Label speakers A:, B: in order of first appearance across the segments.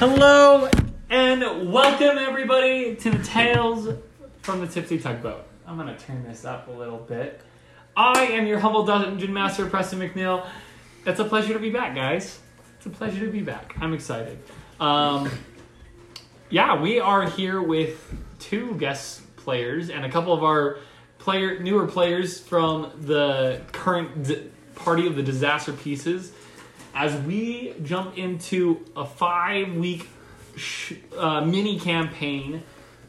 A: Hello and welcome everybody to the Tales from the Tipsy Tugboat. I'm gonna turn this up a little bit. I am your humble dungeon master, Preston McNeil. It's a pleasure to be back, guys. It's a pleasure to be back. I'm excited. Um, yeah, we are here with two guest players and a couple of our player newer players from the current d- party of the disaster pieces as we jump into a five week sh- uh, mini campaign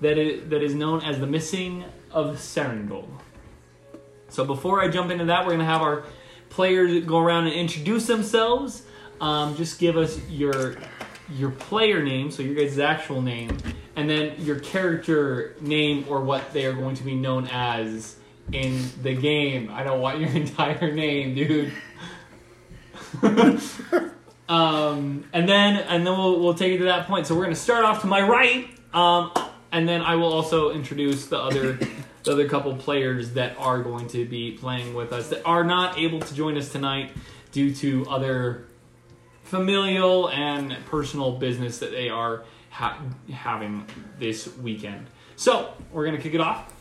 A: that is, that is known as the missing of Serendol. So before I jump into that, we're gonna have our players go around and introduce themselves. Um, just give us your your player name, so your guys' actual name, and then your character name or what they are going to be known as in the game. I don't want your entire name, dude. um, and then and then we'll we'll take it to that point. So we're gonna start off to my right, um, and then I will also introduce the other the other couple players that are going to be playing with us that are not able to join us tonight due to other familial and personal business that they are ha- having this weekend. So we're gonna kick it off.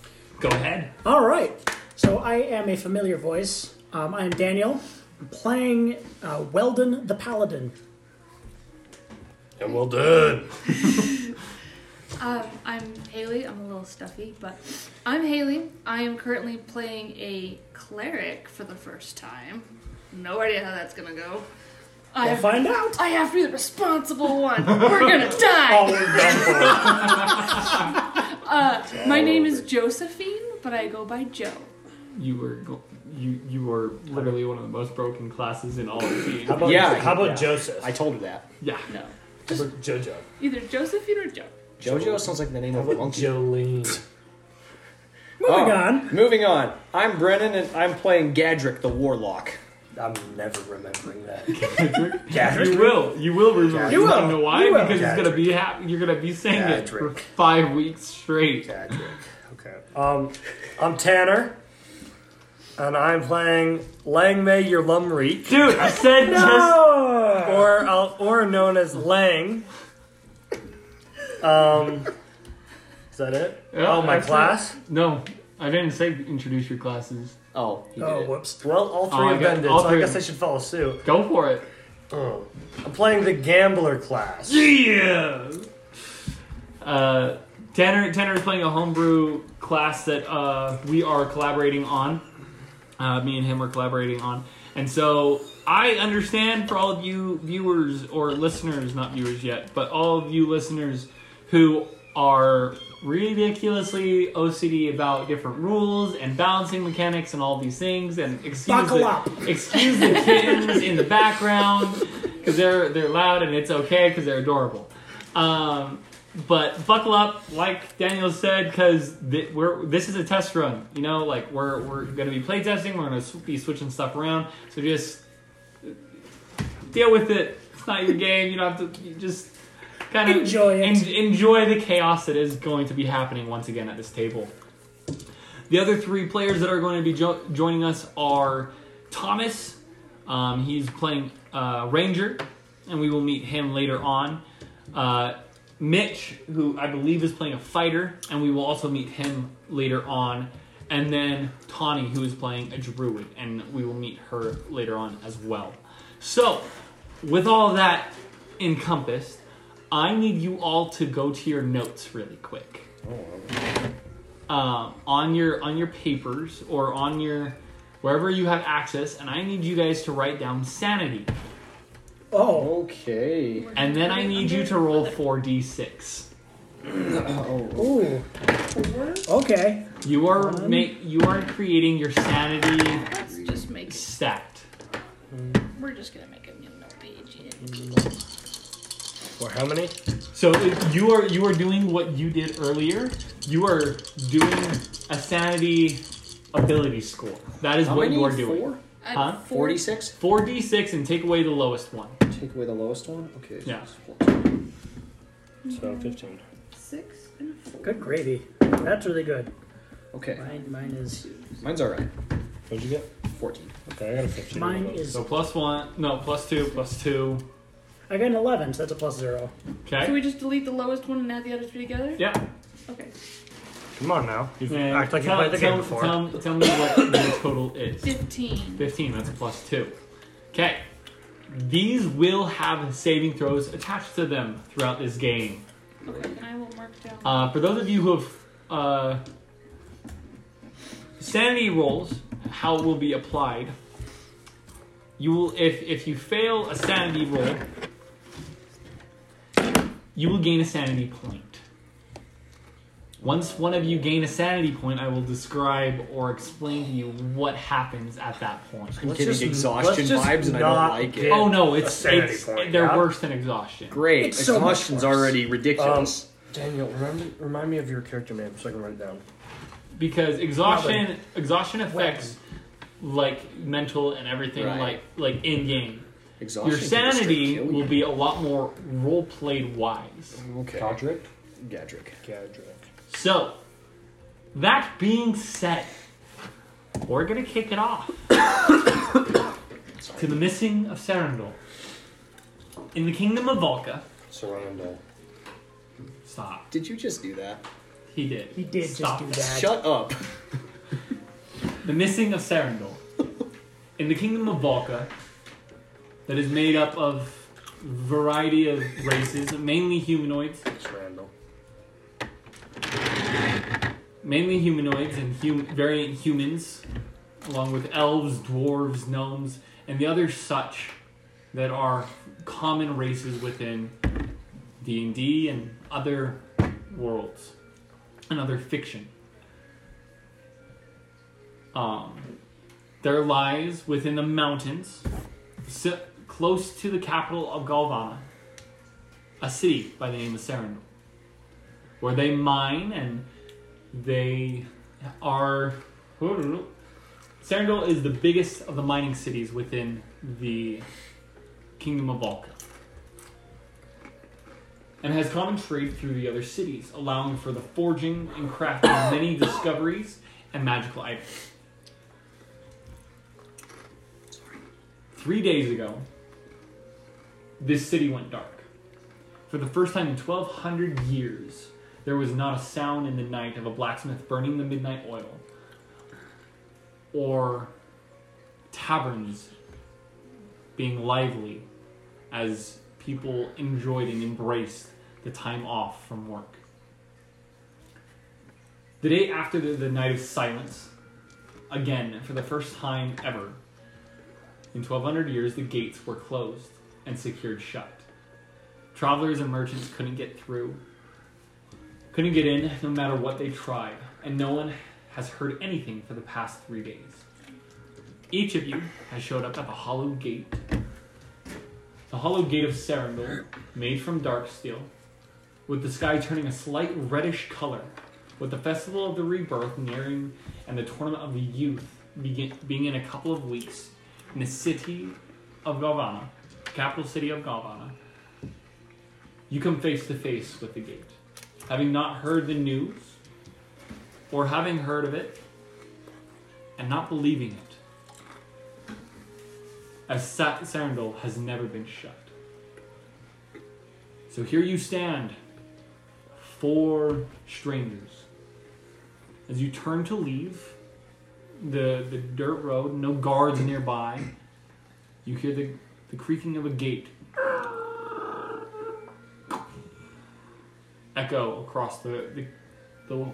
A: Go ahead.
B: All right. So I am a familiar voice. Um, I am Daniel. I'm playing uh, Weldon the Paladin.
C: And well done.
D: Um, I'm Haley. I'm a little stuffy, but I'm Haley. I am currently playing a cleric for the first time. No idea how that's gonna go. I
B: We'll
D: have,
B: find out.
D: I have to be the responsible one. We're gonna die.
C: we're done for.
D: Uh, my name is Josephine, but I go by Joe.
A: You were go- you you were literally one of the most broken classes in all of the game.
C: How about,
E: Yeah,
C: how about
A: yeah.
C: Joseph?
E: I told her that.
A: Yeah.
D: No,
C: How about JoJo.
D: either Josephine or Joe.
E: JoJo sounds like the name
C: How
E: of a
C: about
E: monkey.
C: Jolene?
B: Moving
E: Oh,
B: on.
E: Moving on. I'm Brennan, and I'm playing Gadrick the Warlock.
F: I'm never remembering that.
A: You will. You will remember.
F: You
A: You
B: will.
A: don't know why
B: You will.
A: because it's gonna be ha- you're gonna be saying it for
F: Gadrick.
A: five weeks straight.
F: Patrick.
C: Okay. Um, I'm Tanner, and I'm playing Langmay Your Lumreek,
A: Dude, I said just
B: Oh,
C: or uh, or known as Lang. Um, is that it?
A: Yeah,
C: oh, my
A: that's it.
C: class.
A: no. I didn't say introduce your classes.
E: Oh, he did
B: oh
E: it.
B: whoops.
C: Well, all three
A: Oh, I
C: have
A: got-
C: ended,
A: all
C: so I
A: three.
C: guess I should follow suit.
A: Go for it.
C: Oh. I'm playing the Gambler class.
A: Yeah. Uh, Tanner Tanner is playing a homebrew class that uh, we are collaborating on. Uh, me and him are collaborating on, and so I understand for all of you viewers or listeners, not viewers yet, but all of you listeners who are ridiculously OCD about different rules and balancing mechanics and all these things, and excuse
B: Buckle
A: the,
B: up.
A: excuse the kittens in the background because they're they're loud and it's okay because they're adorable. Um, but buckle up, like Daniel said, because th- we're this is a test run. You know, like we're we're gonna be playtesting. We're gonna sw- be switching stuff around. So just uh, deal with it. It's not your game. You don't have to. You just kind of
B: Enjoy it.
A: enjoy the chaos that is going to be happening once again at this table. The other three players that are going to be jo- joining us are Thomas. Um, he's playing uh, Ranger, and we will meet him later on. Uh, Mitch, who I believe is playing a fighter, and we will also meet him later on. And then Tawny, who is playing a druid, and we will meet her later on as well. So, with all that encompassed, I need you all to go to your notes really quick um, on your on your papers or on your wherever you have access, and I need you guys to write down sanity,
B: Oh,
E: Okay.
A: and then I need you to roll four d six.
B: ooh. Okay.
A: You are make you are creating your sanity
D: Let's just make it.
A: stat.
D: We're just gonna make a new page.
C: Or how many?
A: So if you are you are doing what you did earlier. You are doing a sanity ability score. That is
E: How
A: what
E: many?
A: you are doing.
E: Four?
D: I'm
A: Huh?
D: four-
E: Forty-six.
A: Four d six and take away the lowest one.
E: Take away the lowest one. Okay. so
A: Yeah.
E: it's 14.
C: So 15.
D: six and four.
B: Good gravy. That's really good.
E: Okay.
B: Mine, mine is.
E: Mine's all right.
C: What'd you get?
E: Fourteen.
C: Okay, I got a 15.
B: Mine is.
A: So plus one, no plus two, plus two,
B: I got an 11, so that's a plus zero.
D: Should
A: Okay.
D: we just delete the lowest one and add the other two together?
A: Yeah.
D: Okay.
C: Come on now. You've
A: And
C: act like you
A: tell-
C: played the
A: tell-
C: game before.
A: Tell, tell me what your total is.
D: 15.
A: 15, that's a plus 2. Okay. These will have saving throws attached to them throughout this game.
D: Okay, and I will mark down.
A: Uh, for those of you who have uh, sanity rolls, how it will be applied. You will, if if you fail a sanity roll, you will gain a sanity point. Once one of you gain a sanity point, I will describe or explain to you what happens at that point.
E: I'm
C: Let's
E: getting
C: just-
E: exhaustion
C: let's just
E: vibes and I
C: not
E: don't like it.
C: get-
A: Oh no,
C: A
A: it's,
C: sanity
A: it's
C: point,
A: they're
C: yeah.
A: worse than exhaustion.
E: Great.
B: It's so much
E: exhaustion's
B: worse. Um,
E: already ridiculous.
C: Um,
F: Daniel, remind, remind me of your character name so I can write it down.
A: because exhaustion exhaustion affects like mental and everything
E: Right.
A: like like in game.
E: exhaustion.
A: Your
E: can just straight
A: sanity
E: kill
A: will
E: you.
A: be a lot more role played wise.
F: Okay.
E: Godric? Gadrick.
F: Gadrick.
A: So that being said, we're gonna kick it off to the missing of Serendil. In the kingdom of Volca.
F: Sarandal.
A: Stop.
E: Did you just do that?
A: He did.
B: He did
A: Stop
B: just do that.
E: Shut up.
A: The Missing of Serendil. In the kingdom of Volca, that is made up of variety of races, mainly humanoids,
F: Sarandal.
A: mainly humanoids and hum- variant humans, along with elves, dwarves, gnomes, and the other such that are common races within D&D and other worlds and other fiction. Um, there lies within the mountains, si- close to the capital of Galvana, a city by the name of Serendil, where they mine and they are. Serendil is the biggest of the mining cities within the Kingdom of Volca. And has common trade through the other cities, allowing for the forging and crafting of many discoveries and magical items. Three days ago, this city went dark. For the first time in 1,200 years, there was not a sound in the night of a blacksmith burning the midnight oil or taverns being lively as people enjoyed and embraced the time off from work. The day after the, the night of silence, again, for the first time ever, in 1200 years, the gates were closed and secured shut. Travelers and merchants couldn't get through, couldn't get in no matter what they tried, and no one has heard anything for the past three days. Each of you has showed up at the Hollow Gate. The Hollow Gate of Serendil, made from dark steel, with the sky turning a slight reddish color, with the Festival of the Rebirth nearing and the Tournament of the Youth begin, being in a couple of weeks in the city of Galvana, capital city of Galvana. You come face to face with the gate. Having not heard the news, or having heard of it, and not believing it, as Sa- Sarandol has never been shut. So here you stand, four strangers. As you turn to leave the, the dirt road, no guards nearby, you hear the, the creaking of a gate echo across the, the, the,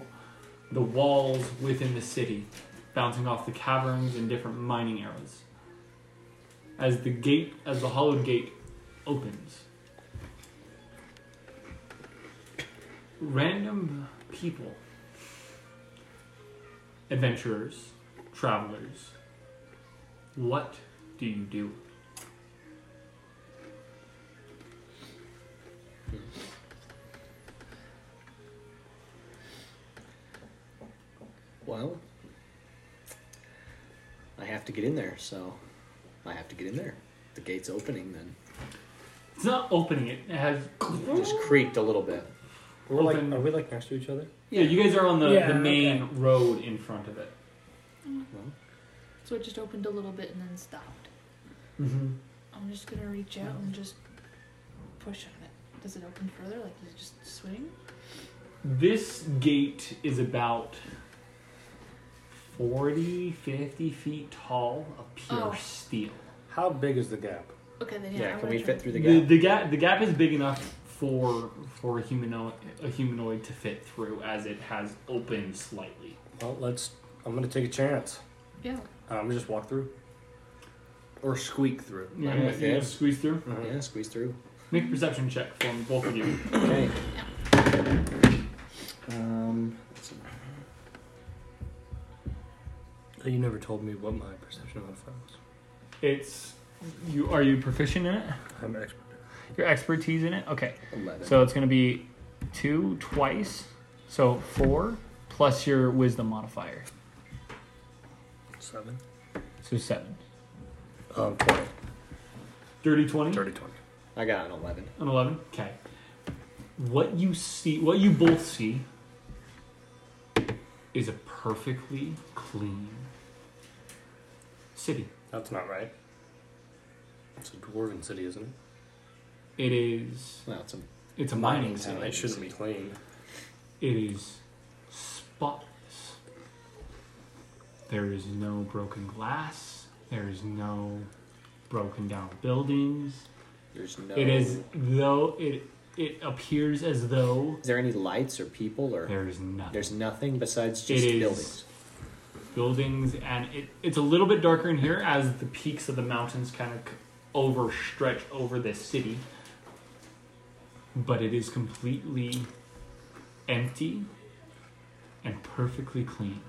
A: the walls within the city, bouncing off the caverns and different mining eras as the gate as the hollowed gate opens random people adventurers travelers what do you do
E: Well, I have to get in there, so I have to get in there. The gate's opening then.
A: it's not opening it it has
E: It just creaked a little bit.
F: We're like,
A: Open.
F: are we like next to each other?
A: yeah you guys are on the,
B: Yeah,
A: the main road in front of it
D: So it just opened a little bit and then stopped.
A: mm-hmm.
D: I'm just gonna reach out and just push on it, does it open further? Like, does it just swing?
A: This gate is about 40, 50 feet tall of pure
D: Oh.
A: steel.
C: How big is the gap?
D: Okay, then yeah.
E: Yeah,
D: I'm
E: can
D: gonna
E: we
D: try-
E: fit through
A: The,
E: the gap?
A: the gap the gap is big enough for for a humanoid a humanoid to fit through as it has opened slightly.
C: Well, let's. I'm gonna take a chance.
D: Yeah.
C: I'm gonna just walk through.
E: Or squeak through. I'm with
A: you
E: you.
A: squeeze through.
E: Yeah, squeeze through.
A: Make a perception check from both of you.
E: Okay. Um,
C: You never told me what my perception modifier was.
A: It's you are you proficient in it?
C: I'm expert.
A: Your expertise in it? Okay.
E: 11.
A: So it's going to be two twice. So four plus your wisdom modifier.
C: Seven.
A: So seven.
C: Um, 20.
A: Dirty 20?
C: 30, 20.
E: I got an 11.
A: An 11? Okay. What you see, what you both see, is a perfectly clean city.
C: That's not right. It's a dwarven city, isn't it?
A: It is,
E: Well, it's a,
A: it's a
E: Mining
A: mining city.
E: town.
C: It shouldn't be clean.
A: It is spotless. There is no broken glass. There is no broken down buildings.
E: there's no.
A: It is though it it appears as though
E: Is there any lights or people or?
A: there is nothing.
E: There's nothing besides
A: It
E: just
A: is-
E: buildings.
A: buildings and it, it's a little bit darker in here as the peaks of the mountains kind of overstretch over this city. But it is completely empty and perfectly clean.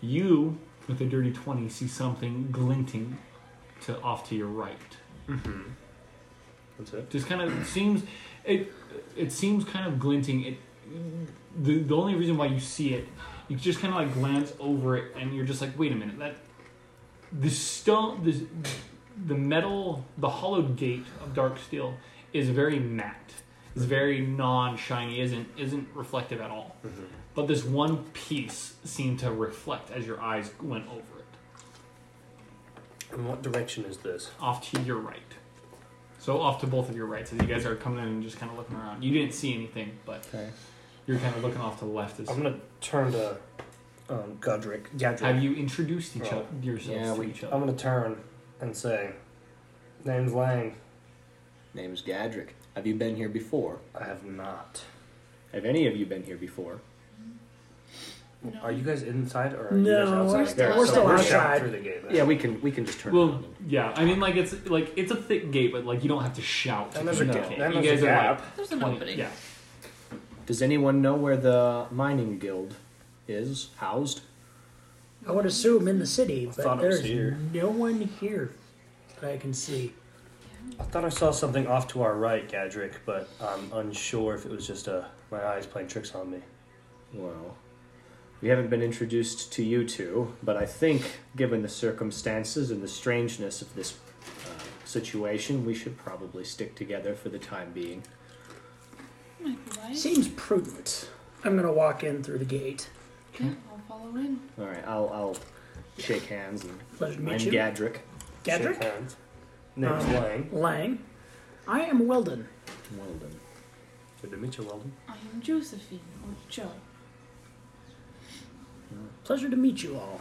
A: You, with a dirty 20, see something glinting to off to your right.
C: That's it.
A: just kind of seems it it seems kind of glinting it the, the only reason why you see it you just kind of like glance over it and you're just like wait a minute that the stone this the metal the hollowed gate of dark steel is very matte it's very non-shiny isn't isn't reflective at all but this one piece seemed to reflect as your eyes went over it
C: And what direction is this?
A: off to your right so off to both of your rights as you guys are coming in and just kind of looking around you didn't see anything but
E: Okay.
A: you're kind of looking off to the left. As,
C: I'm gonna turn to um, Godric.
A: have
C: Gadrick.
A: you introduced each
C: Oh.
A: other yourselves
E: Yeah,
A: to
E: we-
A: each
C: I'm
A: other?
C: gonna turn and say, "Name's Lang.
E: Name is Gadrick. Have you been here before?
C: I have not.
E: Have any of you been here before?
D: No.
C: Are you guys inside or are
B: No,
C: you
B: we're
C: guys outside?
D: still-
E: we're still
B: outside.
C: through the gate. then.
E: Yeah, we can we can just turn
A: Well,
E: around. and-
A: yeah. I mean, like it's like it's a thick gate, but like you don't have to shout. to
C: And there's a
A: communicate.
C: gap. And
A: You
C: there's
A: guys
C: a
A: are like
C: gap.
D: There's an
A: 20
D: opening.
A: Yeah.
E: Does anyone know where the mining guild is housed?
B: I would assume in the city, but
C: thought it was
B: there's
C: here.
B: no one here that I can see.
C: I thought I saw something off to our right, Gadrick, but I'm unsure if it was just uh, my eyes playing tricks on me.
E: Well, we haven't been introduced to you two, but I think, given the circumstances and the strangeness of this uh, situation, we should probably stick together for the time being.
D: I'm like, why?
B: Seems prudent. I'm gonna walk in through the gate.
D: Yeah, I'll follow in.
E: All right, I'll I'll shake hands and
B: Pleasure to
E: I'm
B: meet you,
E: Gadrick.
C: Shake
B: Gadrick
C: hands. Name's
B: Um,
C: Lang.
B: Lang. I am Weldon.
E: Well done.
C: Good to meet you, Weldon.
D: I am Josephine, or Joe.
B: Pleasure to meet you all.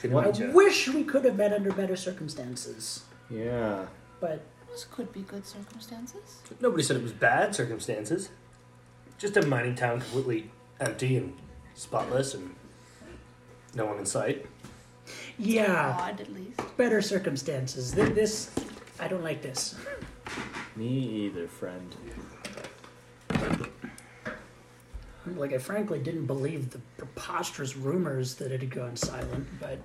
C: Good
E: What-
B: I
C: to meet you.
B: wish we could have met under better circumstances,
E: Yeah.
B: but
D: This could be good circumstances.
C: Nobody said it was bad circumstances. Just a mining town completely empty and spotless and no one in sight.
B: yeah,
A: Ah.
D: Odd, at least. Oh,
B: better circumstances. Th- This, I don't like this.
E: Me either, friend.
B: Like I frankly didn't believe the preposterous rumors that it had gone silent, but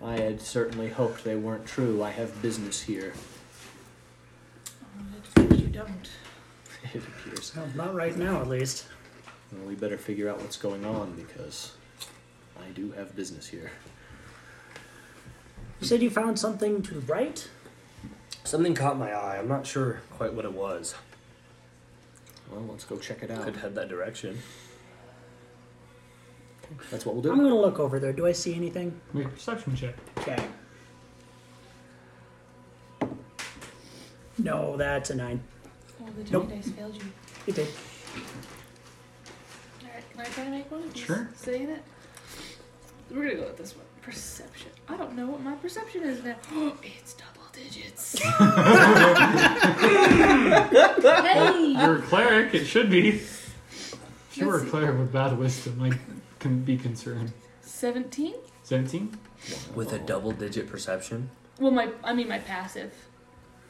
E: I had certainly hoped they weren't true. I have business here.
D: Oh, it- you don't.
E: It appears.
B: well, not right now at least.
E: Well, we better figure out what's going on because I do have business here.
B: You said you found something to the right.
C: Something caught my eye. I'm not sure quite what it was.
E: Well, let's go check it out.
C: Could head that direction.
E: That's what we'll
B: I'm
E: do.
B: gonna look over there. Do I see anything?
A: Make a perception check.
B: Okay. No, that's a nine.
G: Well, the
B: Nope.
G: dice failed you.
B: You did.
G: Alright, can I try to make one? Just
A: Sure.
G: Saying it? We're gonna go with this one. Perception. I don't know what my perception is now. it's double digits. hey!
A: You're a cleric, it should be. If you were a
G: Let's see.
A: cleric with bad wisdom, I can be concerned.
G: 17?
A: 17?
H: With a double digit perception?
G: Well, my, I mean, my passive.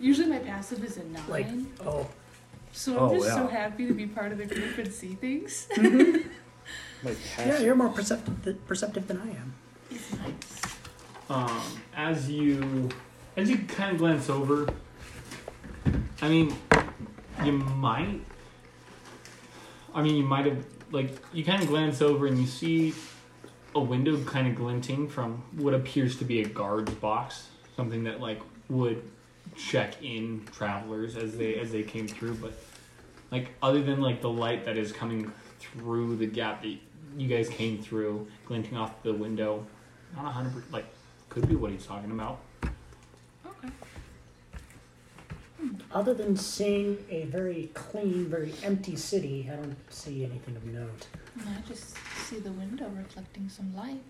G: Usually my passive is a 9.
B: Like, oh,
G: so
H: Oh,
G: I'm just so
H: yeah.
G: happy to be part of the group and see things.
B: yeah, you're more perceptive, th- perceptive than I am.
G: it's nice.
A: Um, as you as you kind of glance over, I mean, you might. I mean, you might have like you kind of glance over and you see a window kind of glinting from what appears to be a guard's box, something that like would check in travelers as they as they came through, but like other than like the light that is coming through the gap that you guys came through, glinting off the window, not a hundred per- like could be what he's talking about.
G: Okay.
B: Other than seeing a very clean, very empty city, I don't see anything of note.
G: And I just see the window reflecting some light.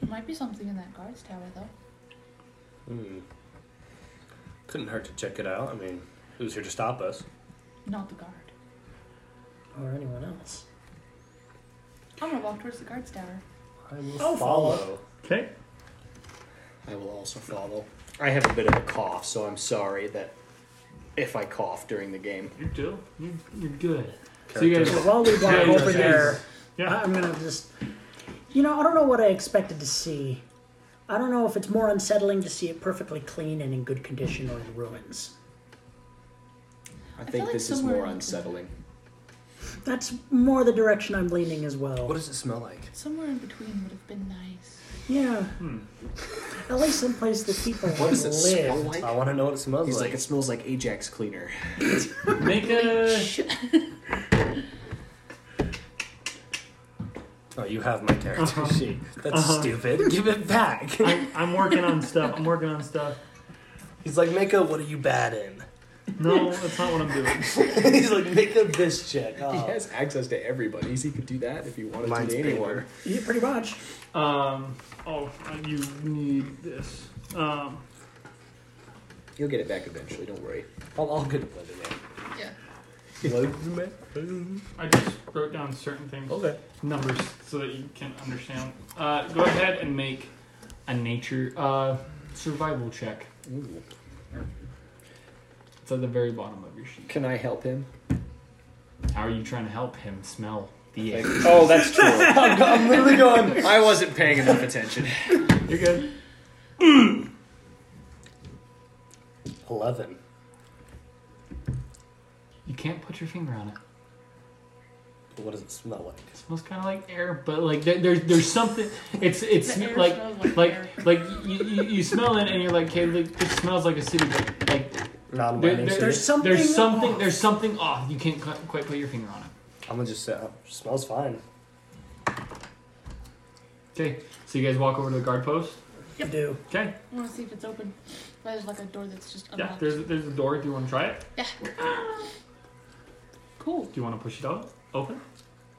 G: There might be something in that guard's tower, though.
C: Hmm. Couldn't hurt to check it out. I mean, who's here to stop us?
G: Not the guard.
B: Or anyone else.
G: I'm gonna walk towards the guard's tower.
C: I will
A: Oh,
B: I'll follow.
A: Okay.
E: I will also follow. I have a bit of a cough, so I'm sorry that if I cough during the game.
A: You're chill. You're, you're good. So you guys,
B: So while we walk
A: Yeah, you
B: over
A: guys-
B: there, I-
A: yeah.
B: I'm gonna just. You know, I don't know what I expected to see. I don't know if it's more unsettling to see it perfectly clean and in good condition or in ruins.
E: I
G: feel
E: think
G: like
E: this is
G: somewhere-
E: more unsettling.
B: That's more the direction I'm leaning as well.
C: What does it smell like?
G: Somewhere in between would have been nice.
B: Yeah.
A: Hmm.
B: At least someplace that people
E: What does
B: have
E: it smell
B: lived.
E: like?
C: I want to know what it smells
E: He's
C: like.
E: like, it smells like Ajax cleaner.
A: Uh, make a
C: oh, you have my character
A: Uh-huh.
C: sheet. That's stupid. Give it back.
A: I, I'm working on stuff. I'm working on stuff.
C: He's like, Mako, what are you bad in?
A: No, that's not what I'm doing.
C: He's like, Mako, this check. Oh.
E: He has access to everybody's. He could do that if he wanted
C: Mine's
E: to to anyone.
C: paper.
B: Yeah, pretty much.
A: Um. Oh, you need this. Um.
E: You'll get it back eventually, don't worry.
C: I'll, I'll get it later.
G: Yeah.
A: I just wrote down certain things,
C: Okay.
A: numbers, so that you can understand. Uh, go ahead and make a nature uh survival check.
E: Ooh.
A: It's at the very bottom of your sheet.
E: Can I help him?
A: How are you trying to help him smell the air?
E: oh, that's true. I'm, I'm literally
C: going-
E: I wasn't paying enough attention.
A: You're good.
C: 11.
A: You can't put your finger on it.
C: What does it smell like?
A: It smells kind of like air, but like there, there's there's something. It's it's
G: The air
A: like
G: smells
A: like
G: like
A: like,
G: air.
A: you, you, you smell it and you're like, okay, like, it smells like a city, but like
C: Non
A: there-
C: winning
A: there-
B: There's something
A: there's something
B: off.
A: there's something off. You can't cu- quite put your finger on it.
C: I'm going to just say, uh, smells fine.
A: Okay, so you guys walk over to the guard post.
B: You do.
A: Okay,
G: I wanna see if it's open. There's like a door that's just
A: yeah,
G: unlocked.
A: there's there's a door. Do you want to try it?
G: cool.
A: Do you want to push it out? Open.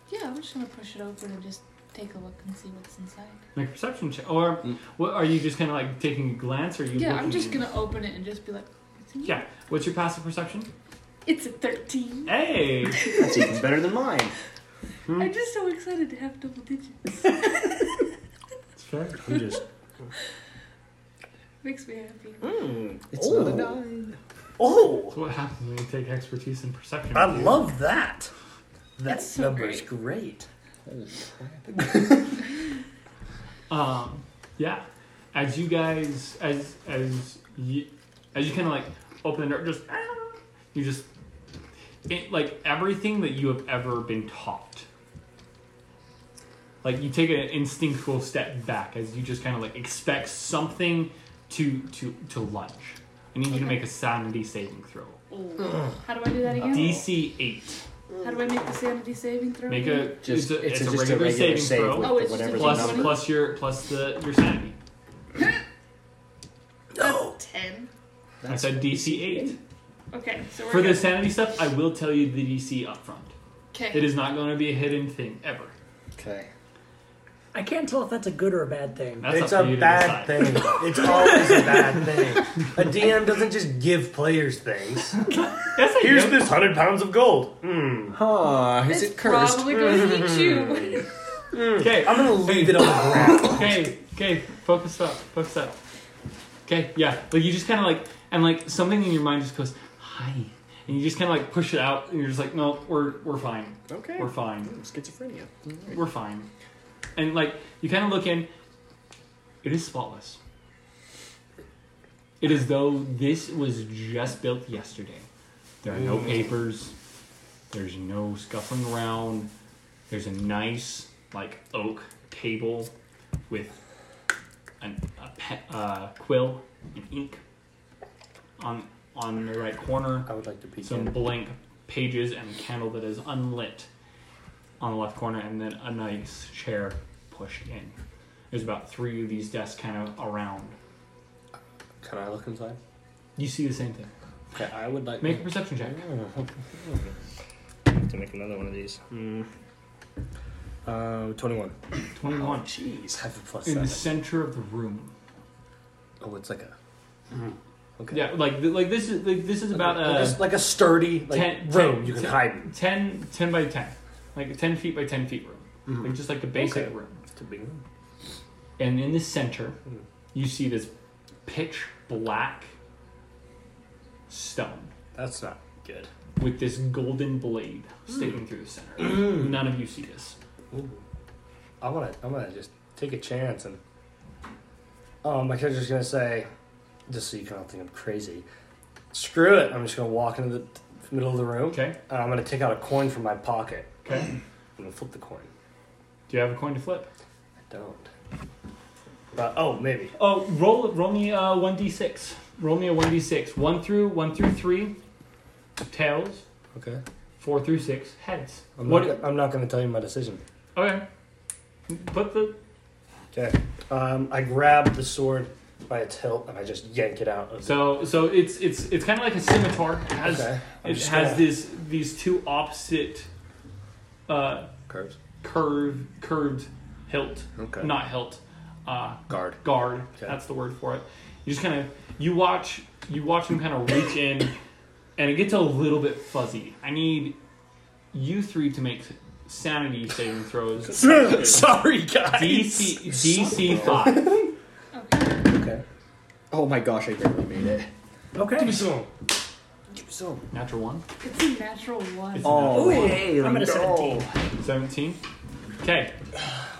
G: Yeah, I'm just gonna push it open and just take a look and see what's inside.
A: Make a perception check, or
C: Mm.
A: what? Are you just kind of like taking a glance, or are you?
G: yeah, I'm
A: looking-
G: just gonna open it and just be like, it's in here.
A: Yeah. What's your passive perception?
G: It's a 13.
A: Hey.
E: That's even better than mine.
A: Mm-hmm.
G: I'm just so excited to have double digits.
A: It's fair.
C: I'm just.
G: Makes me happy.
A: Mm-hmm.
C: Mm.
E: It's
C: Oh.
E: not a nine.
C: Oh!
A: So what happens when you take expertise in perception?
C: I love that. That
G: That's so
C: number is great.
A: Um, yeah. As you guys, as as you, as you kind of like open the door, just "Ah," you just it, like everything that you have ever been taught. Like you take an instinctual step back as you just kind of like expect something to to to lunge. I need you to make a sanity saving throw.
G: Oh. How do I do that again?
A: DC eight.
G: How do I make the sanity saving throw?
A: Make a
E: Just-
A: it's a, it's
E: it's
A: a
E: just
A: regular, saving
E: save
A: throw
E: with
G: Oh, it's just
E: whatever
G: a
E: the
A: plus-
G: plus
E: number.
A: plus your plus the your sanity.
G: That's 10.
E: That's-
A: I said DC eight.
D: Okay, so we're
A: For the
D: good.
A: sanity stuff, I will tell you the DC up front.
D: Okay.
A: It is not going to be a hidden thing ever.
E: Okay.
B: I can't tell if that's a good or a bad thing.
A: That's
C: it's
A: up for
C: a
A: you to
C: bad
A: decide.
C: thing. It's always a bad thing. A DM doesn't just give players things.
A: Yes, I
C: Here's
A: do.
C: this hundred pounds of gold. Hmm.
E: Huh, is
D: it's
E: it cursed?
D: probably going to eat you.
A: Okay,
C: I'm gonna leave it on the ground.
A: okay, okay. Focus up, focus up. Okay, yeah. Like you just kind of like, and like something in your mind just goes, "Hi," and you just kind of like push it out, and you're just like, "No, we're we're fine,
E: Okay. Hmm,
A: we're fine."
E: Schizophrenia.
A: we're fine. And like you kind of look in, it is spotless. It is though this was just built yesterday. There are no papers. There's no scuffling around. There's a nice like oak table with an, a pe- uh, quill and ink on on the right corner
C: I would like to peek
A: some
C: in.
A: blank pages and a candle that is unlit on the left corner, and then a nice chair pushed in. There's about three of these desks kind of around.
C: Can I look inside?
A: You see the same thing.
C: Okay, I would like
A: Make a perception check.
F: to make another one of these.
A: Hmm.
F: Uh, 21.
A: 21.
C: Oh, Jeez, have a plus
A: In
C: seven.
A: the center of the room.
F: Oh, it's like a.
C: Okay.
A: Yeah, like like this is like this is about
C: like,
A: a
C: a, like a sturdy like,
A: ten-
C: room
A: ten-
C: you can
A: ten-
C: hide in.
A: 10, 10 by 10. Like a 10 feet by 10 feet room. Like just like the basic
C: Mm-hmm. Okay.
A: room.
C: It's a big room.
A: And in the center,
C: Mm-hmm.
A: you see this pitch black stone.
C: That's not good.
A: with this golden blade sticking through the center.
C: Mm.
A: None of you see this.
C: Ooh. I wanna I wanna just take a chance and um my character's gonna say just so you can all think I'm crazy. Screw it. I'm just gonna walk into the t- middle of the room.
A: Okay.
C: And I'm gonna take out a coin from my pocket.
A: Okay.
C: I'm gonna flip the coin.
A: Do you have a coin to flip?
C: I don't. But oh maybe.
A: Oh, roll roll me uh one d six. Roll me a one d six. One through one through three, tails.
C: Okay.
A: Four through six, heads.
C: I'm
A: what?
C: not, go- I'm not gonna tell you my decision.
A: Okay. Put the
C: Okay. Um, I grab the sword by its hilt and I just yank it out. Of the-
A: so so it's it's it's kind of like a scimitar. It has
C: okay. I'm
A: it
C: just
A: has
C: gonna-
A: this these two opposite uh
F: Curves.
A: curve curved hilt
F: Okay.
A: not hilt uh
F: Guard.
A: guard.
C: Okay.
A: That's the word for it. You just kind of you watch you watch him kind of reach in, and it gets a little bit fuzzy. I need you three to make sanity saving throws.
C: Sorry, guys.
A: DC DC five.
D: Okay.
C: Okay.
E: Oh my gosh, I barely made it.
B: Okay.
C: some.
E: So,
A: Natural one.
D: It's a natural one.
A: It's
E: oh,
B: Ooh,
E: hey,
B: I'm at a
E: let's go.
B: 17.
A: Seventeen. Okay,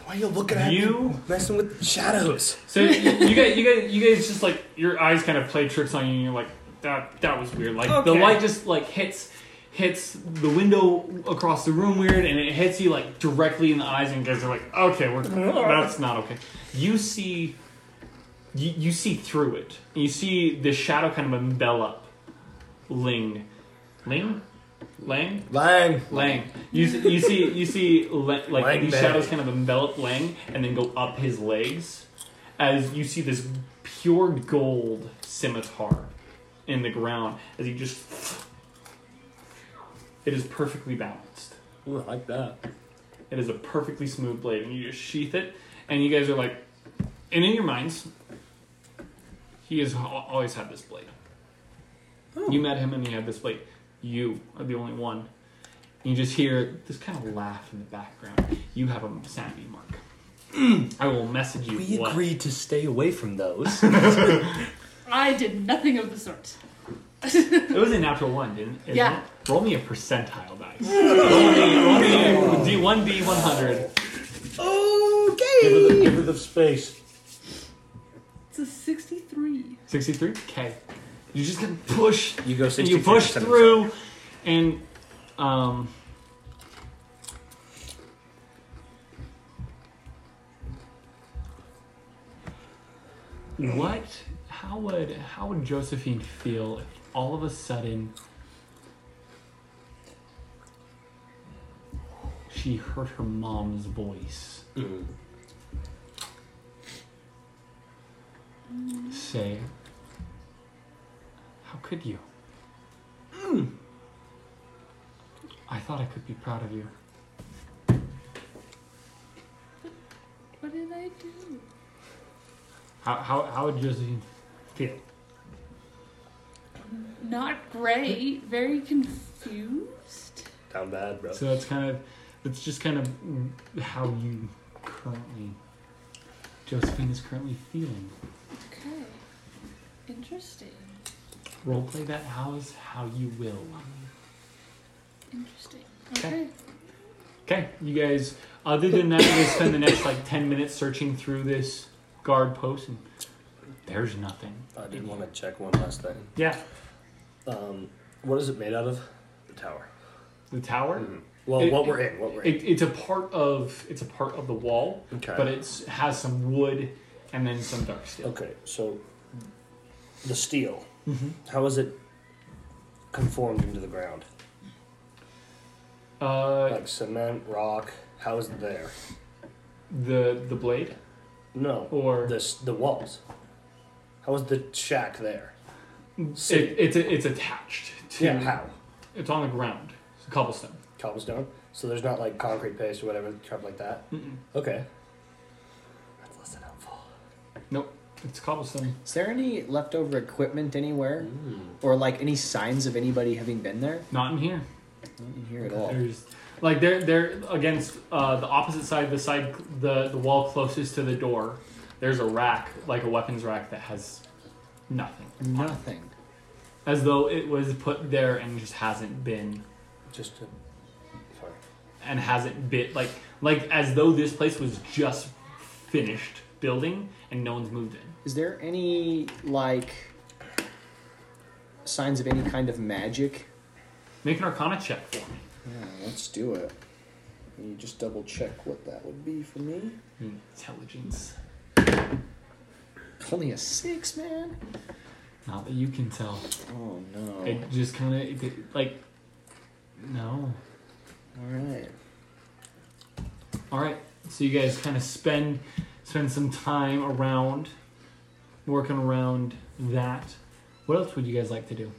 C: Why are you looking
A: you.
C: Messing with shadows.
A: So you, you guys, you guys, you guys, just like your eyes kind of play tricks on you, and you're like, that, that was weird. Like the
C: Okay.
A: light just like hits, hits the window across the room weird, and it hits you like directly in the eyes, and you guys are like, okay, we're that's not okay. You see, you, you see through it. You see the shadow kind of envelop Ling, Ling, Lang.
C: Lang.
A: Lang. You see, you see, you see la- like
C: Lang
A: these
C: Bang.
A: shadows kind of envelop Lang and then go up his legs as you see this pure gold scimitar in the ground as he just. It is perfectly balanced.
C: Ooh, I like that.
A: It is a perfectly smooth blade, and you just sheath it, and you guys are like, and in your minds, he has al- always had this blade. You met him, and he had this blade. You are the only one. You just hear this kind of laugh in the background. You have a sanity mark. I will message you.
I: We
A: what-
I: agreed to stay away from those.
D: I did nothing of the sort.
A: It was a natural one, didn't isn't it?
D: Yeah.
A: Roll me a percentile dice. roll me, roll me a D, 1D 100.
C: Give her the, give her the space.
D: It's a 63.
A: 63? Okay. You just gonna push
F: You go
A: and
F: 60.
A: you push through, and um, what? How would how would Josephine feel if all of a sudden she heard her mom's voice say, "How could you?" I thought I could be proud of you.
D: What did I do?
A: How, how, how would Josephine feel?
D: Not great. Very confused.
C: Down bad, bro.
A: So that's kind of, that's just kind of mm, how you currently, Josephine is currently feeling.
D: Okay. Interesting.
A: Roleplay that how is how you will.
D: Interesting.
A: Okay.
D: Okay.
A: Okay, you guys, other than that, you guys spend the next like 10 minutes searching through this guard post and there's nothing.
C: I did want to check one last thing.
A: Yeah.
C: Um, what is it made out of? The tower.
A: The tower?
C: Well,
A: It-
C: what we're in, what we're in.
A: It, it's a part of it's a part of the wall,
C: okay.
A: but it has some wood and then some dark steel.
C: okay, so the steel.
A: Mm-hmm.
C: How is it conformed into the ground?
A: Uh,
C: Like cement, rock. How is it there?
A: the the blade
C: No,
A: or
C: the s- the walls. How is the shack there?
A: it, it's a, it's attached to
C: Yeah, how?
A: it's on the ground. It's a cobblestone.
C: Cobblestone. So there's not like concrete paste or whatever crap like that.
A: Mm-mm.
C: Okay. That's less than helpful.
A: Nope, it's cobblestone.
E: Is there any leftover equipment anywhere? Or like any signs of anybody having been there?
A: Not in here.
E: Not in here at all.
A: There's like they're they're against uh, the opposite side, the side the the wall closest to the door. There's a rack, like a weapons rack, that has nothing,
E: Nothing.
A: as though it was put there and just hasn't been
C: Just to. Sorry.
A: and hasn't been like like as though this place was just finished building and no one's moved in.
E: Is there any like signs of any kind of magic?
A: Make an Arcana check for me.
E: Yeah, let's do it. Let me just double check what that would be for me.
A: Intelligence.
E: Only a six, man.
A: Not that you can tell.
E: Oh no.
A: It just kind of like no.
E: All right.
A: All right. So you guys kind of spend spend some time around working around that. What else would you guys like to do?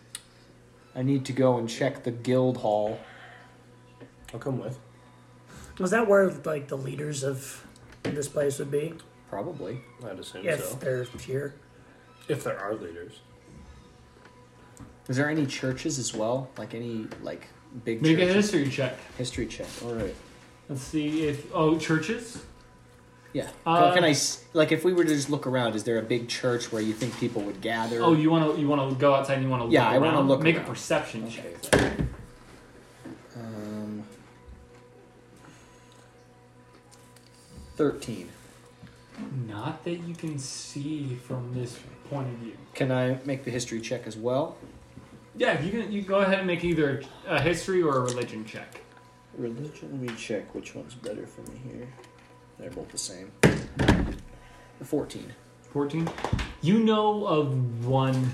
E: I need to go and check the guild hall.
C: I'll come with.
B: Was that where like the leaders of this place would be?
E: Probably.
C: I'd assume
B: If
C: so.
B: they're here.
C: If there are leaders.
E: Is there any churches as well? Like any like big
A: Make a
E: churches?
A: history check.
E: history check. All right.
A: Let's see if oh churches.
E: Yeah.
A: Uh,
E: can I s- like if we were to just look around? Is there a big church where you think people would gather?
A: Oh, you want to you want to go outside and you want to
E: Yeah,
A: look
E: I wanna
A: around?
E: look
A: Make
E: around.
A: a perception
E: Okay.
A: check.
E: Um, Thirteen.
A: Not that you can see from this point of view.
E: Can I make the history check as well?
A: Yeah, if you can you can go ahead and make either a history or a religion check.
E: Religion. Let me check which one's better for me here. They're both the same. Fourteen.
A: 14 you know of one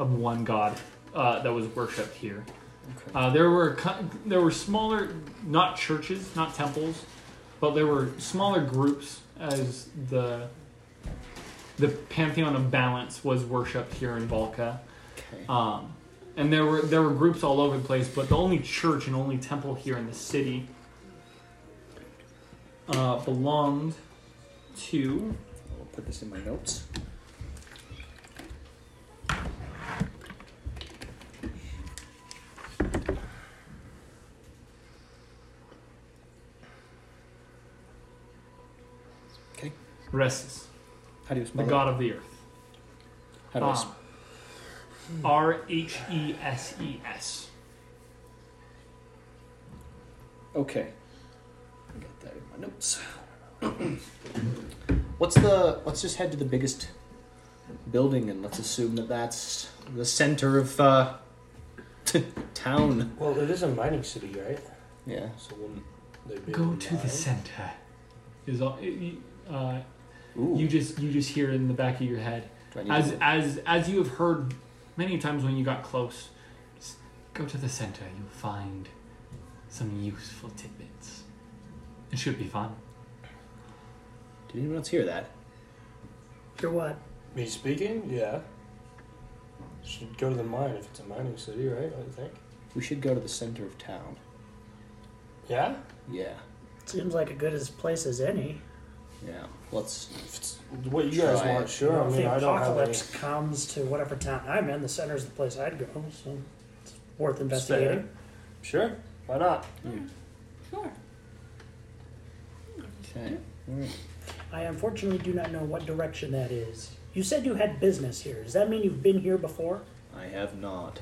A: of one god uh, that was worshipped here
E: Okay.
A: uh, there were co- there were smaller not churches not temples but there were smaller groups as the the pantheon of balance was worshipped here in Volca
E: Okay.
A: um, and there were there were groups all over the place, but the only church and only temple here in the city uh, belonged to
E: I'll put this in my notes. Okay.
A: Ressus,
E: How do you
A: the
E: spell
A: god Ah. of the earth.
E: it? How do I spell
A: R H E S E S.
E: Okay. I got that in my notes. what's the let's just head to the biggest building and let's assume that that's the center of uh, town.
C: Well, it is a mining city, right?
E: Yeah.
C: So wouldn't they be
A: Go
C: able
A: to the
C: mine?
A: center. Is all, uh,
E: Ooh.
A: you just you just hear it in the back of your head
E: do I need
A: as
E: to-
A: as as you have heard many times when you got close. Just go to the center. You'll find some useful tidbits. It should be fun.
E: Did anyone else hear that?
B: You're what?
C: Me speaking? Yeah. Should go to the mine if it's a mining city, right? I think.
E: We should go to the center of town.
C: Yeah?
E: Yeah.
B: Seems like a good as place as any.
E: Yeah. Let's.
C: What you guys
E: Try
C: want,
E: it.
C: sure. I
B: if
C: mean,
B: the
C: I don't have any.
B: apocalypse comes to whatever town I'm in, the center's the place I'd go, so it's worth investigating.
C: Sure. Why not?
G: Sure.
E: Okay.
B: I unfortunately do not know what direction that is. You said you had business here. Does that mean you've been here before?
E: I have not.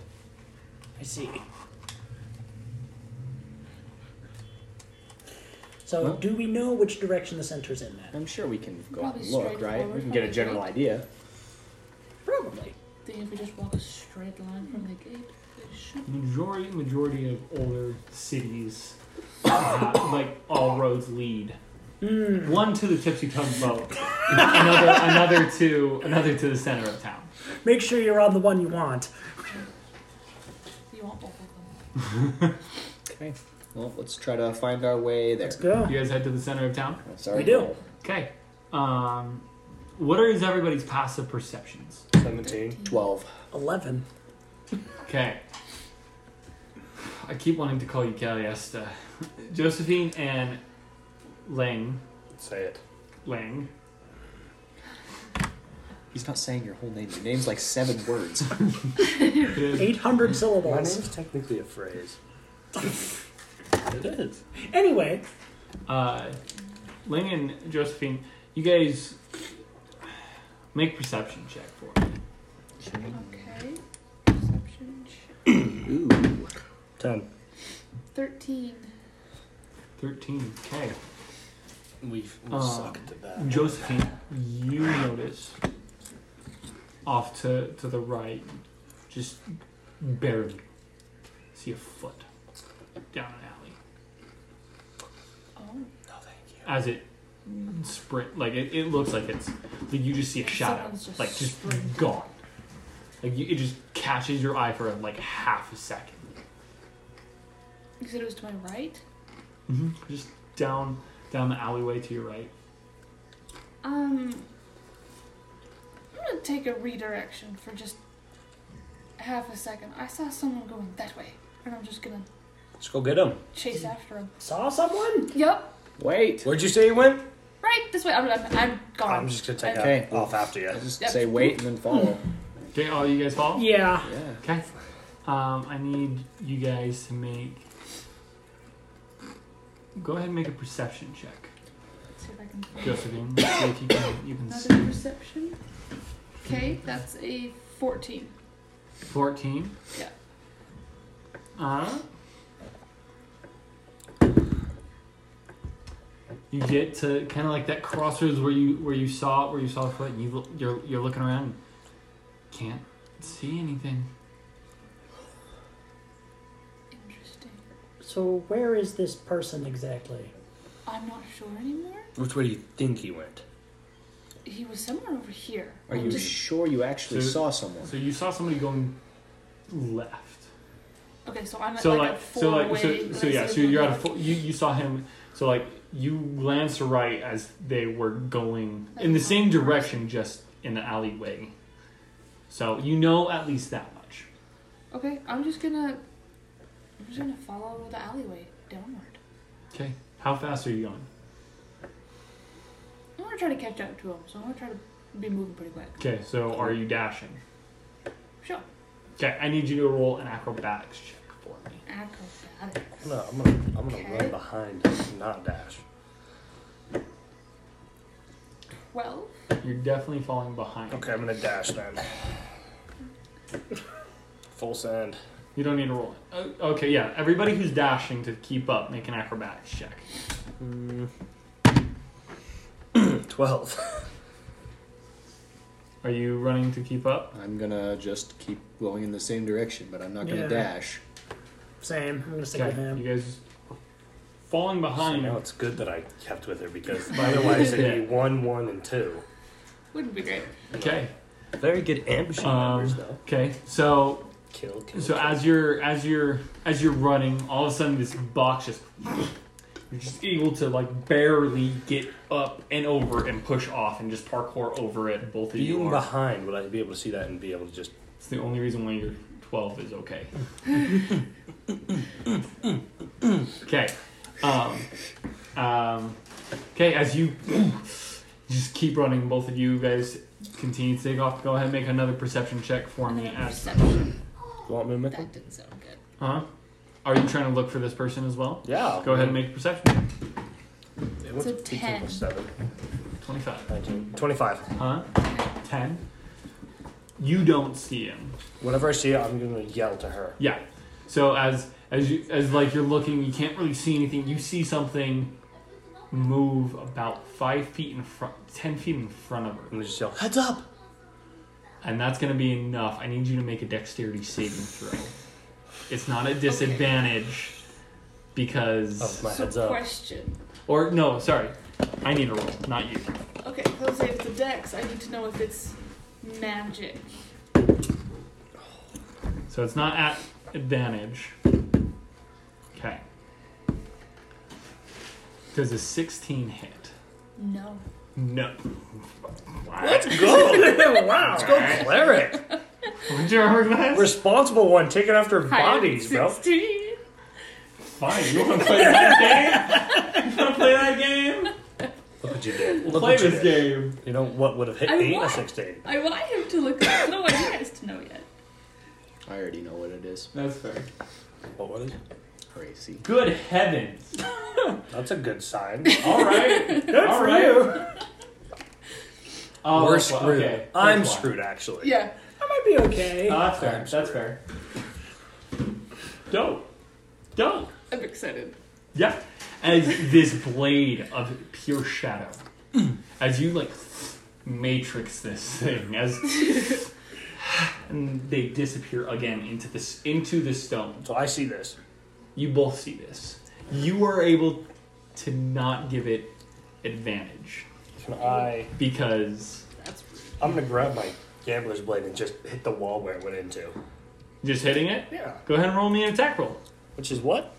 B: I see. So,
E: Well-
B: do we know which direction the center's in then?
E: I'm sure we can go out
G: Probably
E: and look, right?
G: straightforward,
E: We can get a
G: probably
E: general
G: straight.
E: idea.
B: Probably.
G: Think if we just walk a straight line from the gate, it should.
A: Majority majority of older cities, uh, like all roads lead. One to the tipsy tugboat, another another to another to the center of town.
B: Make sure you're on the one you want.
G: You want both of
E: Okay. Well, let's try to find our way there.
B: Let's go.
A: You guys head to the center of town.
E: That's our
B: We do.
E: goal.
A: Okay. Um, what are everybody's passive perceptions?
C: 17.
E: Twelve.
B: 11.
A: Okay. I keep wanting to call you Caliesta. Josephine and Lang.
C: Say it.
A: Lang.
E: He's not saying your whole name. Your name's like seven words.
B: 800
C: My
B: syllables.
C: name's technically a phrase. it is.
B: Anyway,
A: uh, Ling and Josephine, you guys make perception check for me.
G: them. Okay. Perception. check.
E: Ooh.
C: 10.
G: Thirteen.
A: 13. Okay.
C: We, we
E: Um,
A: Uh,
C: suck at that.
A: Josephine, you notice off to, to the right, just barely see a foot down an alley
G: Oh.
C: No, thank
A: as it sprint like it, it looks like it's like you just see a shadow
G: Someone's just
A: like just
G: sprinting.
A: gone like you, it just catches your eye for like half a second
G: You said it was to my right.
A: hmm Just down down the alleyway to your right.
G: Um. I'm gonna take a redirection for just half a second. I saw someone going that way, and I'm just gonna
C: Let's go get him.
G: chase after him.
B: saw someone?
G: Yep.
E: Wait.
C: Where'd you say you went?
G: Right this way. I'm. I'm, I'm gone.
C: I'm just gonna take
E: Okay.
C: that off after you.
E: I just
G: Yep.
E: say wait and then follow.
A: Okay, all you guys follow?
B: Yeah.
E: yeah.
A: Okay. Um, I need you guys to make. Go ahead and make a perception check,
G: Let's see if I can.
A: Josephine. See if you can, you can
G: Another
A: see.
G: perception. Okay, that's a 14.
A: Fourteen.
G: Yeah.
A: Uh. You get to kind of like that crossroads where you where you saw where you saw a foot, and you look- you're you're looking around, and can't see anything.
G: Interesting.
B: So, where is this person exactly?
G: I'm not sure anymore.
C: Which way do you think he went?
G: He was somewhere over here.
E: Are
G: I'm
E: you
G: just-
E: sure you actually
A: So-
E: saw someone?
A: So you saw somebody going left.
G: Okay, so I'm at
A: So
G: like,
A: like,
G: a four
A: so like so,
G: way.
A: so yeah so you're at a full, you you saw him so like you glanced right as they were going in the same direction just in the alleyway. So you know at least that much.
G: Okay, I'm just gonna. I'm just gonna follow the alleyway downward.
A: Okay. How fast are you going?
G: I'm gonna try to catch up to him, so I'm gonna try to be moving pretty quick.
A: Okay. So are you dashing?
G: Sure.
A: Okay. I need you to roll an acrobatics check for me.
G: Acrobatics.
C: No, I'm gonna, I'm gonna
G: Okay.
C: run behind him, not dash.
G: Twelve.
A: You're definitely falling behind.
C: Okay, I'm gonna dash then. Full send.
A: You don't need to roll it. Uh, okay. Yeah. Everybody who's dashing to keep up, make an acrobatics check.
C: 12.
A: Are you running to keep up?
E: I'm gonna just keep going in the same direction, but I'm not gonna
B: Yeah.
E: dash.
B: Same. I'm gonna stick with
A: Okay.
B: him.
A: You guys falling
C: I
A: behind.
C: know it's good that I kept with her because otherwise it'd be 1, 1, and 2.
G: Wouldn't be great.
A: Okay.
C: Very good ambushing
A: Um,
C: numbers, though.
A: Okay. So
C: Kill, kill.
A: so
C: kill.
A: as you're as you're as you're running, all of a sudden this box just you're just able to like barely get up and over and push off and just parkour over it. Both of you
C: Being
A: are.
C: behind, would I be able to see that and be able to just.
A: It's the only reason why your 12 is okay. okay. Um, um, okay, as you just keep running, both of you guys continue to take off. Go ahead and make another perception check for me. As,
D: Perception.
C: Want me to make one?
D: That didn't sound good.
A: huh? Are you trying to look for this person as well?
C: Yeah.
A: Go ahead and make a perception.
C: It was
D: So
C: 18
D: 10.
C: plus 7.
A: 25.
C: 19. 25.
A: Huh? 10. You don't see him.
C: Whenever I see it, I'm gonna yell to her.
A: Yeah. So as as you as like you're looking, you can't really see anything. You see something move about five feet in front, ten feet in front of her,
C: I'm gonna just yell, heads up!
A: and that's gonna be enough. I need you to make a dexterity saving throw. It's not a disadvantage
C: Oh,
A: because,
C: my heads
D: So
C: up.
D: question.
A: or no, sorry, I need a roll, not you.
D: Okay, he'll say it's a dex. I need to know if it's magic.
A: So it's not at advantage. Okay. Does a sixteen hit?
D: No.
A: No.
C: Go! wow! Let's go cleric!
A: Would you recognize?
C: Responsible one, taking after bodies, bro.
D: Sixteen.
A: Fine, you want to play that game? You want to play that game?
C: Look what you did. Look
A: Play
C: what you
A: this
C: did.
A: game.
C: You know what would have hit
D: I
C: me? A
D: want-
C: 16.
D: I want him to look. up. No, I has to know yet.
E: I already know what it is.
A: That's fair.
C: What was it?
E: Crazy.
A: Good heavens.
C: That's a good sign.
A: All right.
C: Good
A: All
C: for
A: right.
C: you!
A: Oh,
C: We're
A: that's why-
C: screwed.
A: okay.
C: I'm
A: That's why.
C: screwed, actually.
D: Yeah.
B: I might be okay.
A: Oh, that's fair. That's fair. Dope. Dope.
D: I'm excited.
A: Yeah. As this blade of pure shadow, as you like matrix this thing, as and they disappear again into this into the stone.
C: So I see this.
A: You both see this. You are able to not give it advantage
C: Can I.
A: because
D: That's rude.
C: I'm gonna grab my gambler's blade and just hit the wall where it went into.
A: just hitting it.
C: Yeah.
A: Go ahead and roll me an attack roll.
C: Which is what?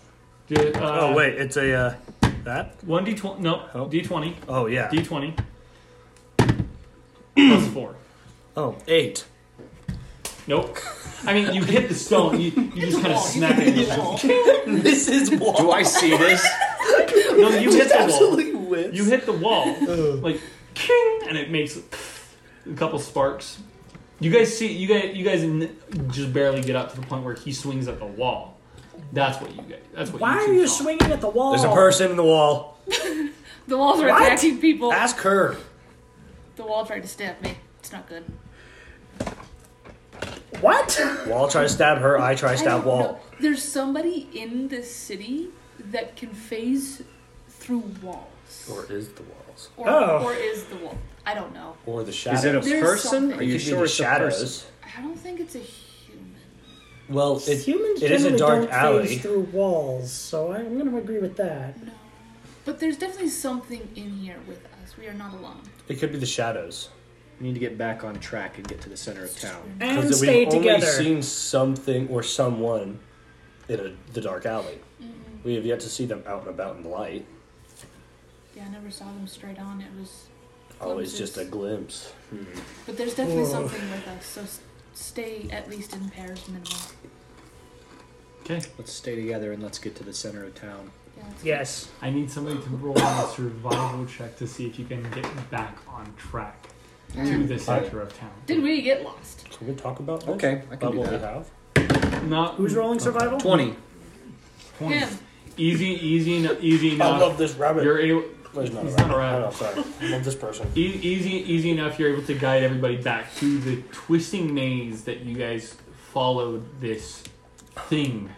A: Ju- uh,
C: oh, wait, it's a. Uh, that?
A: One d twenty. No,
C: Oh.
A: d twenty.
C: Oh, yeah.
A: D twenty plus four.
C: oh, eight.
A: Nope. I mean, you hit the stone. You, you just kind of smack it. against the wall.
F: This is what.
E: Do I see this?
A: No, you hit the wall.
F: Absolutely whips.
A: You hit the wall like, king, and it makes a couple sparks. You guys see, you guys, you guys n- just barely get up to the point where he swings at the wall. That's what you guys. That's what.
B: Why
A: you
B: are
A: two
B: you
A: saw.
B: swinging at the wall?
C: There's a person in the wall.
D: The walls are
C: What? Ah.
D: attacking people.
C: Ask her.
D: The wall tried to stab me. It's not good.
B: What?
C: Wall try to stab her, I try to
D: I
C: stab
D: don't
C: wall.
D: know. There's somebody in this city that can phase through walls.
C: Or is the walls.
D: Or,
B: Oh.
D: or is the wall. I don't know.
F: Or the shadow.
E: Is it a
D: There's
E: person?
D: something.
E: Are you
C: Could be
E: sure
C: the
E: it's a
C: shadows.
E: person?
D: I don't think it's a human.
F: well, it,
B: Humans
C: it is a
B: generally
C: dark
B: don't phase
C: alley.
B: through walls, so I- I'm going to agree with that.
D: No. But there's definitely something in here with us. We are not alone.
C: It could be the shadows.
E: We need to get back on track and get to the center of town.
B: And
C: Because
B: stay
C: we've
B: together.
C: only seen something or someone in a, the dark alley. We have yet to see them out and about in the light.
D: Yeah, I never saw them straight on. It was.
C: Always
D: glimpses.
C: just a glimpse.
E: Hmm.
D: But there's definitely something with us, so s- stay at least in pairs minimal.
A: Okay,
E: Let's stay together and let's get to the center of town.
D: Yeah, that's
B: yes.
A: I need somebody to roll a survival check to see if you can get back on track
G: Mm.
A: to the center of town.
D: Did we get lost?
C: Can we talk about this?
E: Okay, I can
C: About
E: do
C: what we
E: that.
C: have?
A: Not
B: Who's rolling survival?
E: 20.
A: Point.
D: Him.
A: Easy, easy, eno- easy
C: I
A: enough.
C: love this rabbit.
A: You're able,
C: Well, he's not
A: he's
C: a rabbit.
A: not a rabbit.
C: I know, sorry. I love this person.
A: e- easy, easy enough. You're able to guide everybody back to the twisting maze that you guys followed this thing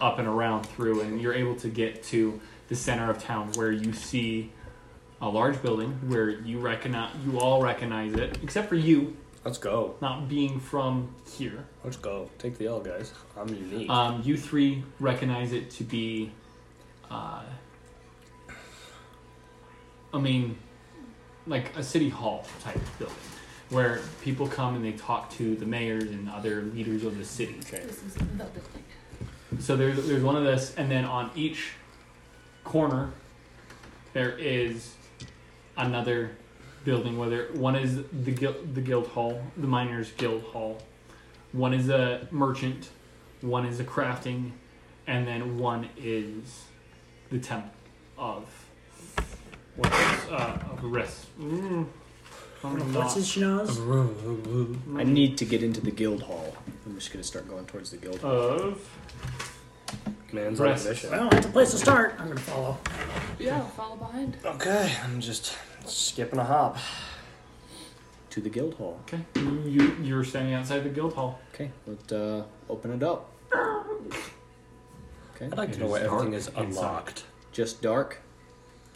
A: up and around through, and you're able to get to the center of town where you see a large building where you recognize, you all recognize it, except for you
C: Let's go.
A: not being from here.
C: Let's go. Take the L, guys. I'm unique.
A: Um, you three recognize it to be, uh, I mean, like a city hall type building where people come and they talk to the mayors and other leaders of the city.
D: This is the building.
A: So there's there's one of this, and then on each corner there is another building. Whether one is the guild, the guild hall, the miners' guild hall, one is a merchant, one is a crafting, and then one is the temp of what uh, of Riss. Mm. I'm not-
B: What's his schnoz?
E: I need to get into the guild hall. I'm just gonna start going towards the guild hall.
A: of
C: Man's on
A: Rest.
C: a mission.
B: Well, that's a place to start. I'm gonna follow.
D: Yeah, I'll follow behind.
C: Okay, I'm just skipping a hop.
E: To the guild hall.
A: okay. You, you you're standing outside the guild hall.
E: Okay, let's uh, open it up. Okay,
F: I'd like
A: It
F: to know
A: is
F: where everything
A: dark
F: is
A: inside.
F: unlocked.
E: just dark.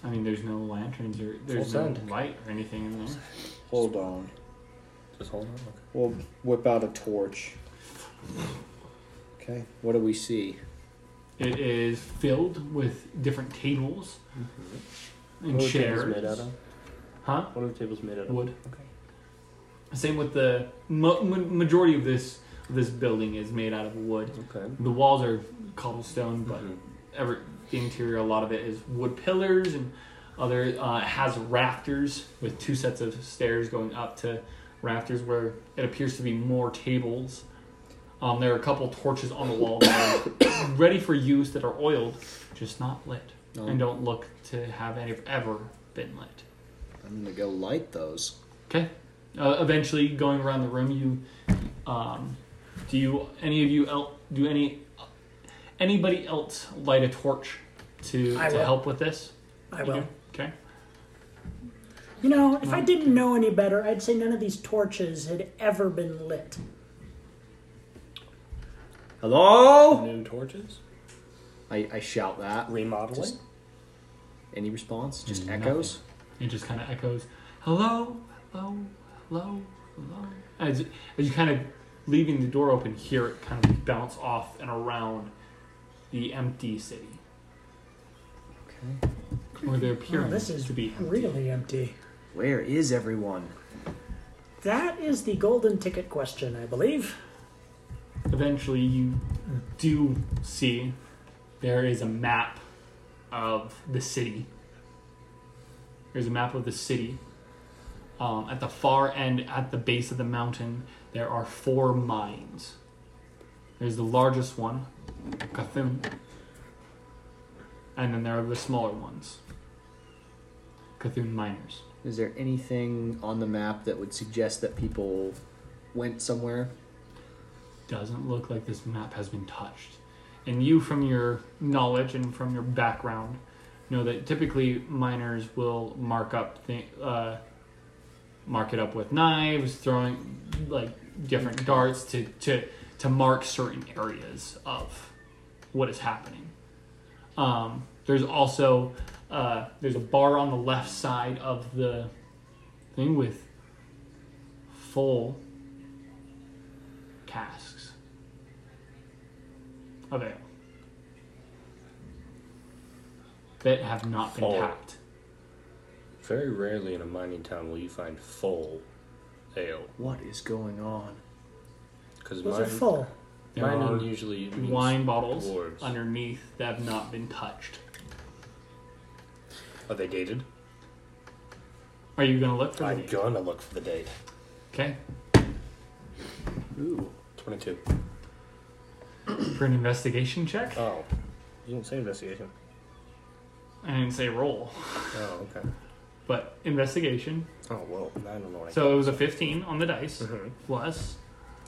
A: I mean, there's no lanterns or there's
C: Full
A: no
C: send.
A: light or anything in there.
E: Hold on.
F: Just hold on.
E: We'll whip out a torch. Okay, what do we see?
A: It is filled with different tables and
C: Mm-hmm. What are the tables
A: chairs.
C: made out of?
A: Huh?
C: What are the tables made out of?
A: Wood.
C: Okay.
A: Same with the ma- ma- majority of this this building is made out of wood.
C: Okay.
A: The walls are cobblestone, but
C: Mhm.
A: every the interior a lot of it is wood pillars and other uh, it has rafters with two sets of stairs going up to rafters where it appears to be more tables. Um, there are a couple torches on the wall that are ready for use that are oiled, just not lit,
E: No.
A: and don't look to have any ever been lit.
E: I'm gonna go light those.
A: Okay. Uh, eventually, going around the room, you um, do you any of you el- do any anybody else light a torch to
B: I
A: to
B: will.
A: help with this?
B: I
A: You
B: will.
A: do? Okay.
B: You know, if I didn't know any better, I'd say none of these torches had ever been lit.
E: Hello?
C: New torches?
E: I, I shout that.
C: Remodeling?
E: Just- Any response? Just
A: Nothing.
E: echoes?
A: It just kind of echoes, "Hello, hello, hello, hello." As as you kind of leaving the door open, hear it kind of bounce off and around the empty city,
E: Okay.
A: or there
B: Wow,
A: appearing
B: Oh, this is
A: to be.
B: really empty.
E: Where is everyone?
B: That is the golden ticket question, I believe.
A: eventually you do see there is a map of the city. There's a map of the city. Um, at the far end, at the base of the mountain, there are four mines. There's the largest one, Cthulhu, and then there are the smaller ones, Cthulhu miners.
E: Is there anything on the map that would suggest that people went somewhere?
A: doesn't look like this map has been touched. And you, from your knowledge and from your background, know that typically miners will mark up, th- uh, mark it up with knives, throwing like different darts to to to mark certain areas of what is happening. Um, there's also uh, there's a bar on the left side of the thing with full casks of ale that have not been
F: Full.
A: tapped.
F: Very rarely in a mining town will you find full ale.
E: What is going on?
F: Because
B: Those are full.
A: There are
F: mining usually means
A: Uh, wine bottles
F: dwarves.
A: underneath that have not been touched.
F: Are they dated?
A: Are you gonna look for
F: I'm
A: these?
F: gonna look for the date.
A: Okay,
E: Ooh.
F: 22.
A: for an investigation check.
F: Oh. You didn't say investigation.
A: I didn't say roll,
F: Oh, okay.
A: but investigation.
F: Oh, well, I don't know what I
A: So it was a 15 on the dice
F: Mhm.
A: plus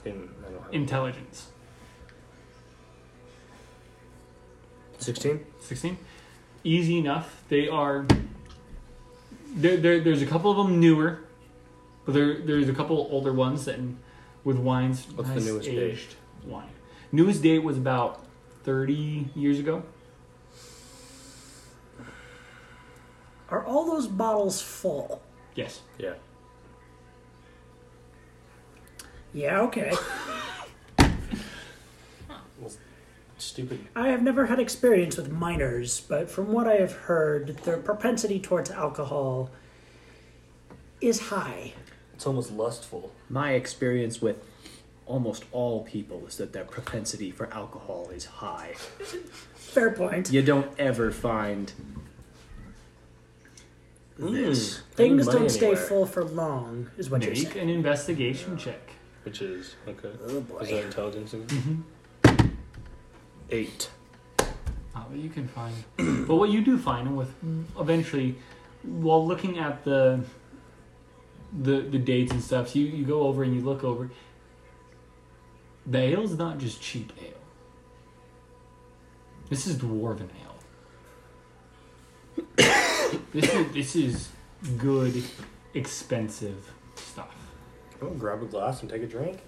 F: didn't. I don't have
A: intelligence.
F: 16?
A: 16 easy enough they are there, there there's a couple of them newer but there there's a couple older ones that with wines
F: What's the
A: nice
F: newest date?
A: aged wine newest date was about 30 years ago
B: Are all those bottles full?
A: yes
F: Yeah.
B: Yeah, okay.
F: Stupid.
B: I have never had experience with minors, but from what I have heard, their propensity towards alcohol is high.
F: It's almost lustful.
E: My experience with almost all people is that their propensity for alcohol is high.
B: Fair point.
E: You don't ever find
F: Mm.
E: this.
B: Things
F: Money
B: don't stay
F: anywhere.
B: full for long, is what you're
A: make an
B: saying.
A: investigation check
F: Which is. Okay.
B: Oh
F: Is that
B: boy.
A: Mm-hmm.
F: intelligence?
E: Eight.
A: Not what Ah, you can find. but what you do find with eventually while looking at the the the dates and stuff, you, you go over and you look over. The ale's not just cheap ale. This is dwarven ale. this is this is good, expensive stuff.
C: Go grab a glass and take a drink.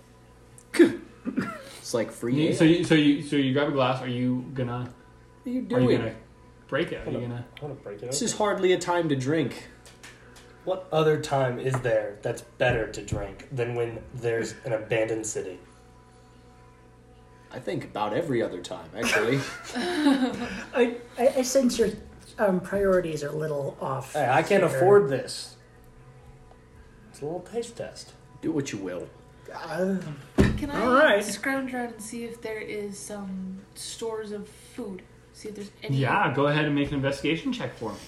E: It's like free.
A: You-
E: ale.
A: So you so you so you grab a glass. Are you gonna
E: What are you
A: are
E: doing?
A: you gonna break it? Are you gonna
C: I want to break it
E: This
C: up.
E: is hardly a time to drink.
C: What other time is there that's better to drink than when there's an abandoned city?
E: I think about every other time, actually.
B: I, I, I sense your um, priorities are a little off.
C: Hey, I can't
B: here.
C: afford this. It's a little taste test.
E: Do what you will.
B: Uh,
D: Can I uh,
B: All right.
D: scrounge around and see if there is some stores of food? See if there's any.
A: Yeah, go ahead and make an investigation check for me.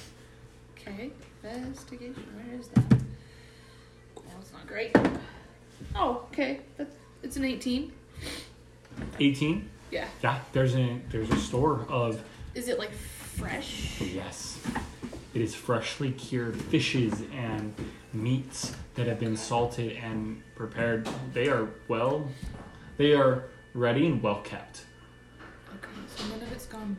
D: Okay. Investigation. Where is that? That was not great. Oh, okay. That's it's an 18.
A: 18.
D: Yeah.
A: Yeah, there's a there's a store of
D: Is it like fresh?
A: yes. It is freshly cured fishes and meats that have been salted and prepared. They are well they are ready and well kept.
D: Okay. Oh, So none of it's gone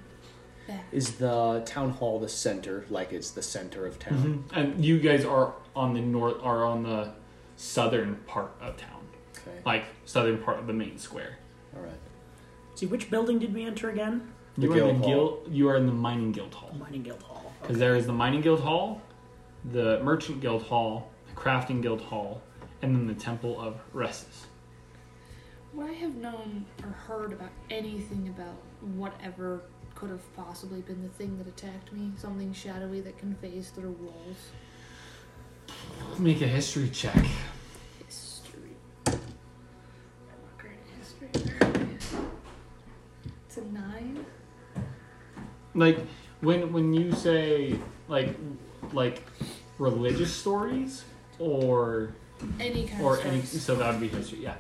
D: bad.
E: Is the town hall the center? Like it's the center of town.
A: And you guys are on the north are on the southern part of town.
E: Okay.
A: Like southern part of the main square.
E: All right.
B: see, which building did we enter again?
E: The
A: You are in
E: guild
A: the
E: hall.
A: guild you are in the mining guild hall.
B: Mining Guild Hall.
A: Because there is the mining guild hall, the merchant guild hall, the crafting guild hall, and then the temple of Ressus.
D: Would I have known or heard about anything about whatever could have possibly been the thing that attacked me? Something shadowy that can phase through walls?
A: Make a history check.
D: History. I'm not great at history. It's a nine.
A: Like when when you say like like religious stories or
D: Any kind
A: or
D: of
A: any
D: stories.
A: so that would be history. Yeah,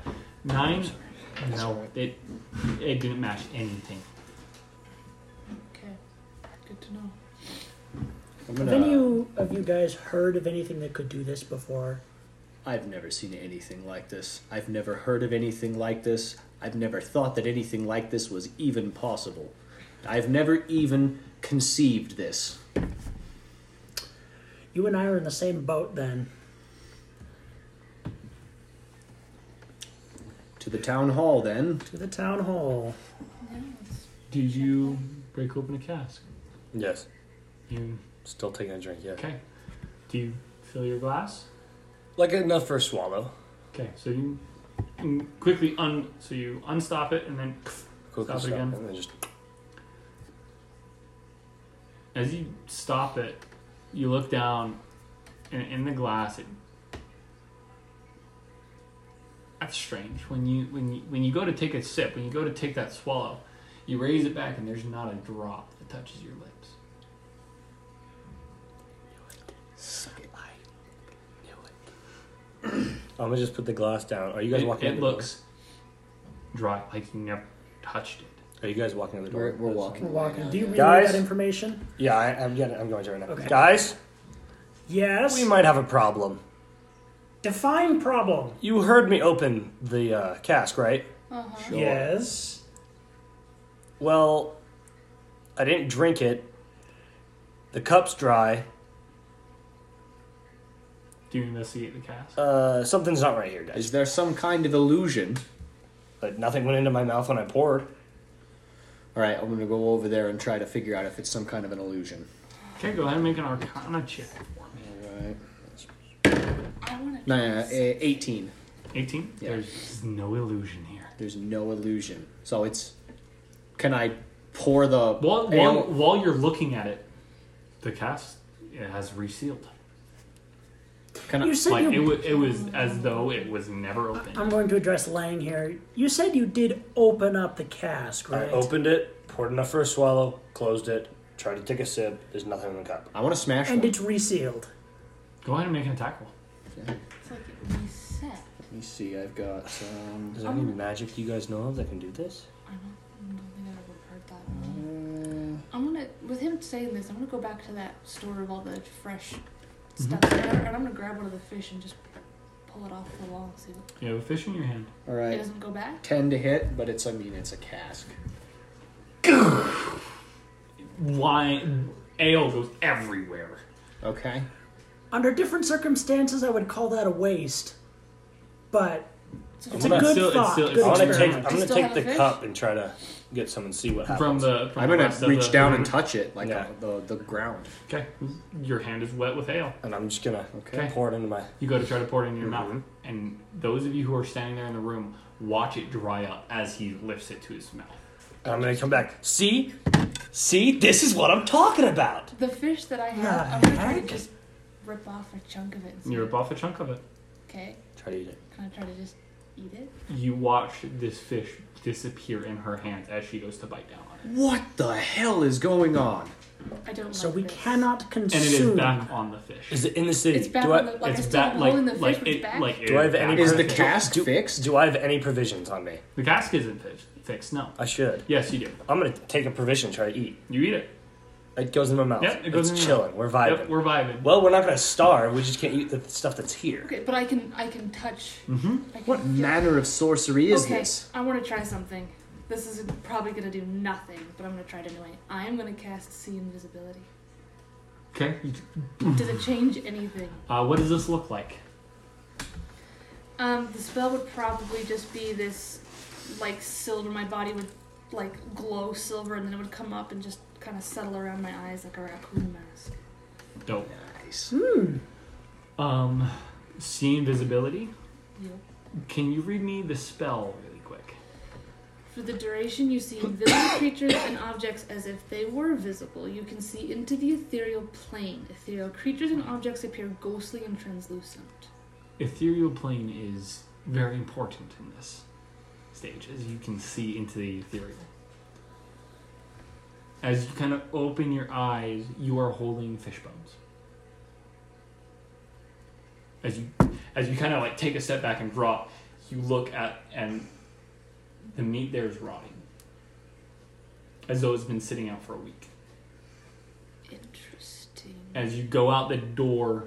A: nine. No, it it didn't match anything.
D: Okay. Good to know.
E: I'm
B: Have
E: gonna.
B: any of you guys heard of anything that could do this before?
E: I've never seen anything like this. I've never heard of anything like this. I've never thought that anything like this was even possible. I've never even conceived this.
B: You and I are in the same boat then.
E: To the town hall, then.
B: To the town hall.
D: Yeah, it's
A: Did you break open a cask?
F: Yes.
A: You
F: Still taking a drink, yeah.
A: okay? Do you fill your glass?
F: Like enough for a swallow.
A: Okay, so you can quickly un so you unstop it and then
F: Quickly
A: Stop it again.
F: And then just
A: as you stop it, you look down and in the glass it that's strange. When you when you when you go to take a sip, when you go to take that swallow, you raise it back and there's not a drop that touches your lips.
E: Suck it.
C: I'm gonna just put the glass down. Are you guys
A: it
C: walking? out
A: it
C: the
A: looks dry, like you never touched it.
C: Door? Are you guys walking out the door?
E: We're, we're walking.
B: We're walking. Do you read
C: Guys?
B: that information?
C: Yeah, I, I'm getting. I'm going to right now.
B: Okay.
C: Guys,
B: Yes.
C: we might have a problem.
B: Define problem.
C: You heard me open the uh, cask, right?
G: Uh-huh.
E: Sure.
B: Yes.
C: Well, I didn't drink it. The cup's dry.
A: Do you investigate the cask?
C: Uh, something's not right here, guys.
E: Is there some kind of illusion?
C: But nothing went into my mouth when I poured.
E: All right, I'm gonna go over there and try to figure out if it's some kind of an illusion.
A: Okay, go ahead and make an arcana check for me.
E: All right.
D: I want to.
E: Nah, eh, 18.
A: 18?
E: Yeah.
A: There's no illusion here.
E: There's no illusion. So it's. Can I pour the
A: While, while,
E: ale?
A: while you're looking at it, the cast it has resealed.
E: Can I,
B: You said
A: Like
B: you
A: it was, it was as though it was never opened.
B: I'm going to address Lang here. You said you did open up the cask,
A: Uh,
B: right?
C: I opened it, poured enough for a swallow, closed it, tried to take a sip. There's nothing in the cup.
E: I want to smash
B: and
E: one.
B: it's resealed.
A: Go ahead and make an attack roll.
D: It's like it reset.
E: Let me see. I've got. Um,
C: Is there any magic you guys know of that can do this?
D: I don't, I don't think I've ever heard that. one.
E: Uh,
G: I'm gonna, with him saying this, I'm gonna go back to that store of all the fresh
A: Mm-hmm.
G: stuff there, and I'm gonna grab one of the fish and just pull it off the wall and see what.
A: You have a fish in your hand.
E: All
G: It
E: right.
G: doesn't go back.
E: 10 to hit, but it's, I mean, it's a cask.
A: Wine, ale goes everywhere.
E: Okay.
B: Under different circumstances, I would call that a waste. But it's a
C: gonna-
B: good
A: still- it's
B: thought.
A: still-
B: good
C: I want to take.
B: experiment.
C: I'm
G: Do you
C: gonna
G: still have
C: take
G: a
C: the
G: fish?
C: cup and try to get some and see what happens.
A: From the. From
E: I'm
A: the
E: going
A: rest
E: to
A: of
E: reach
A: the-
E: down and touch it, like
C: Yeah.
E: on the, the ground.
A: Okay. Your hand is wet with ale.
C: and I'm just gonna
A: Okay.
C: pour it into my.
A: You go to try to pour it in your mouth, and those of you who are standing there in the room watch it dry up as he lifts it to his mouth.
C: And I'm gonna come back.
J: See? See? This is what I'm talking about.
G: The fish that I have,
B: Yeah,
G: I'm gonna try to
B: heck.
G: just rip off a chunk of it. And see
A: And you
G: what-
A: rip off a chunk of it.
G: Okay.
C: Try to eat it.
G: Can I try to just eat it?
A: You watch this fish disappear in her hands as she goes to bite down on it,
E: What the hell is going on?
G: I don't.
B: So
G: like
B: we
G: this.
B: cannot
A: and it is
B: consume.
A: back on the fish.
C: Is it in the city?
G: It's back
C: do
G: on
C: I
G: the like. I
A: it's
G: still have
A: back
G: a
A: like
G: hole in the fish,
A: like
G: but
A: it
G: it's back.
A: like it
C: Do I have any-
A: back.
E: Is the
C: Perfect.
E: cask fixed?
C: do I have any provisions on me?
A: the cask isn't fixed. Fixed? No.
C: I should.
A: Yes, you do.
C: I'm gonna take a provision. Try to eat.
A: You eat it.
C: It goes in my mouth.
A: Yep, it goes
C: it's
A: in your mouth.
C: chilling. We're vibing.
A: Yep, we're vibing.
C: well, we're not gonna starve. We just can't eat the stuff that's here.
G: Okay, but I can I can touch.
A: Mm-hmm.
G: I can
E: What
G: feel-
E: manner of sorcery is
G: okay,
E: this?
G: I want to try something. This is probably gonna do nothing, but I'm gonna try it anyway. I am gonna cast see invisibility.
A: Okay.
G: Does it change anything?
A: Uh, what does this look like?
G: Um, the spell would probably just be this, like silver. My body would like glow silver, and then it would come up and just kind of settle around my eyes like a raccoon mask.
A: Dope. Hmm.
E: Nice.
A: Um, see invisibility.
G: You know?
A: Can you read me the spell really quick?
G: For the duration, you see invisible creatures and objects as if they were visible. You can see into the ethereal plane. Ethereal creatures and objects appear ghostly and translucent.
A: Ethereal plane is very important in this stage, as you can see into the ethereal. As you kind of open your eyes, you are holding fish bones. As you, as you kind of like take a step back and drop, you look at and the meat there is rotting, as though it's been sitting out for a week
G: Interesting.
A: as you go out the door,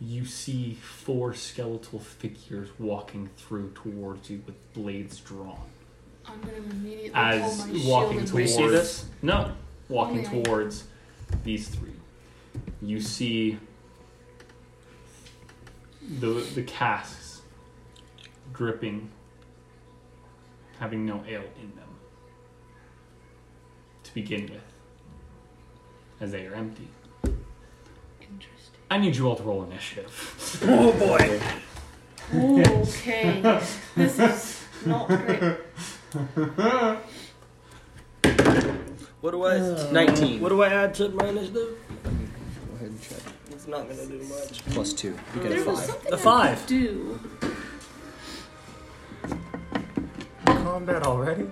A: you see four skeletal figures walking through towards you with blades drawn.
G: I'm going to immediately pull
A: As
G: my shield
A: walking
G: and
A: towards,
G: raise it.
A: no, walking
G: Only I-
A: towards these three, you see the the casks dripping, having no ale in them to begin with, as they are empty.
G: Interesting.
A: I need you all to roll initiative.
C: Oh boy.
G: Ooh, okay. this is not great.
C: What do I?
E: 19.
C: what do I add to my initiative?
E: Go ahead and check.
C: It's not gonna do much.
E: Plus two. You get
G: There
E: a
G: was
E: five.
G: something
C: The
G: I could
C: five.
G: do.
C: Combat already?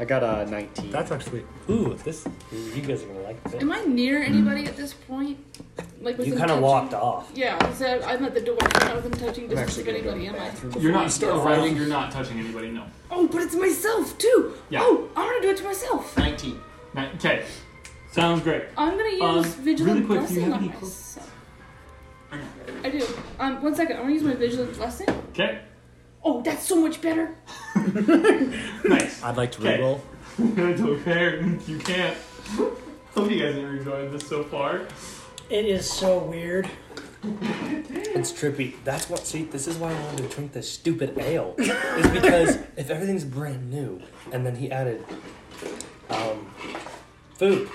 E: I got a 19.
C: actually. Ooh, this. You guys are gonna like this.
G: Am I near anybody at this point? Like
C: You
G: within
C: kind of
G: touching-
C: walked off.
G: Yeah, so I'm at the door. I'm not within touching distance of anybody, am I?
A: You're not arriving. You're not touching anybody. No.
G: Oh, but it's myself too.
A: Yeah.
G: Oh, I'm gonna do it to myself.
E: 19.
A: Okay. Sounds great.
G: I'm gonna use
A: Um, really
G: vigilant
A: quick, do you
G: blessing
A: have
G: on
A: any clothes?
G: myself. I do. Um, one second. I'm gonna use my vigilant blessing.
A: Okay.
G: Oh, that's so much better.
A: Nice.
J: I'd like to
A: Okay.
J: reroll.
A: it's okay. You can't. Hope you guys are enjoying this so far.
B: It is so weird.
C: It's trippy. That's what. See, this is why I wanted to drink this stupid ale. is because if everything's brand new, and then he added, um, food.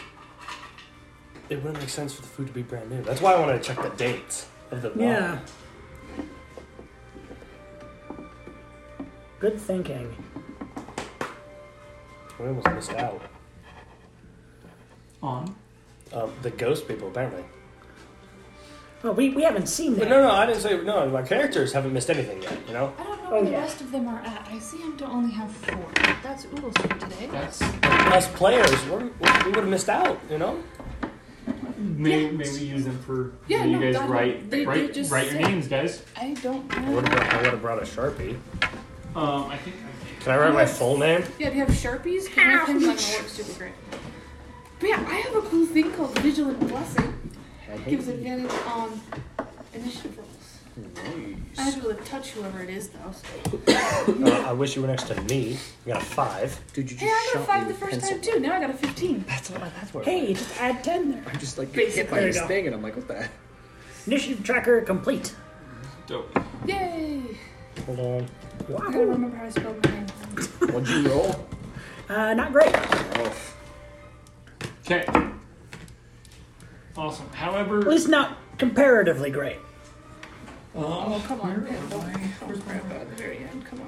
C: It wouldn't make sense for the food to be brand new. That's why I wanted to check the dates of the wine.
B: Yeah. Good thinking.
C: oh, We almost missed out.
A: On.
C: Um, the ghost people apparently.
B: Well, Oh, we, we haven't seen
C: But
B: that.
C: no, no, I didn't say no. My characters haven't missed anything yet. You know.
K: I don't know
B: Oh,
K: where the
B: yeah.
K: rest of them are at. I see them to only have four. That's oodles for today.
A: That's
C: us players, we're, we would have missed out, you know?
A: maybe
K: Yeah.
A: maybe use them for
K: Yeah,
A: maybe
K: no,
A: you guys
K: I-
A: write
K: they- they
A: write
K: just
A: write your
K: said-
A: names, guys.
K: I don't
C: I would
K: know.
C: have brought, I would have brought a sharpie.
A: Um, I think I
C: Can I write my full name?
G: Yeah, do you have Sharpies? Because my pen's not gonna work super great. But yeah, I have a cool thing called Vigilant Blessing. It gives advantage on initiative rolls. I have to be able to touch whoever it is, though. so-
C: Uh, I wish you were next to me. I got a five.
E: Dude, you just
G: Hey, I got
E: shot
G: a
E: me
G: 5 the
E: with
G: first
E: pencil.
G: time, too. Now I got a 15.
C: That's what. That's where.
B: Hey, just add 10 there.
E: I'm just like
B: Basically,
E: hit by
B: there
E: this
B: you go.
E: thing, and I'm like, what the?
B: Initiative tracker complete.
A: Dope.
G: Yay!
C: Hold on.
G: I gotta remember how to spell my name.
E: What'd you roll?
B: Uh, not great.
E: Oh,
A: Okay. Awesome.
B: At
A: However,
B: least not comparatively great.
A: um,
G: Oh, Come on. yeah, Don't don't worry about it at the very end. Come on.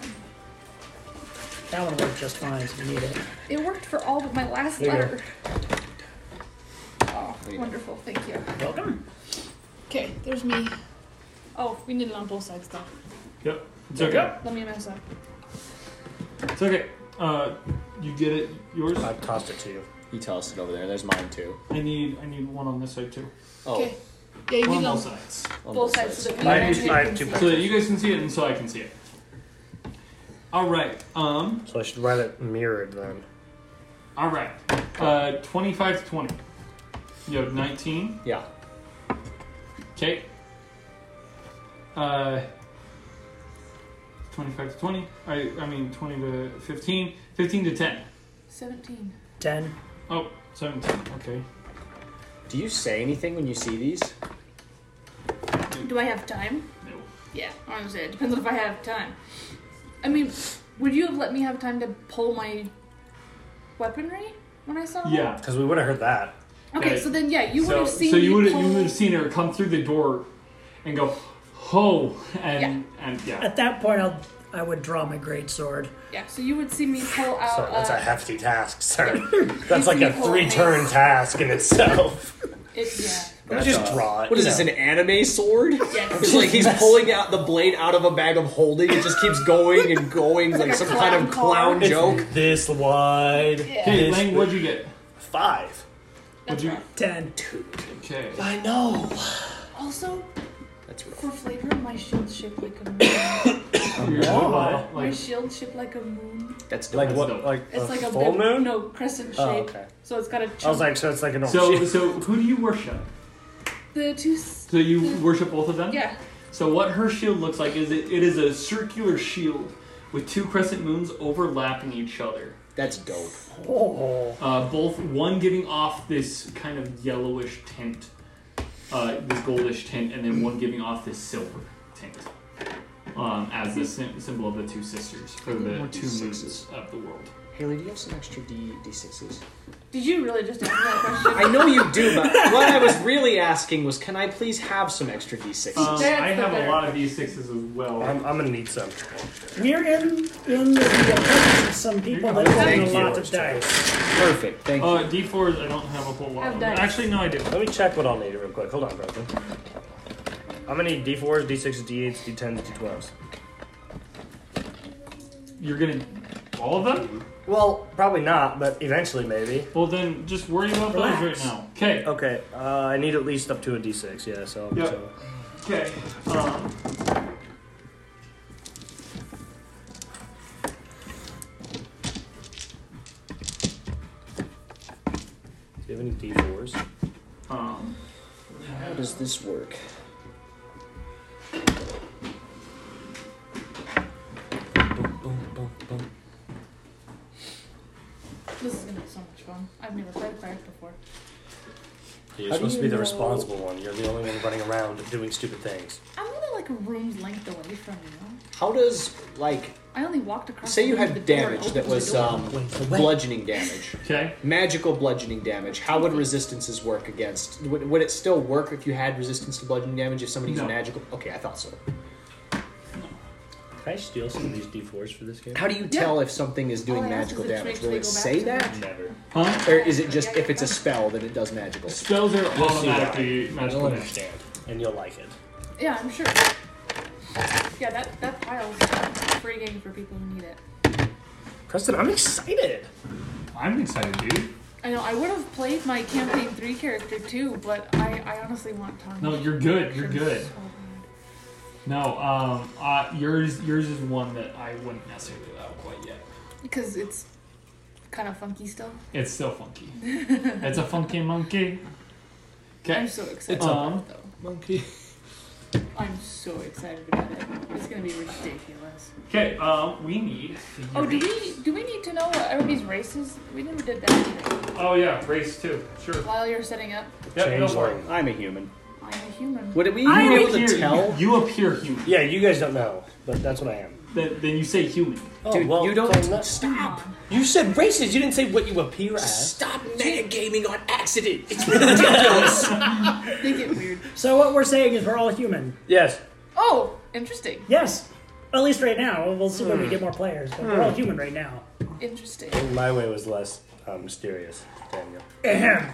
B: That one worked just fine if you need it.
G: It worked for all but my last
C: There you go.
G: letter. Oh, wonderful. Thank you.
B: Welcome.
G: Okay, there's me. Oh, we need it on both sides, though.
A: yep. It's okay.
G: Let me mess up.
A: It's okay. Uh, you get it. Yours.
C: I tossed it to you.
E: he tossed it over there. There's mine too.
A: I need. I need one on this side too.
E: Oh,
G: Okay. Yeah, you
A: One on
G: need it on
A: both sides.
E: on
G: both
E: both
G: sides so that we
C: I
G: can
C: have two- I have two
A: So that
C: pencils.
A: you guys can see it, and so I can see it. All right. Um.
C: So I should write it mirrored then.
A: All right. Uh, 25 to 20. You have 19.
E: Yeah.
A: Okay. Uh, 25 to 20. I, I mean, 20 to 15. 15 to 10.
G: 17.
B: 10.
A: Oh, 17. Okay.
E: Do you say anything when you see these?
D: Do I have time?
A: No.
D: Yeah, honestly, it depends on if I have time. I mean, would you have let me have time to pull my weaponry when I saw that?
A: Yeah.
C: Because we would have heard that.
D: Okay,
A: Yeah.
D: so then yeah, you would
A: so,
D: have seen
A: so you
D: me
A: would have
D: pull...
A: you would have seen her come through the door and go, ho, and and yeah.
B: At that point, I'll, I would draw my great sword.
D: Yeah, so you would see me pull out.
C: So that's a
D: uh,
C: hefty task, sir. That's like a
D: Equal
C: three-turn task in itself.
D: it, yeah.
C: Let me just draw it.
E: What is
C: you
E: this,
C: know.
E: an anime sword?
D: Yes.
E: It's like he's pulling out the blade out of a bag of holding. It just keeps going and going like,
D: a
E: some kind of clown
D: clown car.
E: joke.
C: This wide.
A: Okay, Lang, what'd you get?
C: Five.
A: What'd you?
B: 10.
A: Okay.
I: I know.
G: Also,
E: That's rough.
G: for flavor, my shield shaped like a moon.
A: Your what?
G: my
A: Like,
G: shield shaped like a moon.
E: That's dope.
C: Like what?
A: dope.
C: Like
D: It's
C: a
D: like a
C: full
D: big-
C: moon.
D: No, crescent shape.
C: Oh, okay.
D: So it's got a
C: I was
D: chunk.
C: like, so it's like a normal.
A: so
C: sheet.
A: so who do you worship?
G: The two. S-
A: So you worship both of them?
G: yeah.
A: So what her shield looks like is it, it is a circular shield with two crescent moons overlapping each other.
E: That's dope.
B: Oh.
A: Uh, both one giving off this kind of yellowish tint, uh, this goldish tint, and then one giving off this silver tint um, as the sym symbol of the two sisters for the
E: More
A: two moons
E: sixes.
A: of the world.
E: Haley, do you have some extra D D6s?
D: Did you really just answer that question?
E: I know you do, but what I was really asking was, can I please have some extra D6s?
A: Um,
D: That's
A: I
D: the
A: have a
D: better.
A: lot of these sixes as well.
C: I'm, I'm gonna need some.
B: We're in, in the presence of some people that
E: Thank
B: have a lot
E: you.
B: of dice.
E: Perfect. Thank you.
A: uh, D4s, I don't have a whole lot.
D: Have
A: of them.
D: dice.
A: Actually, no, I do.
C: Let me check what I'll need real quick. Hold on, Brandon. I'm gonna need D4s, D6s, D8s, D10s, D12s.
A: You're gonna all of them?
C: Well, probably not, but eventually maybe.
A: Well, then just worry about those
B: Relax.
A: right now. Okay.
C: Okay, uh, I need at least up to a D6. Yeah, so.
A: Yep.
C: so-
A: Okay. Um,
C: do you have any D4s?
A: um,
E: How does this work? Boom, boom, boom, boom.
D: This is gonna be so much fun. I've never played cleric before.
C: You're
E: How do
C: supposed to
E: you
C: be the
E: know-
C: responsible one. You're the only one running around doing stupid things.
D: I'm only like a room's length away from you.
E: How does like
D: I only walked across.
E: say
D: the
E: you
D: room to
E: had
D: the door and
E: damage
D: opened
E: that
D: the
E: was
D: door.
E: um, bludgeoning damage,
A: okay.
E: magical bludgeoning damage? How would resistances work against? Would, would it still work if you had resistance to bludgeoning damage if somebody's
A: No.
E: magical? Okay, I thought so.
C: Can I steal some of these D4s for this game?
E: How do you tell if something is doing
D: All I ask
E: magical
D: is if it
E: damage?
D: makes
E: Will
D: me
E: it
D: go back
E: say
D: to
E: that,
C: Never.
A: Huh?
E: or is it just if it's a spell then it does magical?
A: Spells are
C: see why.
A: automatically magical.
C: You'll
A: damage.
C: understand, and you'll like it.
D: Yeah, I'm sure. Yeah, that that pile's free game for people who need it.
C: Preston, I'm excited.
A: I'm excited, dude.
D: I know I would have played my campaign three character too, but I, I honestly want time.
A: No, you're good. You're good. No, um, uh, yours yours is one that I wouldn't necessarily allow quite yet.
G: Because it's kind of funky still.
A: It's still funky. it's a funky monkey.
G: I'm
A: Okay.
G: so excited
A: It's
G: about
A: um,
G: it, though.
F: Monkey.
G: I'm so excited about it. It's gonna be ridiculous.
A: Okay. Um, we need.
G: Oh, do we do we need to know what everybody's race is? We never did that today.
A: Oh yeah, race two. Sure.
G: While you're setting up,
A: Yep, no worry.
E: Changeling. I'm a human.
G: I'm a human.
E: Would we
A: You
E: be able
A: appear-
E: to tell?
A: You appear human.
C: Yeah, you guys don't know, but that's what I am.
A: Then, then you say human.
C: Oh,
E: Dude, you
C: then
E: don't
C: that's-
E: stop.
I: You said racist. You didn't say what you appear as.
E: Stop metagaming on accident. It's
G: They get weird.
B: So what we're saying is we're all human.
C: Yes.
G: Oh, interesting.
B: Yes. At least right now. We'll see when we get more players, but we're all human right now.
G: Interesting.
C: My way was less um, mysterious, Daniel.
B: Ahem.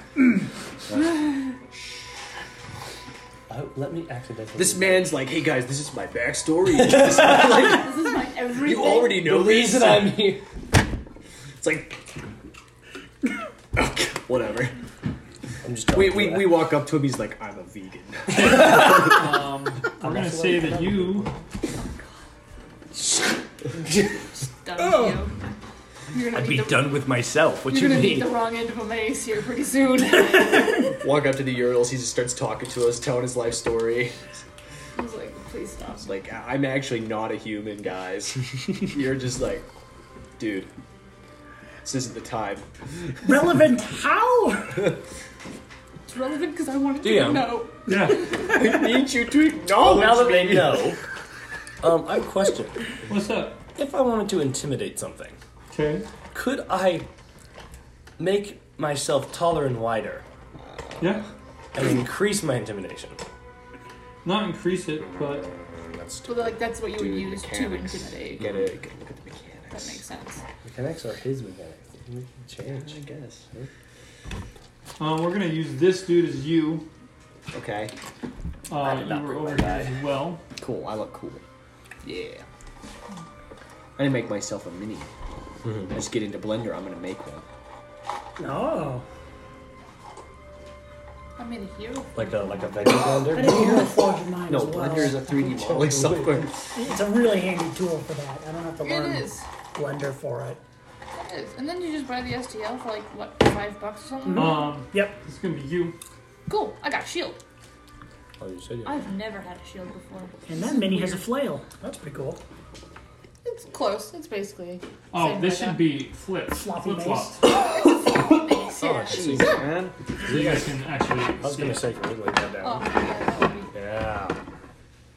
C: Oh, let me accidentally.
E: This man's like, hey guys, this is my backstory. This is like,
G: This is like everything.
E: you already know this.
I: Reason I'm here.
E: It's like, okay, whatever.
C: I'm just
E: We, we, we walk up to him. He's like, I'm a vegan.
A: Um, I'm gonna say that you.
G: Done with you. You're gonna need the,
F: done with myself. What
G: You're gonna need the wrong end of a mace here pretty soon. I
E: Walk up to the urinals. He just starts talking to us, telling his life story.
G: was like, please stop.
E: It's like, "I- I'm actually not a human, guys. You're just like, dude, this isn't the time.
B: Relevant how?
G: It's relevant because I wanted
F: Damn.
G: to know.
A: Yeah.
E: I need you to acknowledge
F: now that they
E: me."
F: know. Um, I have a question.
A: What's up?
F: If I wanted to intimidate something,
A: Okay.
F: could I make myself taller and wider
A: Yeah.
F: and increase my intimidation?
A: Not increase it, but
F: That's
G: So like that's what you would
E: Dude,
G: use to
E: mechanics.
G: intimidate.
E: Get it. Get- Look at the
G: That makes
E: mechanics.
G: sense.
C: Mechanics are his mechanics. We can
E: I
C: Change.
E: guess.
A: um, we're gonna use this dude as you.
E: Okay. I
A: Uh,
E: did
A: you
E: not
A: were
E: bring
A: over
E: my
A: here
E: die.
A: as well.
E: Cool. I look cool. Yeah. I didn't make myself a mini. Let's get into Blender. I'm gonna make one.
B: No.
G: I made a hero.
C: Like a like a veggie
B: I
C: blender.
B: didn't hear a forge of mine
E: No,
B: as well.
E: Blender is a 3D modeling software.
B: It's a really handy tool for that. I don't have to learn
G: It is.
B: Blender for it.
G: It is. And then you just buy the STL for like what five bucks or something.
A: Um,
B: Yep.
A: it's gonna be you.
G: Cool. I got a shield.
F: Oh, you said you.
G: I've never had a shield before.
B: And that mini has a flail. That's pretty cool.
G: It's close. It's basically.
A: Oh,
G: Same
A: this
G: right
A: should
G: up.
A: be flips.
B: Floppy
A: Flip
B: base.
A: flops.
G: base. Yeah.
E: Jeez, man.
A: So you guys can actually
C: I was
A: see
C: gonna
A: it.
C: say, can we lay that
G: Oh,
C: down?
G: yeah, that would be.
C: Yeah.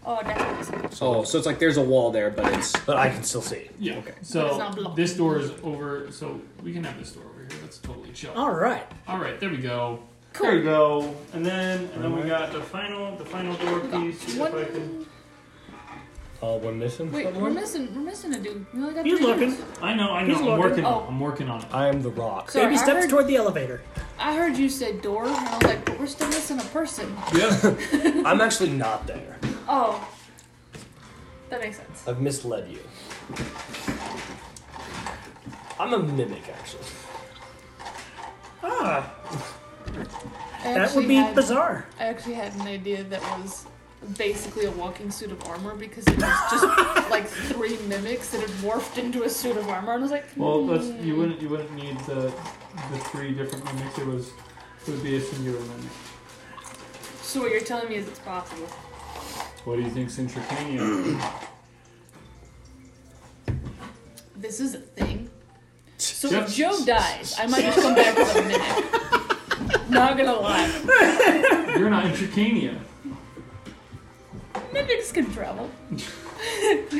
G: Oh, definitely.
E: Oh, so it's like there's a wall there, but it's
C: But I can still see.
A: Yeah.
E: Okay.
G: But it's not
A: So
G: blocked.
A: this door is over. So we can have this door over here. That's totally chill.
G: Oh.
B: All right.
A: All right, there we go.
G: Cool.
A: There we go. And then and then we got the final the final door piece. If I can-
G: One.
C: Oh, we're missing
G: Wait, we're
C: someone?
G: missing. We're missing a dude. We only got
B: He's
G: three
B: looking.
G: dudes.
A: I know, I
B: He's
A: know. I'm working.
B: looking.
G: Oh.
A: I'm working on it.
C: I am the rock.
G: Sorry,
B: Baby
G: I
B: steps
G: heard,
B: toward the elevator.
G: I heard you said door, and I was like, but we're still missing a person.
C: I'm actually not there.
G: Oh, that makes sense.
C: I've misled you. I'm a mimic, actually.
B: Ah,
G: I
B: that
G: actually
B: would be
G: had-
B: bizarre.
G: I actually had an idea that was basically a walking suit of armor because it was just like three mimics that had morphed into a suit of armor, and I was like,
A: Well, that's
G: hmm.
A: you wouldn't you wouldn't need the the three different mimics. It was it would be a singular mimic.
G: So what you're telling me is it's possible.
A: What do you think's in Tricania?
G: This is a thing. So
A: Yep.
G: if Joe dies, I might just come back with a mimic. Not gonna lie,
A: You're not in Tricania.
G: mimics can travel.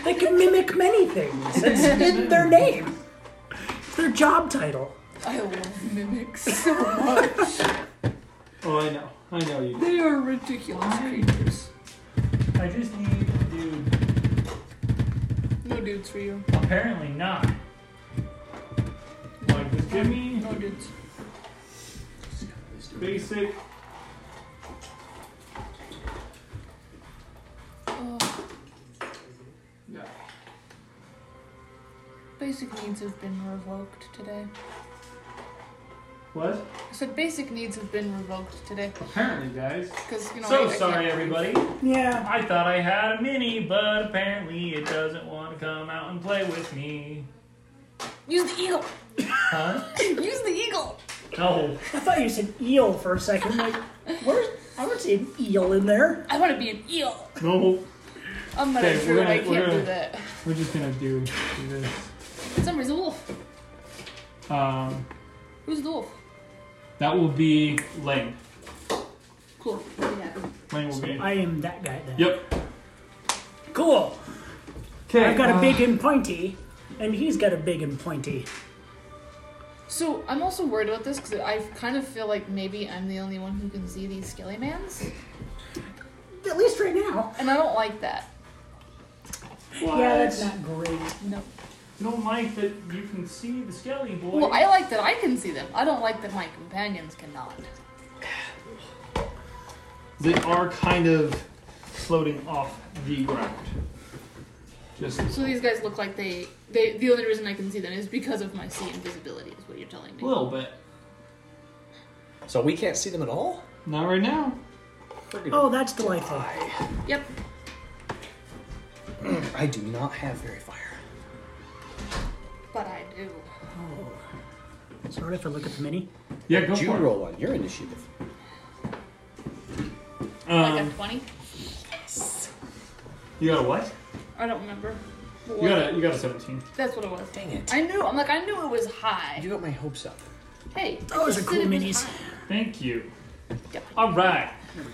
B: They can mimic many things. It's in their name. It's their job title.
G: I love mimics so much.
A: Oh, I know. I know you. do.
G: They are ridiculous creatures.
A: I just need you.
G: No dudes for you.
A: Apparently not. Like, just give me
G: No dudes.
A: basic.
G: Oh,
A: Yeah.
G: basic needs have been revoked today.
A: What?
G: So basic needs have been revoked today
A: Apparently, guys.
G: because you know. I- I
A: So
G: can't
A: sorry,
G: breathe.
A: everybody.
B: Yeah.
A: I thought I had a mini, but apparently it doesn't want to come out and play with me.
G: Use the eagle.
A: Huh?
G: Use the eagle.
A: No.
B: I thought you said eel for a second. Like, where's I don't see an eel in there.
G: I want to be an eel.
A: No.
G: I'm not
A: Okay,
G: sure
A: we're gonna-
G: I can't
A: we're
G: do
A: gonna-
G: that.
A: We're just gonna do, do this.
G: For some reason, wolf.
A: Um,
G: Who's the wolf?
A: that will be Lane.
G: Cool. Yeah.
A: Lane will be.
B: I am that guy then.
A: Yep.
B: Cool.
A: Okay. uh,
B: I've got a big and pointy, and he's got a big and pointy.
G: So I'm also worried about this because I kind of feel like maybe I'm the only one who can see these skelly mans,
B: At least right now.
G: and I don't like that.
A: What?
B: Yeah, that's not great.
G: No.
A: You don't like that you can see the skelly boy.
G: Well, I like that I can see them. I don't like that my companions cannot.
A: They are kind of floating off the ground. Just
G: So these guys look like they, they. The only reason I can see them is because of my sea invisibility, is what you're telling me.
A: a little bit.
I: So we can't see them at all?
A: Not right now.
B: Oh, that's delightful.
G: Yep.
I: I do not have very fire.
G: But I do.
B: Oh. Sorry if I look at the mini.
A: Yeah, go
E: You
A: for
E: roll on your initiative.
A: it.
G: Like a
A: Um,
G: twenty.
A: you got a what?
G: I don't remember. What
A: You
G: was
A: got
G: it?
A: a you got a seventeen.
G: That's what it was.
I: Dang it.
G: I knew. I'm like, I knew it was high.
E: You got my hopes up.
G: Hey.
B: Those
G: I
B: are
G: said
B: cool
G: it was
B: minis.
G: high.
A: Thank you.
G: Yep.
A: All right.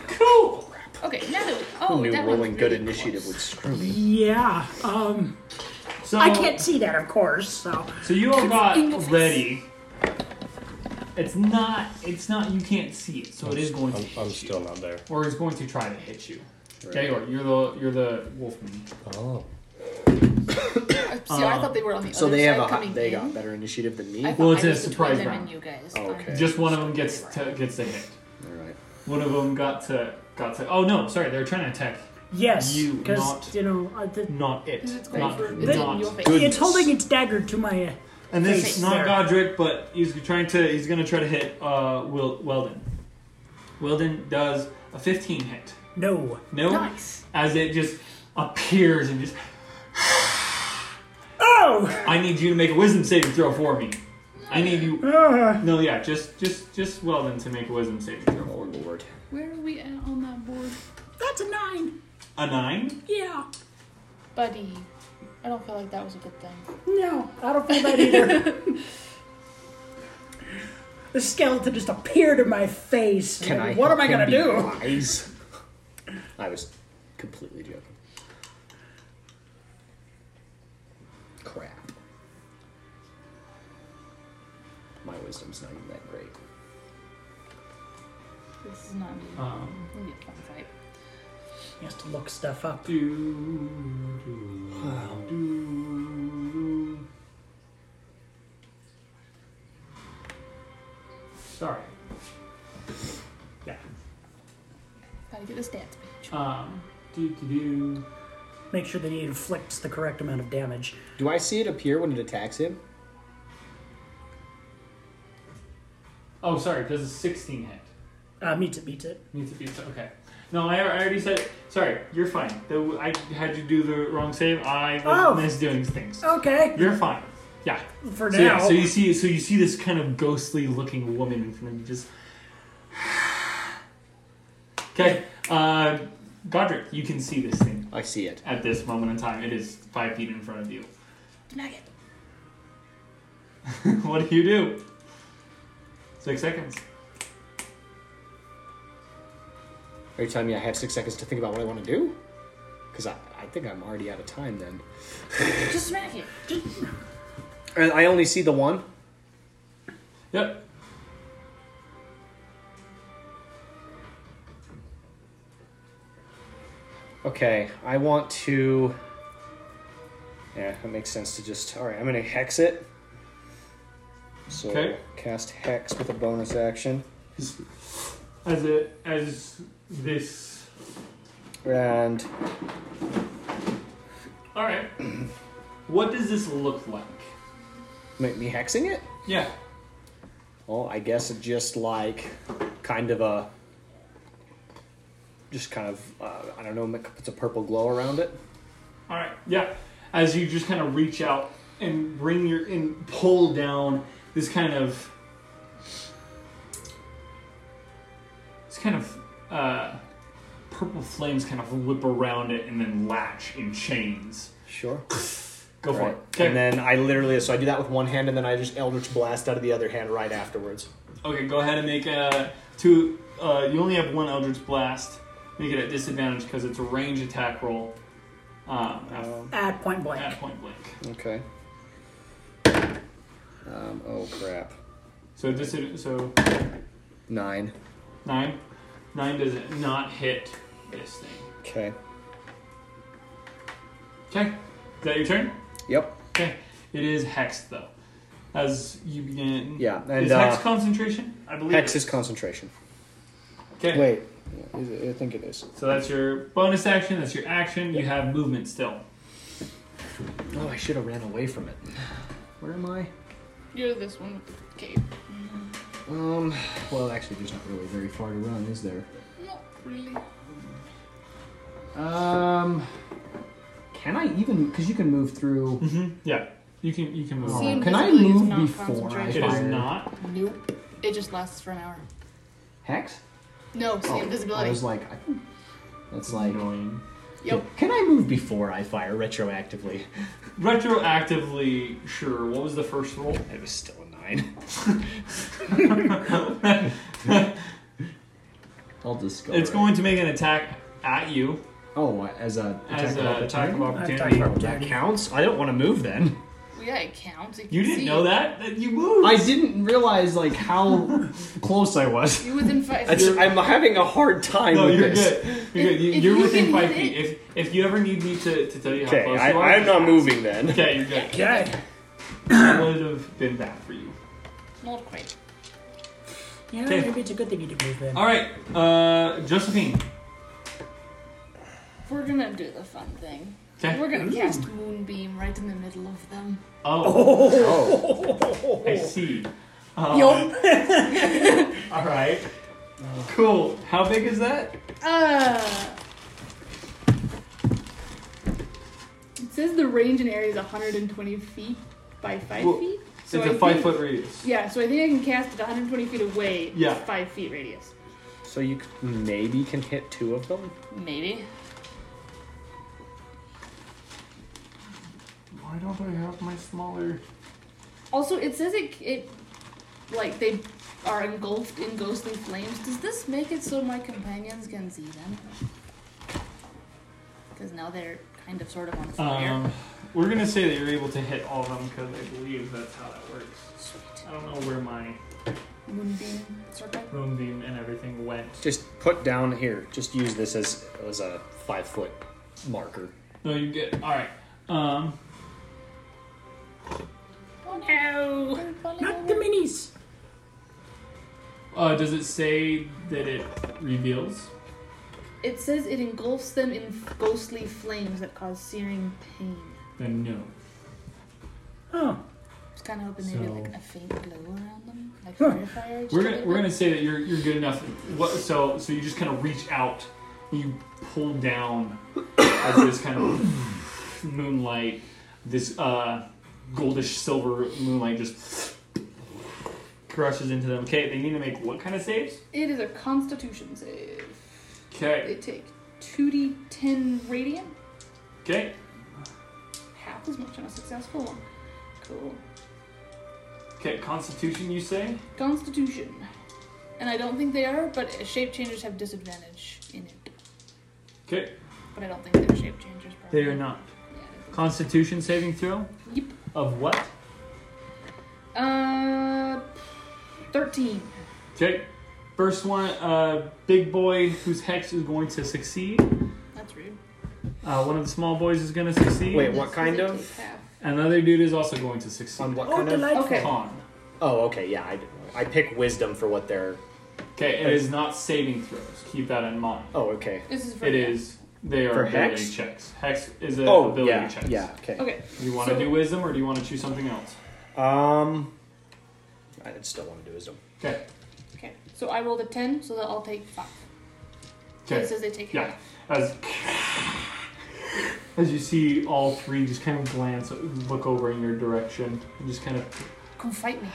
A: Cool.
G: Okay. Now that we, oh,
E: Who knew
G: that
E: rolling
G: one's
E: good
G: really
E: initiative
G: close.
E: would screw me?
B: Yeah. Um,
A: So
B: I can't see that, of course. So
A: So you all
G: in your
A: got
G: face.
A: ready. It's not. It's not. You can't see it, so it is going to
F: I'm,
A: hit
F: I'm
A: you,
F: still not there.
A: or it's going to try to hit you. Gayor, you're the you're the wolfman.
F: Oh.
G: Uh, See, I thought they were on the
E: Um, So
G: other
E: they
G: side
E: have a hi-
G: coming
E: they
G: in.
E: got better initiative than me.
G: I thought
A: Well, it's
G: I
A: a
G: just
A: surprise
G: between them
A: round.
G: And you guys.
E: Oh, Okay.
A: Just one of them gets to, gets to hit.
E: All right.
A: One of them got to got to. Oh no, sorry, they're trying to attack.
B: yes,
A: You
B: because
A: not-
B: you know uh, the,
A: Not it.
G: It's going
A: Not,
G: for it's in your
A: not.
G: face.
E: Good.
B: it's holding its dagger to my. Uh,
A: And this
B: Face
A: is not
B: there.
A: Godric, but he's trying to. He's gonna try to hit uh, Wil- Weldon. Weldon does a 15 hit.
B: no.
A: No,
G: Nice.
A: as it just appears and just.
B: Oh.
A: I need you to make a wisdom saving throw for me. I need you.
B: Uh,
A: No, yeah, just just just Weldon to make a wisdom saving throw
E: Oh
A: for me.
E: lord.
G: Where are we at on that board,
B: that's a nine.
A: A nine.
B: Yeah.
G: buddy? I don't feel like that was a good thing.
B: No, I don't feel that either. the skeleton just appeared in my face.
E: Can I?
B: what am
E: help
B: I
E: him
B: gonna
E: be
B: do?
E: Wise? I was completely joking. Crap. My wisdom's not even that great.
G: This is not me.
A: Um,
G: We'll get fun fight.
B: He has to look stuff up.
A: do, do, do. Sorry. Yeah.
G: Gotta get this dance page.
A: Um. Do do do.
B: Make sure that he inflicts the correct amount of damage.
E: Do I see it appear when it attacks him?
A: Oh, sorry. Does a sixteen hit?
B: Uh, meets it, beats it.
A: Needs to be so- okay. No, I, I already said. Sorry, you're fine. The, I had you do the wrong save. I was
B: Oh.
A: misdoing things.
B: Okay,
A: You're fine. Yeah.
B: for
A: So,
B: now.
A: yeah, so you see, so you see this kind of ghostly looking woman in front of you, just. okay, uh, Godric, you can see this thing
E: I see it.
A: at this moment in time. It is five feet in front of you.
G: Nugget.
A: what do you do? Six seconds.
E: Are you telling me I have six seconds to think about what I want to do? Because I, I think I'm already out of time then.
G: Just smack it.
E: And I only see the one.
A: Yep.
E: Okay, I want to. Yeah, that makes sense to just. Alright, I'm gonna hex it. So,
A: Okay.
E: cast hex with a bonus action.
A: As it as this.
E: And
A: All right. what does this look like?
E: make me hexing it?
A: Yeah.
E: Well, I guess it just like kind of a just kind of uh, I don't know make- puts a purple glow around it.
A: All right. Yeah. As you just kind of reach out and bring your and pull down this kind of this kind of uh, purple flames kind of whip around it and then latch in chains.
E: Sure.
A: Go for
E: Right.
A: it. Okay.
E: And then I literally so I do that with one hand and then I just eldritch blast out of the other hand right afterwards.
A: okay. Go ahead and make a two. Uh, you only have one Eldritch Blast. Make it at disadvantage because it's a range attack roll. Um, at-
E: Uh.
B: At point blank.
A: at point blank.
E: Okay. Um, oh crap.
A: So this is so
E: Nine.
A: nine. Nine does not hit this thing.
E: Okay.
A: Okay. Is that your turn?
E: Yep.
A: Okay. It is hexed though. As you begin.
E: Yeah.
A: is
E: And
A: hex
E: uh,
A: concentration? I believe.
E: hex
A: it
E: is concentration.
A: Okay.
E: Wait. Yeah, is it- I think it is.
A: So that's your bonus action. That's your action. You have movement still.
E: Oh, I should have ran away from it. Where am I?
D: You're this one with the cape.
E: Um. Well, actually, there's not really very far to run, is there?
D: Not really.
E: Um. Can I even? Because you can move through.
A: Mm-hmm. Yeah. You can. You can move.
E: Oh,
A: on.
D: See,
E: can I
D: invisibility is
E: move
D: not
E: before I
A: It
D: concentration.
E: fire?
A: is not.
D: Nope. It just lasts for an hour.
E: Hex.
D: No, see,
E: Oh,
D: invisibility.
E: I was like, I think that's like.
A: Annoying.
D: Yep.
E: Can I move before I fire retroactively?
A: Retroactively, sure. What was the first roll?
E: It was still a nine. I'll just go.
A: It's
E: right-
A: going to make an attack at you
E: Oh, as a
A: as
E: attack of
A: an attack of
E: opportunity?
A: opportunity.
E: Oh, that counts. I don't want to move then.
D: yeah, it counts. It
A: You
D: can
A: didn't
D: see.
A: know that? That You moved.
E: I didn't realize like how close I was.
D: You within five
E: That's-
D: feet.
E: I'm having a hard time
A: No,
E: with
A: you're
E: this.
A: good. You're good. You,
D: If- if
A: you're
D: you
A: within
D: can
A: five
D: hit
A: feet. If if you ever need me to, to tell you how
F: Okay,
A: close
F: I,
A: you are,
F: I'm not
A: just
F: moving then.
A: ask. Okay, you're good.
B: Okay.
A: That would have been bad for you.
D: Not quite.
B: Yeah,
A: Okay.
B: maybe it's a good thing you did move in.
A: All right, uh, Josephine.
D: We're gonna do the fun thing.
A: Okay.
D: We're gonna cast Moonbeam right in the middle of them.
A: Oh,
E: Oh,
A: I see. Um,
D: Yup.
A: All right. Cool. How big is that?
D: Uh.
G: It says the range in area is 120 feet by 5
A: Well,
G: feet.
A: it's
G: I
A: a five
G: think-
A: foot radius.
G: Yeah, so I think I can cast it 120 feet away. with
A: Yeah.
G: 5 feet radius.
E: so you c- maybe can hit two of them.
D: Maybe.
A: Why don't I have my smaller?
G: Also, it says it, it, like, they are engulfed in ghostly flames.
D: Does this make it so my companions can see them? Because now they're kind of sort of on fire.
A: Um, we're gonna say that you're able to hit all of them because I believe that's how that works.
D: Sweet.
A: I don't know where my
D: Moonbeam circle.
A: moonbeam and everything went.
E: Just put down here. Just use this as as a five foot marker.
A: No, you get all right. Um,
D: No!
B: Not the minis.
A: uh, does it say that it reveals?
G: It says it engulfs them in ghostly flames that cause searing pain.
A: Then no.
B: Oh,
D: It's kind of hoping maybe
A: So-
D: like a faint glow around them, like
B: Huh.
D: fire fire.
A: We're gonna we're gonna say that you're you're good enough. What so so you just kind of reach out, you pull down as this kind of moonlight, this uh, goldish silver moonlight just crushes into them. Okay, they need to make what kind of saves?
G: It is a constitution save.
A: Okay,
G: They take 2d10 radiant,
A: okay,
G: half as much on a successful one. Cool.
A: okay. Constitution, you say?
G: Constitution. And I don't think they are, but shape changers have disadvantage in it.
A: Okay,
G: But I don't think they're shape changers. Probably.
A: they are not.
G: Yeah, I don't
A: Constitution saving throw
G: Yep.
A: of what?
G: think- Uh, thirteen.
A: Okay, first one. Uh, big boy whose hex is going to succeed.
G: That's rude.
A: Uh, one of the small boys is going to succeed.
E: Wait, what
G: That's-
E: kind
G: they
E: of-
G: take half.
A: Another dude is also going to succeed.
E: On what
B: oh
E: kind of?
B: delightful.
G: Okay.
A: Con.
E: Oh, okay. Yeah, I, I pick wisdom for what they're.
A: Okay, it is not saving throws. Keep that in mind.
E: Oh, okay.
G: This is for
A: It is they are
E: For
A: ability
E: hex?
A: checks. Hex is an
E: oh,
A: ability
E: yeah,
A: check.
E: yeah. Okay.
G: Okay.
A: Do you want to
G: So-
A: do wisdom or do you want to choose something else?
E: Um, I still want to do wisdom.
A: Okay.
G: Okay, so I rolled a 10, so they'll all take 5. So it
A: Okay.
G: says they take
A: Yeah. As as you see all three just kind of glance, look over in your direction, and just kind of
G: Come fight me.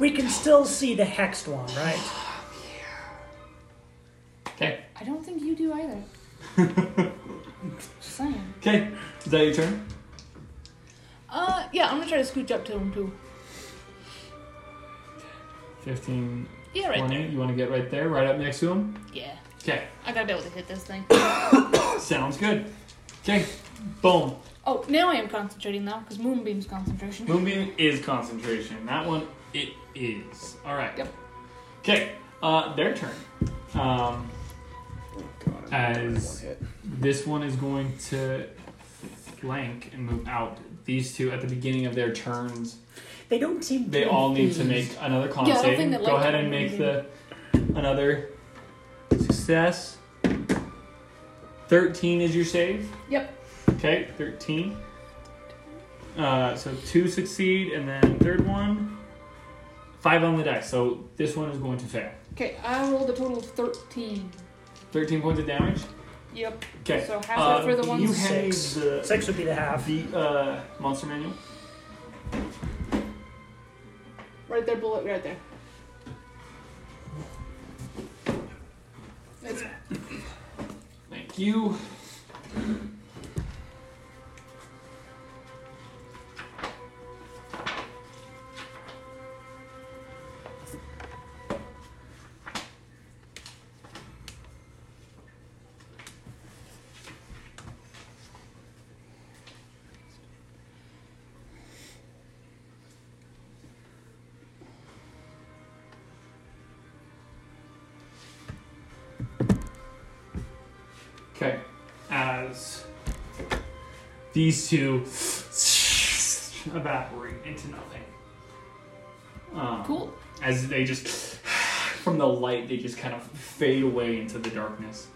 B: We can still see the hexed one, right?
A: okay.
G: I don't think you do either. Just saying.
A: Okay. Is that your turn?
G: Uh, yeah, I'm gonna try to scooch up to him too.
A: Fifteen.
G: Yeah, right
A: 20. You want to get right there, right up next to him.
G: there. Yeah.
A: Okay.
G: I gotta be able to hit this thing.
A: Sounds good. Okay. Boom.
G: Oh, now I am concentrating though, because Moonbeam's concentration.
A: Moonbeam is concentration. That one, it is. All right.
G: Yep.
A: Okay. Uh, their turn. Um,
E: God,
A: I'm only As- one This one is going to flank and move out. These two at the beginning of their turns,
B: They don't seem.
A: they
B: be
A: all need to make
B: enthused.
A: another con
G: Yeah, I don't
A: save.
G: think they
A: Go
G: like
A: ahead
G: that
A: and
G: one,
A: make
G: do
A: the another success. Thirteen is your save.
G: Yep.
A: Okay, thirteen. Uh, so two succeed, and then third one, five on the dice. So this one is going to fail.
G: Okay, I rolled a total of 13.
A: Thirteen points of damage.
G: Yep.
A: Okay.
G: So half
A: Uh,
G: it for the
A: do
G: ones.
A: you have
B: Six.
A: the
B: Six would be the half.
A: the uh, monster manual.
G: Right there, bullet, right there. It's
A: Thank you. Okay. As these two evaporate into nothing. Um,
G: cool.
A: As they just, from the light, they just kind of fade away into the darkness.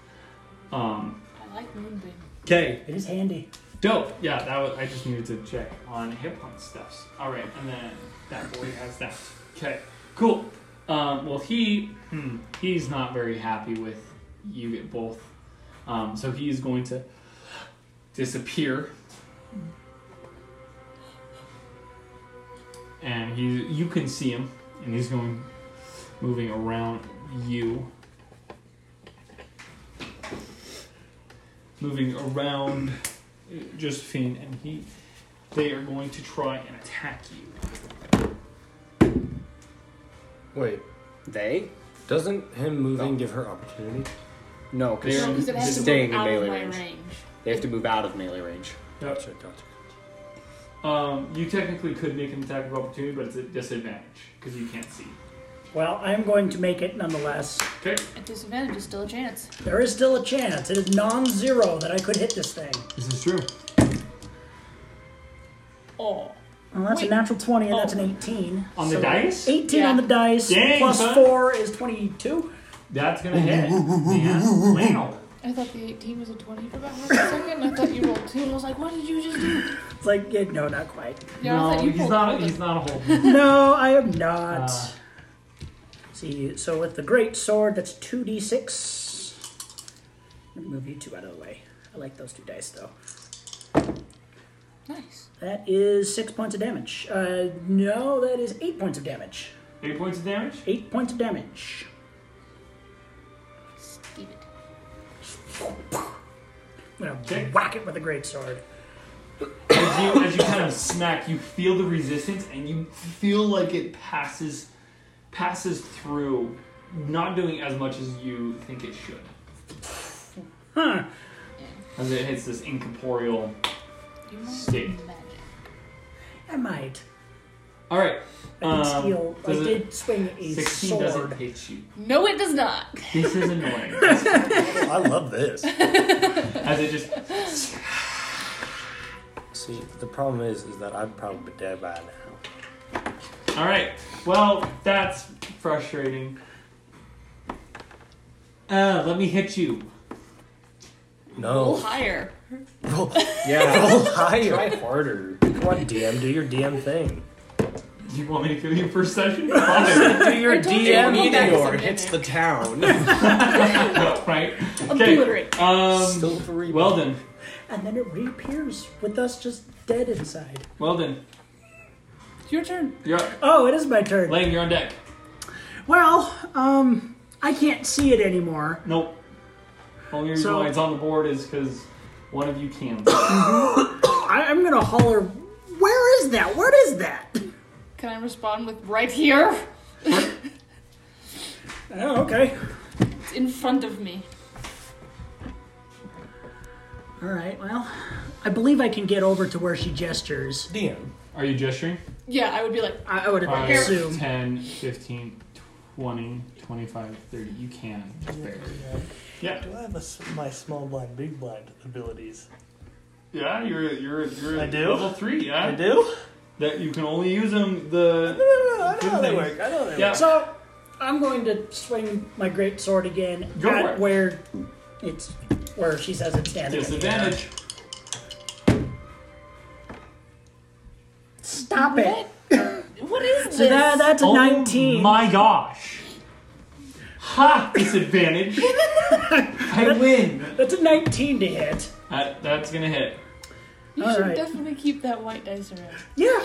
A: Um,
G: I like Moonbeam.
A: okay.
B: It is handy.
A: Dope. Yeah, that was. I just needed to check on hit point stuffs. All right, and then that boy has that. Okay, cool. Um, well, he hmm, he's not very happy with you get both, um, so he is going to disappear. And he, you can see him, and he's going moving around you, moving around Josephine, and he, they are going to try and attack you.
C: Wait,
E: They?
C: doesn't him moving
E: Oh.
C: give her opportunity?
E: No,
A: They're-
E: because
A: No, 'cause
G: it has to
E: staying in
G: move out of
E: melee
G: my
E: range.
G: range.
E: they have to move out of melee range.
C: Gotcha, gotcha.
A: Um, you technically could make an attack of opportunity, but it's a disadvantage because you can't see.
B: Well, I am going to make it nonetheless.
A: Okay.
G: At disadvantage, is still a chance.
B: There is still a chance. It is non-zero that I could hit this thing.
A: This is true.
G: Oh.
B: Well, that's
G: Wait.
B: a natural 20, and that's
G: Oh.
B: an 18.
A: On the
B: So
A: dice?
B: 18 on
G: Yeah.
B: the dice,
A: Dang,
B: plus
A: son.
B: 4 is 22.
A: That's gonna hit. Man, wow.
G: I thought the 18 was a 20 for about half a second. I thought you rolled 2, and I was like, what did you just do?
B: It's like, yeah, no, not quite.
G: Yeah, I
A: no,
G: thought you
A: he's
G: rolled
A: not.
G: more
A: He's
G: than-
A: not a hold.
B: No, I am not.
A: Uh.
B: See, so with the great sword, that's 2d6. Let me move you two out of the way. I like those two dice, though.
G: Nice.
B: That is 6 points of damage. Uh, no, that is 8 points of damage.
A: Eight points of damage.
B: 8 points of damage.
G: Steve it.
B: I'm gonna
A: Okay.
B: whack it with a great sword.
A: As you, as you kind of smack, you feel the resistance, and you feel like it passes passes through, not doing as much as you think it should.
B: Huh.
A: As it hits this incorporeal
G: You might
A: Steve.
G: be magic.
B: I might.
A: All right.
B: I did
A: um,
B: steal. I
A: does it-
B: did swing a
A: 16
B: sword.
A: doesn't hit you.
G: No, it does not.
A: This is annoying.
F: I love this.
A: As it just
C: See, the problem is, is that I'm probably dead by now.
A: All right. Well, that's frustrating. Uh, let me hit you. Oh.
G: Roll
C: No,
G: higher.
C: yeah, roll
E: Try
C: higher.
E: harder.
C: Come on, DM, do your DM thing.
A: Do you want me to give you first session? Fine.
I: Do your
G: I told you,
I: DM
G: I'm going back to
I: meteor
G: some
I: hits the
G: mimic.
I: town.
A: right?
G: Obliterate.
A: Um,
C: Silvery.
A: Weldon.
B: And then it reappears with us just dead inside.
A: Weldon.
G: It's your turn.
A: You're up.
B: Oh, it is my turn.
A: Lang, you're on deck.
B: Well, um, I can't see it anymore.
A: Nope. Only reason
B: So-
A: why it's on the board is because one of you can.
B: I, I'm gonna holler, where is that? What is that?
G: Can I respond with right here?
B: Oh, okay.
G: It's in front of me.
B: All right, well, I believe I can get over to where she gestures.
I: DM.
A: Are you gesturing?
G: Yeah, I would be like,
B: I, I would
A: Five,
B: assume.
A: 10, 15, 20, 25, 30. You can. Barely. Yeah.
L: Do I have a s my small blind, big blind abilities?
A: Yeah, you're you're you're
L: I do?
A: level 3, yeah.
L: I do.
A: That you can only use them the
L: No, no, no. I know how they work. I know how they
A: Yeah.
L: work.
B: So, I'm going to swing my great sword again
A: Go
B: at
A: for it.
B: where it's where she says it's standing.
A: disadvantage.
B: Stop it.
G: what is
B: So
G: this?
B: that, that's a
A: Oh
B: 19.
A: My gosh. Ha! Disadvantage. I win.
B: That's a 19 to hit.
A: That, that's gonna hit.
G: you
B: All
G: should
B: right.
G: definitely keep that white dice around.
B: Yeah,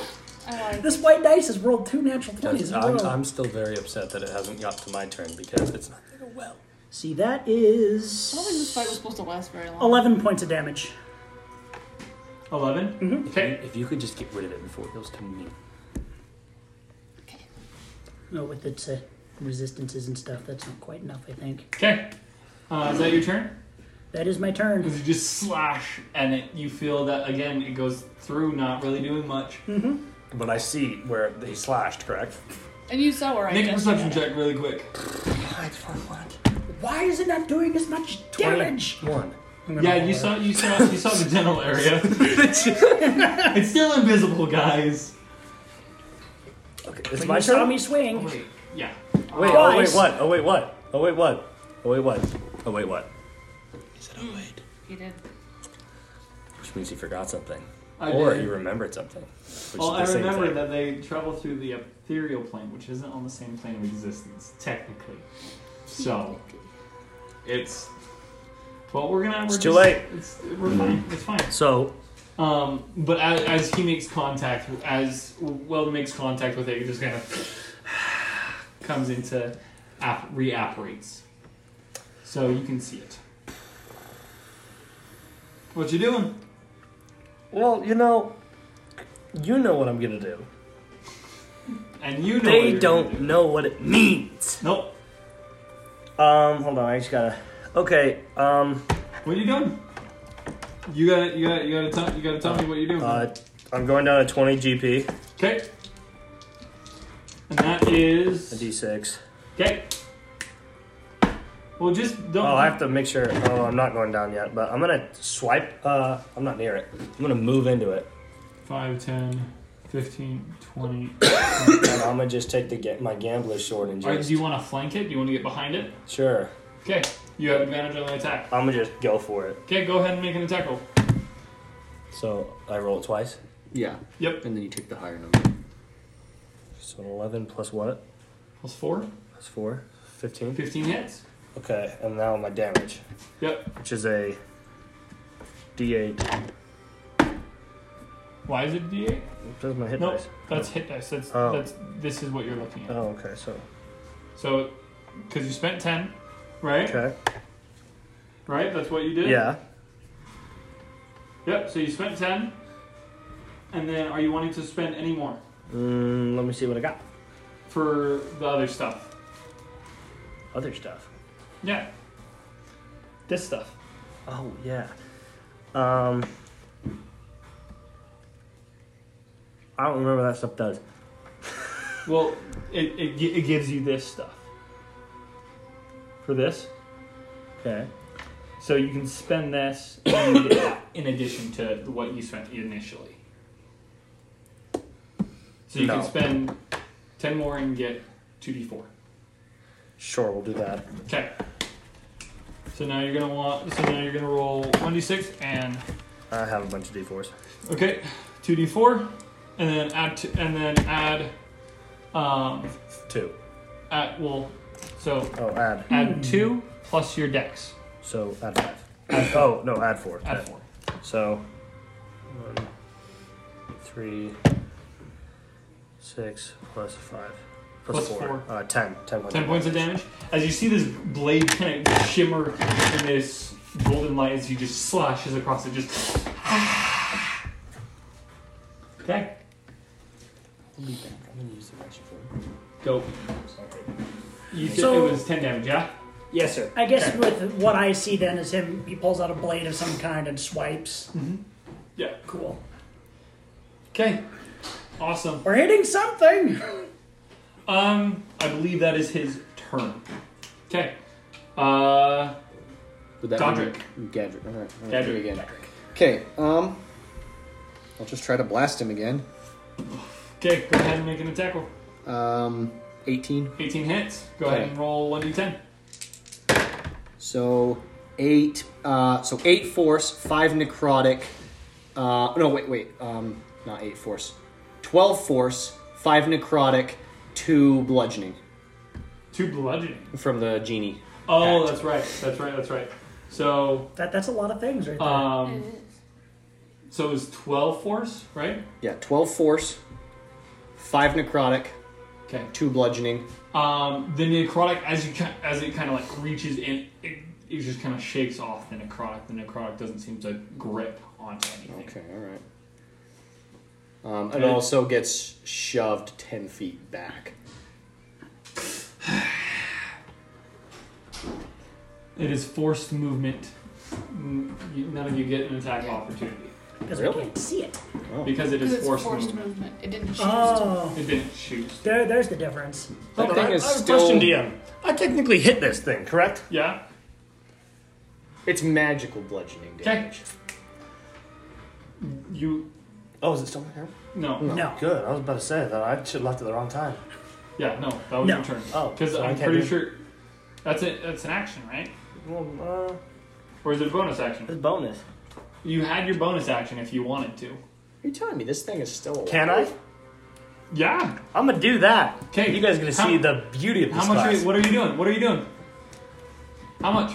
G: I like.
B: this white dice has rolled two natural 20s.
F: Does-
B: in a
F: I'm,
B: row.
F: I'm still very upset that it hasn't got to my turn because it's not going to go well.
B: See, that
G: I don't think this
B: is
G: fight was supposed to last very
A: Oh.
G: long.
B: 11 points of damage.
A: 11. Okay.
F: If you could just get rid of it before it goes to me.
B: No, with its uh, resistances and stuff, that's not quite enough, I think.
A: Okay. Uh, is that your turn?
B: That is my turn.
A: Because you just slash, and it, you feel that again. It goes through, not really doing much.
C: But I see where he slashed, correct?
G: And you saw where I
A: Make a
G: just-
A: perception check really quick.
B: Why is it not doing as much damage?
F: One.
B: I'm gonna
A: Yeah, you
B: holler.
A: saw you saw you saw the dental area. it's still invisible, guys.
F: Okay, it's
B: When
F: my
B: you saw
F: turn.
B: me swing.
A: Wait, yeah.
F: Wait, oh wait,
B: Twice.
F: what? Oh wait, what? Oh wait, what? Oh wait, what? Oh wait, what?
G: He did.
F: Which means he forgot something.
A: I
F: or
A: did.
F: he remembered something. Which
A: Well, I
F: is the same
A: remember
F: thing.
A: that they travel through the ethereal plane, which isn't on the same plane of existence, technically. So, it's. Well, we're gonna. We're
F: It's
A: just-
F: too late. Mm-hmm.
A: It's, we're fine. It's fine.
F: So
A: Um, but as, as he makes contact, as Weld makes contact with it, he just kind of comes into app, reapparates. So you can see it. What you doing?
C: Well, you know, you know what I'm gonna do.
A: And you know what
C: They
A: you're
C: don't
A: gonna do.
C: know what it means.
A: Nope.
C: Um, hold on, I just gotta. Okay, um,
A: What are you doing? You gotta, you gotta, you gotta tell, you gotta tell me what you're doing.
C: uh, I'm going down to 20 GP,
A: okay. And that
C: a
A: is
C: D6.
A: okay. Well, just don't.
C: Oh, I have to make sure. Oh, I'm not going down yet, but I'm gonna swipe. Uh, I'm not near it. I'm gonna move into it,
A: 5, 10, 15, 20,
C: and I'm gonna just take the ga- my gambler's sword and
A: All right,
C: just
A: do you want to flank it? Do you want to get behind it?
C: sure.
A: Okay, you have advantage on the attack.
C: I'm gonna just go for it.
A: Okay, go ahead and make an attack roll.
C: So I roll it twice.
E: Yeah.
A: Yep.
E: And then you take the higher number.
C: So an 11 plus what?
A: Plus 4,
C: Plus four. 15.
A: 15 hits.
C: Okay, and now my damage,
A: Yep.
C: which is a D8.
A: Why is it d8?
C: Does my hit
A: Nope.
C: dice?
A: That's hit dice. That's,
C: Oh.
A: that's this is what you're looking at.
C: Oh, okay. So
A: So, because you spent 10, right?
C: okay.
A: Right? That's what you did?
C: Yeah.
A: Yep, so you spent 10. And then are you wanting to spend any more
C: Mm, let me see what I got.
A: for the other stuff?
C: Other stuff.
A: Yeah. This stuff.
C: Oh yeah. Um. I don't remember what that stuff does.
A: Well, it, it, gi- it gives you this stuff. For this?
C: Okay.
A: So you can spend this in, in addition to what you spent initially. So you
C: No.
A: can spend 10 more and get 2d4.
C: Sure, we'll do that.
A: Okay. So now you're gonna want. So now you're gonna roll 1d6 and
C: I have a bunch of d4s.
A: okay, 2d4, and then add t- and then add Um,
C: Two.
A: uh, well, so
C: Oh, add.
A: add two plus your dex.
C: So add five. Add, oh no, add four.
A: Add four.
C: So one, three, six plus five
A: Plus
C: plus, plus four.
A: four.
C: Uh, ten. Ten points.
A: Ten points of damage. As you see this blade kind of shimmer in this golden light, as you just slashes across it, just. okay.
C: We'll be back. I'm gonna use the magic for
A: Go. You said
B: So-
A: it was ten damage, yeah?
C: Yes, sir.
B: I guess with what I see then is him. He pulls out a blade of some kind and swipes.
A: Mm-hmm. Yeah.
B: Cool.
A: Okay. Awesome.
B: We're hitting something.
A: Um, I believe that is his turn. Okay. Uh,
E: Would that
A: Godric.
E: be- Gadrick. All right, I'm gonna do it
A: Gadrick.
E: again. Okay. Um, I'll just try to blast him again.
A: Okay, go ahead and make an attack roll.
E: Um, 18.
A: 18 hits. Go ahead
E: Okay.
A: and roll 1d10.
E: So eight. Uh, so eight force, five necrotic. Uh, no, wait, wait. Um, not eight force. Twelve force, five necrotic, two bludgeoning
A: Two bludgeoning.
E: from the genie.
A: Oh, that's right. That's right. That's right. So,
B: That that's a lot of things right there.
A: um,
G: It
A: so it was 12 force, right?
E: Yeah, twelve force, five necrotic,
A: Okay.
E: two bludgeoning.
A: Um, the necrotic, as you ki- as it kind of like reaches in, it, it just kind of shakes off the necrotic. The necrotic doesn't seem to grip onto anything.
E: Okay, all right. Um, and also gets shoved ten feet back.
A: It is forced movement. N- you- None of you get an attack of opportunity
B: Because
E: really?
B: we can't see it.
A: because it
G: is.
A: is
G: It's
A: forced,
G: forced
A: movement.
G: movement. It didn't choose.
B: Oh,
A: It didn't shoot.
B: there, there's the difference.
E: That
C: I,
E: thing is
C: I have a
E: still.
C: question, DM. I technically hit this thing, correct?
A: Yeah.
E: It's magical bludgeoning damage.
A: You
C: Oh, is it still my turn?
A: no.
B: No.
C: Good. I was about to say that I should have left at the wrong time.
A: Yeah. No. That was
B: No.
A: your turn.
C: Oh,
A: Because
C: so I
A: I'm
C: can't
A: pretty
C: do-
A: sure that's it. That's an action, right?
C: Well, uh,
A: Or is it a bonus action?
C: it's bonus.
A: You had your bonus action if you wanted to.
E: Are you telling me this thing is still? Alive?
C: Can I?
A: Yeah.
C: I'm gonna do that.
A: 'Kay.
C: You guys are gonna
A: How-
C: see the beauty of this
A: How much? Are
C: class.
A: you, what are you doing? What are you doing? How much?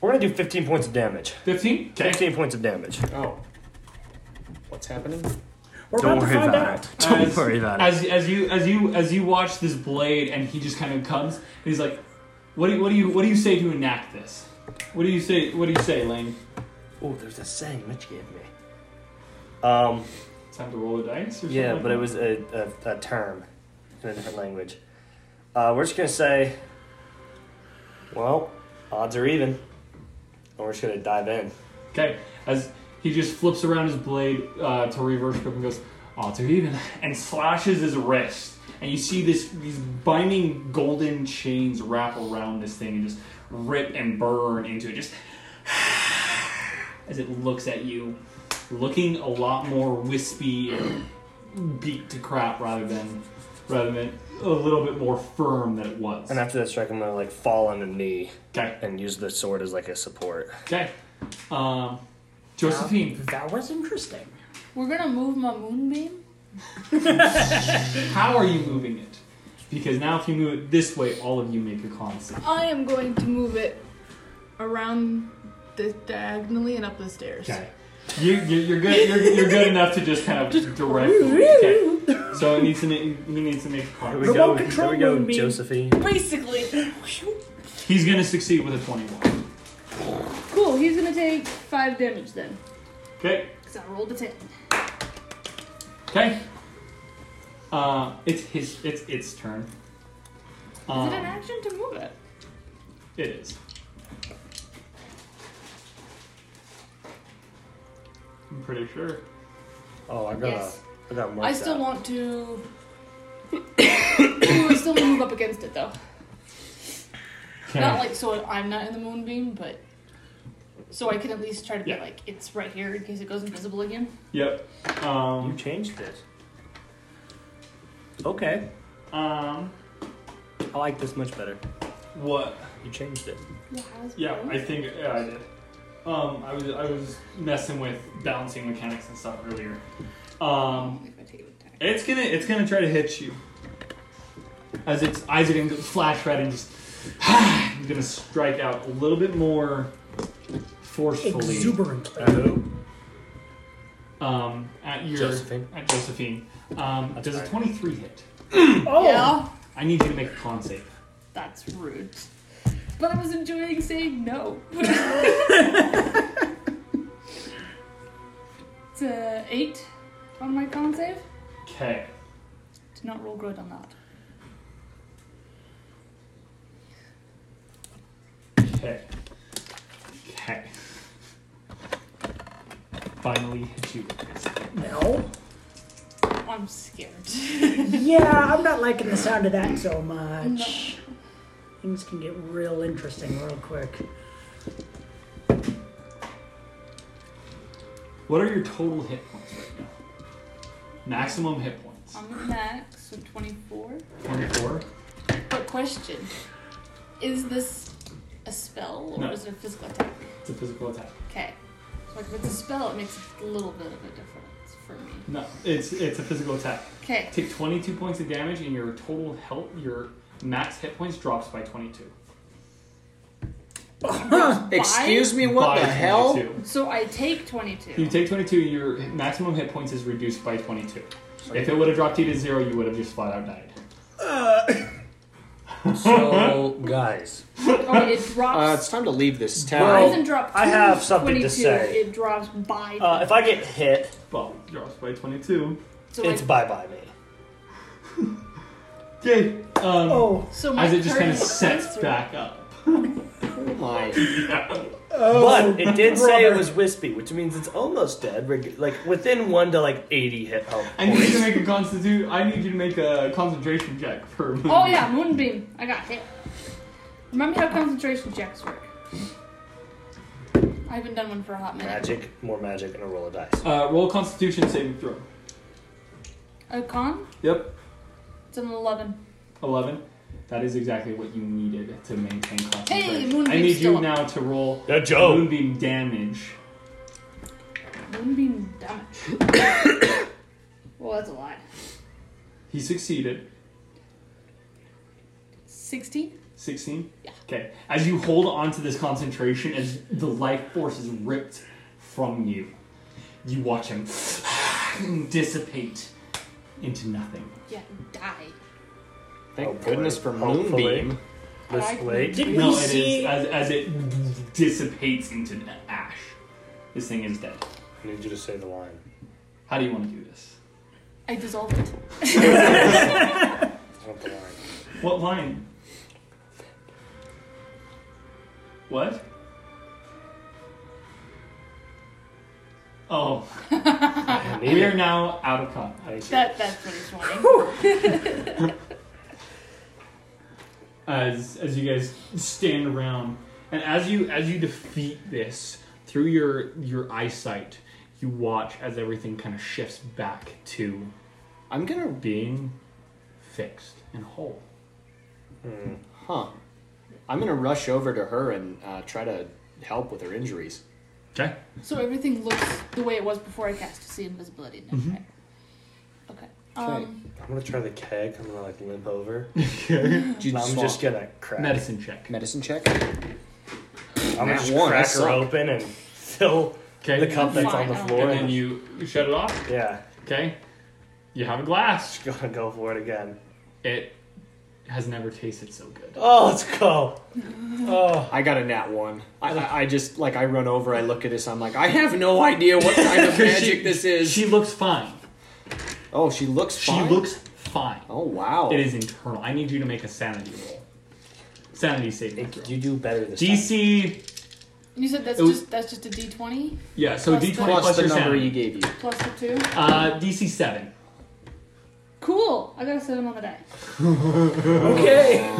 C: We're gonna do 15 points of damage.
A: Fifteen.
C: 15 points of damage.
E: Oh, what's happening?
B: We're about to find out.
C: it. Don't
A: As-
C: worry about it.
A: As as you as you as you watch this blade, and he just kind of comes. And he's like, "What do you, what do you what do you say to enact this? What do you say? What do you say, Lane?
C: oh, there's a saying Mitch gave me. Um,
A: Time to roll the dice. Or something
C: yeah,
A: like
C: but
A: that?
C: it was a, a, a term in a different language. Uh, we're just gonna say, well, odds are even, and we're just gonna dive in.
A: okay. As he just flips around his blade uh, to reverse grip and goes, "Odds are even," and slashes his wrist. And you see this these binding golden chains wrap around this thing and just rip and burn into it. Just as it looks at you, looking a lot more wispy and beat to crap rather than rather than a little bit more firm than it was.
C: And after that strike, I'm gonna like fall on the knee
A: Okay.
C: and use the sword as like a support.
A: Okay. Um, Josephine,
B: That was interesting.
G: We're gonna move my moonbeam.
A: how are you moving it? Because now if you move it this way, all of you make a con save.
G: I am going to move it around the diagonally and up the stairs.
A: Okay. You, you, you're good. You're, you're good enough to just kind of direct. it. Okay. So it needs to make, he needs to make a con.
B: Remote go. control
C: Here we go,
B: moonbeam.
C: Josephine.
G: Basically.
A: He's gonna succeed with a twenty-one.
D: Cool, he's gonna take five damage then.
A: Okay.
D: Because I rolled a 10.
A: Okay. Uh, it's his. It's its turn. Um,
D: Is it an action to move it?
A: It is. I'm pretty sure.
C: Oh, I got,
D: Yes.
C: I got more.
G: I still want to. I still want to move up against it though. Not like so I'm not in the moonbeam, but so I can at least try to be
A: Yeah.
G: like it's right here in case it goes invisible again.
A: Yep.
C: You
A: Um,
C: changed this. Okay,
A: um,
C: I like this much better.
A: what?
C: You changed it.
A: Yeah, I think yeah, I did. Um, I was I was messing with balancing mechanics and stuff earlier. Um,
G: if I take an attack.
A: It's gonna it's gonna try to hit you. As its eyes are gonna go flash red and just it's gonna strike out a little bit more forcefully
B: Exuberantly.
A: um, at your
C: Josephine.
A: at Josephine. Um, does a
C: fine.
A: twenty three hit?
B: Oh,
G: Yeah.
A: I need you to make a con save.
G: That's rude. But I was enjoying saying no. it's a eight on my con save.
A: Okay.
G: Did not roll good on that.
A: Okay. Okay. Finally hit you with this.
B: no.
G: I'm scared.
B: Yeah, I'm not liking the sound of that so much. Things can get real interesting real quick.
A: What are your total hit points right now? Maximum hit points.
G: I'm at max, so 24.
A: Twenty four.
G: But question Is this a spell or
A: No.
G: is it a physical attack?
A: It's a physical attack.
G: Okay. So like if it's a spell, it makes a little bit of a difference for me.
A: No, it's it's a physical attack.
G: Okay.
A: Take 22 points of damage, and your total health, your max hit points drops by 22.
E: Excuse me, what
A: by
E: the hell?
A: 22.
G: So I take 22.
A: You take 22, and your maximum hit points is reduced by 22. If it would have dropped you to zero, you would have just flat out died.
C: So, guys,
G: oh, it
E: Uh,
G: drops.
E: it's time to leave this
G: it
E: town.
G: doesn't drop.
C: I
G: to
C: have something to
G: 22,
C: say.
G: It drops by.
M: Uh, if I get hit,
A: Well, drops by 22.
G: so
M: it's
G: I-
M: bye bye me.
A: Yay! Um,
B: Oh,
G: so my
A: as it just
G: current
A: kind of sets
G: sensor-
A: back up.
E: Oh my.
A: Oh,
M: But it did say it was wispy, which means it's almost dead. reg- Like within one to like eighty hit health.
A: I need you to make a constitute. I need you to make a concentration check for.
G: Oh yeah, moonbeam. I got hit. Remember how concentration checks work? I haven't done one for a hot minute.
C: magic, more magic, and a roll of dice.
A: Uh, roll a Constitution saving throw.
G: A con?
A: Yep.
G: It's an 11.
A: 11. That is exactly what you needed to maintain concentration.
G: Hey, Moonbeam's
A: I need
G: still
A: you
G: up.
A: now to roll
M: Yeah,
C: Oh.
M: Joe.
A: moonbeam damage.
G: Moonbeam damage. well, that's a lot.
A: He succeeded.
G: 16?
A: 16? Yeah. Okay. As you hold on to this concentration, as the life force is ripped from you, you watch him dissipate into nothing.
G: Yeah, die.
E: Thank
C: Oh, boy.
E: goodness for
C: Hopefully.
E: Moonbeam.
G: I
C: This
G: can-
C: late,
B: did we
A: No, it
B: see?
A: is. As, as it dissipates into ash, this thing is dead.
C: I need you to say the line.
A: How do you want to do this?
G: I dissolved it.
C: It's not the line.
A: What line? What? Oh,
C: I need
A: we
C: it.
A: are now out of con.
C: Thank you.
G: That, that's what he's wanting.
A: As as you guys stand around, and as you as you defeat this through your your eyesight, you watch as everything kind of shifts back to
E: I'm gonna.
A: being fixed and whole.
E: Huh. I'm gonna rush over to her and uh, try to help with her injuries.
A: Okay.
G: so everything looks the way it was before I cast to see invisibility now,
C: Mm-hmm.
G: right? Okay. Um,
C: I'm gonna try the keg. I'm gonna like limp over.
E: Dude,
C: I'm
E: swamp.
C: just gonna crack.
A: Medicine check.
E: medicine check.
C: I'm gonna
E: Nat
C: just
E: one, I
C: crack her
E: suck.
C: open and fill
A: Okay.
C: the cup that's
G: Fine,
C: on the
G: I'll-
C: floor.
A: And then you you shut it off.
C: yeah,
A: Okay. You have a glass.
C: just gonna go for it again.
A: It has never tasted so good.
C: Oh, let's go. Oh,
E: I got a nat one. I, I, I just like I run over. I look at this. I'm like, I have no idea what kind of magic
A: She-
E: this is.
A: She looks fine.
E: oh, she looks. Fine?
A: She looks fine.
E: Oh wow.
A: It is internal. I need you to make a sanity roll. Sanity saving throw.
C: you do better this time.
A: DC.
G: you said that's
A: It was-
G: just that's just a d20
A: Yeah. So
G: Plus
A: D20
G: the-
E: Plus
A: plus
E: the
A: your
E: number
A: sanity.
E: you gave you.
G: plus the two.
A: Uh, DC seven.
G: Cool. I got a seven on the die.
C: Okay,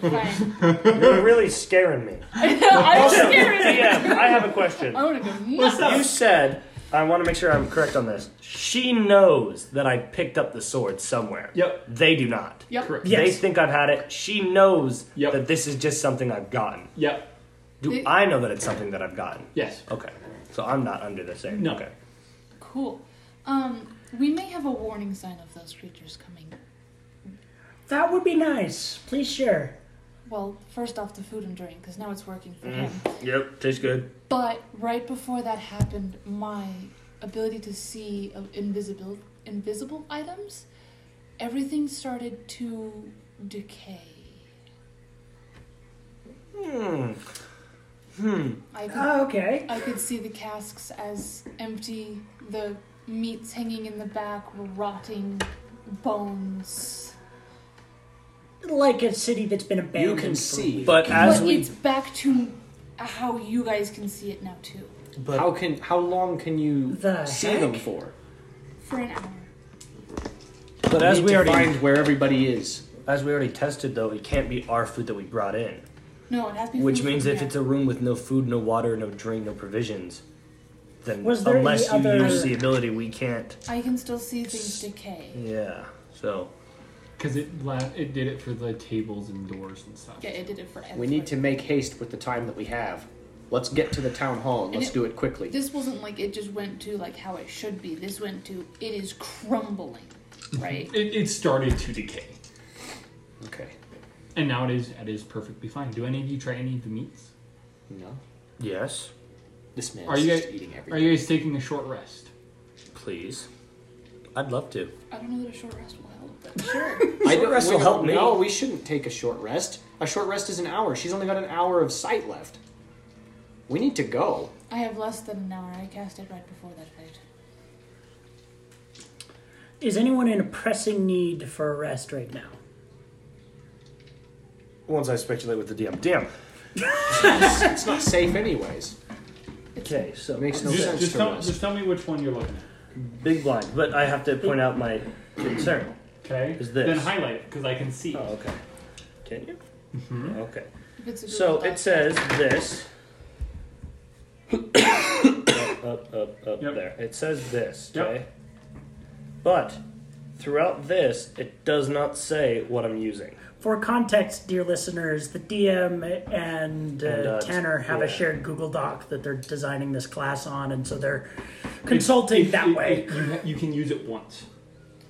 G: Fine.
C: you're really scaring me.
G: I'm scared.
C: Yeah, I have a question.
G: I want to go nuts.
C: You said I want to make sure I'm correct on this. She knows that I picked up the sword somewhere.
A: Yep.
C: They do not.
G: Yep.
A: Correct.
C: They
B: Yes.
C: think I've had it. She knows
A: Yep.
C: that this is just something I've gotten.
A: Yep.
C: Do
G: It-
C: I know that it's something that I've gotten?
A: Yes.
C: Okay. So I'm not under the same.
A: No.
C: Okay.
G: Cool. Um, We may have a warning sign of those creatures coming.
B: That would be nice. Please share.
G: Well, first off, the food and drink, because now it's working for him.
A: Mm.
F: Yep, tastes good.
G: But right before that happened, my ability to see of invisible invisible items, everything started to decay. Hmm. Hmm. I could,
B: Ah, okay.
G: I could see the casks as empty, the meats hanging in the back were rotting bones.
B: Like a city that's been abandoned.
E: can
B: for
E: see.
B: weeks.
C: But as
G: but
C: we
G: it's back to how you guys can see it now too.
E: How can how long can you
B: The
E: see
B: heck?
E: them for?
G: For an hour.
C: but as
E: need
C: we
E: to
C: already
E: find where everybody is.
L: As we already tested, though, it can't be our food that we brought in.
G: No, it has to be
L: Which
G: food
L: means
G: from
L: if
G: here.
L: it's a room with no food, no water, no drink, no provisions, then
B: Was there
L: unless you
B: any other-
L: use the ability, we can't.
G: I can still see things decay.
L: Yeah. So
A: Because it la- it did it for the tables and doors and stuff.
G: Yeah, it did it for
E: We need to make haste with the time that we have. Let's get to the town hall and
G: And
E: let's
G: it-
E: do it quickly.
G: This wasn't like it just went to like how it should be. This went to it is crumbling, right?
A: It, it started to decay,
E: Okay.
A: and now it is it is perfectly fine. Do any of you try any of the meats?
E: No.
L: yes,
E: This man
A: Are
E: is
A: you
E: just
A: guys-
E: eating everything.
A: Are you guys taking a short rest?
L: please. I'd love to.
G: I don't know that a short rest will help. But sure.
E: I
L: Short
E: don't-
L: rest
E: we
L: will
E: don't-
L: help me.
E: No, we shouldn't take a short rest. A short rest is an hour. She's only got an hour of sight left. We need to go.
G: I have less than an hour. I cast it right before that fight.
B: Is anyone in a pressing need for a rest right now?
L: Once I speculate with the DM. Damn.
E: It's not safe anyways.
C: okay, so
E: It makes no
A: Just,
E: sense
A: just
E: to
A: tell,
E: rest.
A: just tell me which one you're looking at.
C: big blind. But I have to point out my concern.
A: Okay.
C: Is this-
A: Then highlight it because I can see.
C: Oh, okay. Can you?
L: Mm-hmm.
C: Okay.
G: If it's a
C: So
G: Google
C: it
G: Doc,
C: says this. up, up, up, up
A: Yep.
C: there. It says this,
A: Yep.
C: okay? But throughout this, it does not say what I'm using.
B: For context, dear listeners, the DM and, uh,
C: And, uh,
B: Tanner have a
C: yeah.
B: shared Google Doc that they're designing this class on, and so they're consulting
A: It-
B: that
A: it-
B: way.
A: it- you, ha- you can use it once.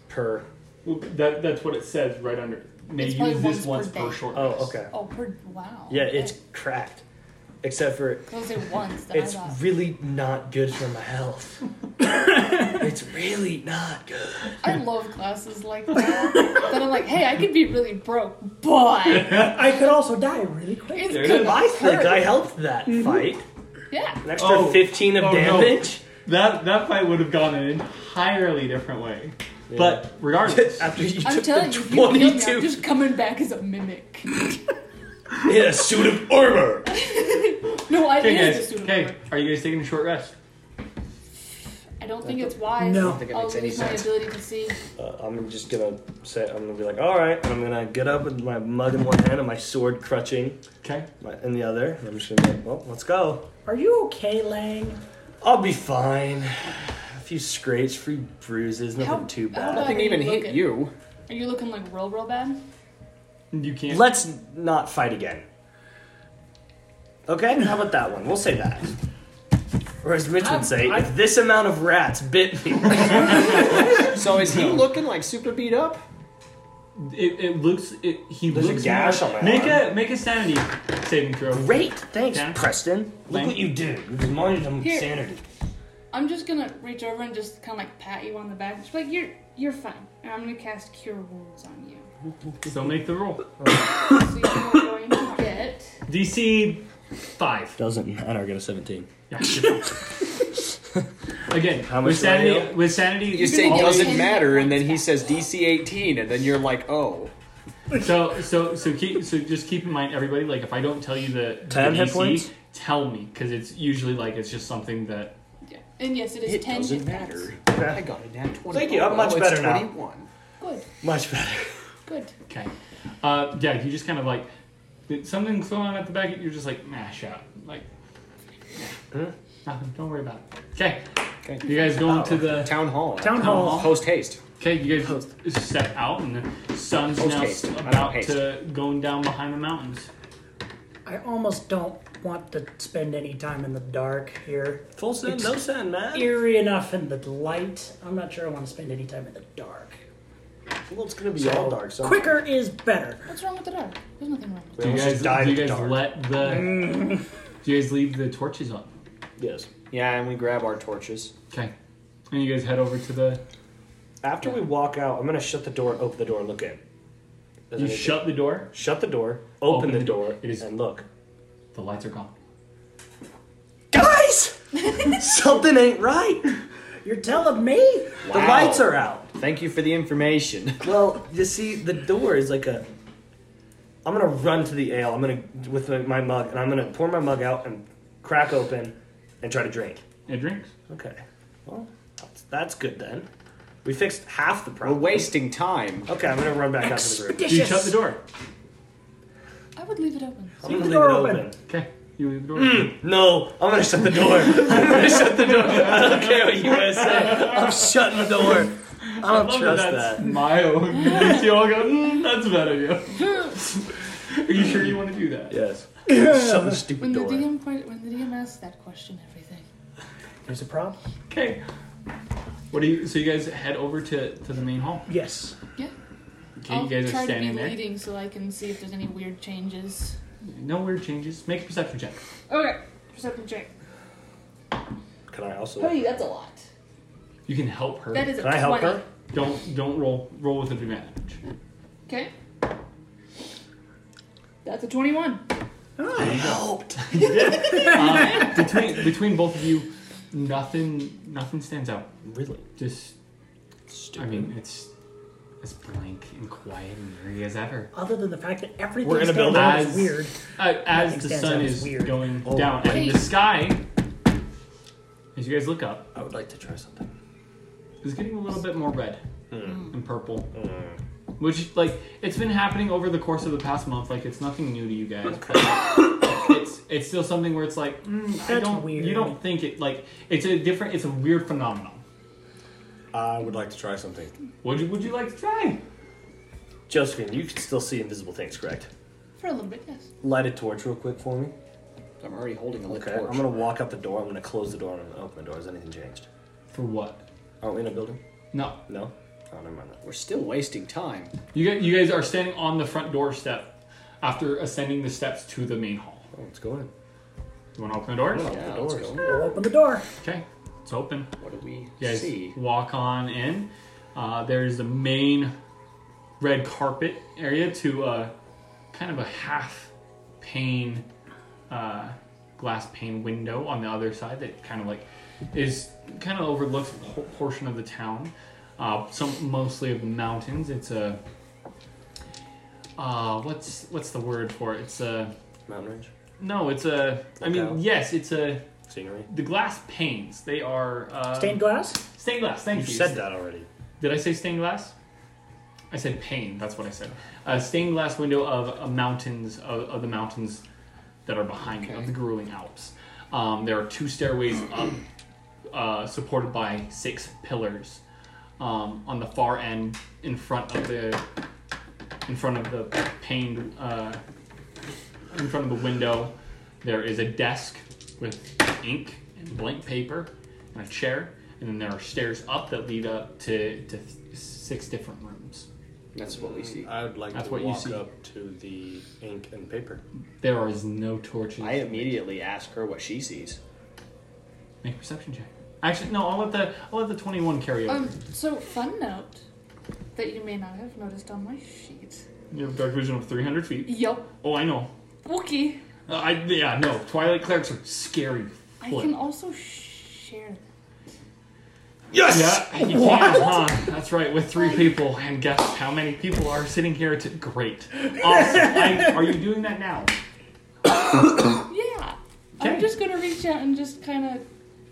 C: Per.
A: Well, that, that's what it says right under. it. May
G: It's probably
A: use this once
G: once per
A: per
G: day.
A: short
C: Oh,
A: rest.
C: okay.
G: Oh, per, wow.
C: Yeah, it's cracked. Except for
G: Those are ones that
C: it's
G: I got.
C: really not good for my health. it's really not good.
G: I love classes like that. that I'm like, hey, I could be really broke, but
B: I could also die really quick.
G: it's
A: There it
G: good.
A: is.
C: I think
G: hurt.
C: I helped that fight.
G: Yeah.
C: An extra
A: Mm-hmm. Oh.
C: 15 of
A: Oh, no.
C: damage.
A: That that fight would have gone an entirely different way. But regardless,
C: After you
G: I'm
C: took
G: telling
C: the
G: you, if you kill me,
C: 22
G: I'm just coming back as a mimic.
C: in a suit of armor.
G: No, I
A: okay,
G: am
A: guys.
G: the student
A: Okay,
G: leader.
A: are you guys taking a short rest?
G: I don't think it's wise.
B: No. I
E: don't think it
G: I'll
E: makes any
G: lose my
E: sense.
G: ability to see.
C: Uh, I'm just gonna say I'm gonna be like, all right, and I'm gonna get up with my mug in one hand and my sword crutching
A: Okay.
C: my, in the other. And I'm just gonna be like, well, let's go.
B: Are you okay, Lang?
C: I'll be fine. A few scrapes, few bruises, nothing
G: How-
C: too
G: how
C: bad.
G: about-
E: Nothing
G: I
E: even
G: mean,
E: hit
G: look at-
E: you.
G: Are you looking like real, real bad?
A: You can't.
C: Let's not fight again. Okay, how about that one? We'll say that. Or as Mitch would say, if this amount of rats bit me,
E: So is he looking like super beat up?
A: It, it looks. It, he
C: There's a
A: looks.
C: gash on my
A: make
C: arm.
A: a make a sanity saving throw.
C: great. Thanks,
A: Yeah.
C: Preston. Look
A: Thank-
C: what you did. You reminded him of
G: Here.
C: sanity.
G: I'm just gonna reach over and just kind of like pat you on the back. Just be like you're you're fine. And I'm gonna cast Cure Wounds on you.
A: So make the roll.
G: So you're going to get.
A: DC five.
C: Doesn't matter. I got a 17.
A: Yeah. Again,
C: How
A: with
C: much do I
A: sanity,
C: heal?
A: with sanity,
E: You say
G: can
A: always-
E: doesn't
G: always-
E: matter, and then he says DC 18, and then you're like, oh.
A: So so so keep so just keep in mind, everybody. Like if I don't tell you the
C: Ten
A: the
C: hit
A: DC,
C: points?
A: tell me because it's usually like it's just something that
G: Yeah. And yes, it is
E: It
G: ten.
E: doesn't
G: hit points.
E: matter. I got it at 20.
C: Thank you, I'm much
E: it's
C: better now.
E: 21.
G: Good.
C: Much better.
G: Good.
A: okay. Uh, yeah, you just kind of like did something's going on at the back. You're just like mash out like yeah, nothing. Don't worry about it. Okay.
E: Okay.
A: You guys going to the
E: Town hall.
B: Town hall.
E: Post haste.
A: okay? You guys step out and the sun's
E: Post
A: now
E: haste.
A: about
E: Haste.
A: to going down behind the mountains.
B: I almost don't want to spend any time in the dark here.
C: Full send, no send, man.
B: Eerie enough in the light. I'm not sure I want to spend any time in the dark.
C: Well, it's gonna be
B: So,
C: all dark. So
B: Quicker is better.
G: What's wrong with the dark? There's nothing wrong.
A: Do you guys, do you guys let the?
C: Mm.
A: do you guys leave the torches on?
C: Yes.
E: Yeah, and we grab our torches.
A: Okay. And you guys head over to the.
C: After we walk out, I'm gonna shut the door, open the door, look in. Does
A: You
C: anything-
A: shut the door.
C: shut the door, open,
A: Open
C: the
A: the-
C: door,
A: it is-
C: and look.
A: The lights are gone.
C: Guys, something ain't right.
B: You're telling me?
C: The
E: Wow.
C: lights are out.
E: Thank you for the information.
C: Well, you see, the door is like a. I'm gonna run to the ale. I'm gonna with my- my mug, and I'm gonna pour my mug out and crack open, and try to drink.
A: It drinks.
C: Okay. Well, that's, that's good then. We fixed half the
E: We're
C: problem.
E: wasting time.
C: Okay, I'm gonna run back out to the room.
A: Do you
B: Expeditious.
A: shut the door?
G: I would leave it open.
C: I'm gonna
B: the
C: leave it
B: door
C: open.
B: open.
A: Okay. Mm, You leave the door.
C: No, I'm gonna shut the door. I'm gonna shut the door. I don't care what you guys say. I'm shutting the door. I don't
A: I love
C: trust
A: that's
C: that.
A: My own. you all go. "Mm, that's bad of you. Are you sure you want to do that?
C: Yes. Shut the
G: When
C: stupid
G: the
C: door.
G: DM point, when the DM asks that question, everything.
B: There's a problem.
A: Okay. What do you? So you guys head over to to the main hall.
B: Yes.
A: Okay.
G: I'll
A: you guys
G: Oh, try
A: are standing
G: to be
A: there.
G: leading so I can see if there's any weird changes.
A: No weird changes. Make a perception check.
G: Okay, perception check.
C: Can I also?
G: Hey, that's a lot.
A: You can help her.
G: That is a
C: Can I help
G: 20.
C: her?
A: Don't don't roll roll with advantage.
G: Okay. That's a 21.
A: Uh, between between both of you, nothing nothing stands out.
C: Really?
A: Just I mean it's as blank and quiet and eerie as ever.
B: Other than the fact that everything
C: We're in a
B: stands
C: building.
B: out is
A: As-
B: weird.
A: Uh, as
B: Nothing
A: the
B: stands
A: sun
B: out as
A: is
B: weird.
A: going
C: Oh,
A: down and
G: wait.
A: the sky, as you guys look up,
C: I would like to try something.
A: is getting a little bit more red and purple. Which, like, it's been happening over the course of the past month. Like, it's nothing new to you guys. But it's it's still something where it's like, mm, I
B: That's
A: don't,
B: weird.
A: you don't think it. Like, it's a different, it's a weird phenomenon.
N: I would like to try something.
A: Would you Would you like to try?
C: Josephine, you can still see invisible things, correct?
G: For a little bit, yes.
C: Light a torch real quick for me.
E: I'm already holding a lit
C: Okay. I'm gonna walk out the door. I'm gonna close the door. and I'm gonna open the door. Has anything changed?
A: For what?
C: Are we Oh, in a building?
A: No,
C: No. Oh, never mind. that.
E: We're still wasting time.
A: you guys, you guys are standing on the front doorstep after ascending the steps to the main hall.
C: Oh, let's go in.
A: You want to open the doors?
C: Oh,
E: Yeah,
C: the
E: let's
C: doors.
E: go.
B: We'll open the door.
A: Okay, it's open.
E: What do we
A: You guys
E: see?
A: walk on in. Uh, there's the main red carpet area to uh, kind of a half pane, uh, glass pane window on the other side that kind of like is kind of overlooks a por- portion of the town. Uh, some mostly of the mountains. It's a uh, what's what's the word for it? It's a
C: Mountain range.
A: no. It's a. I mean,
C: Lookout.
A: yes, it's a.
C: Scenery.
A: The glass panes. They are uh,
B: Stained glass.
A: Stained glass. Thank
C: You
A: you.
C: said that already.
A: Did I say stained glass? I said pane. That's what I said. A stained glass window of uh, mountains of, of the mountains that are behind you, of the grueling Alps. Um, there are two stairways up, uh, supported by six pillars. Um, on the far end, in front of the in front of the paned uh, in front of the window, there is a desk with ink and blank paper and a chair, and then there are stairs up that lead up to, to six different rooms.
E: That's what we see.
N: I would like
A: That's
N: to
A: what you
N: walk
A: see.
N: up to the ink and paper.
A: There is no torches.
E: I immediately ask her what she sees.
A: Make a perception check. Actually, no. I'll let the I'll let the twenty one carry over.
G: Um, so fun note that you may not have noticed on my sheet.
A: you have dark vision of three hundred feet.
G: Yup.
A: Oh, I know.
G: Wookie.
A: Uh, I yeah no. Twilight clerics are scary.
G: I
A: Flip.
G: can also share
A: Yeah, you can, huh? That's right, with three people, and guess how many people are sitting here? To great. Awesome. I, are you doing that now?
G: Yeah.
A: Okay.
G: I'm just gonna reach out and just kind of,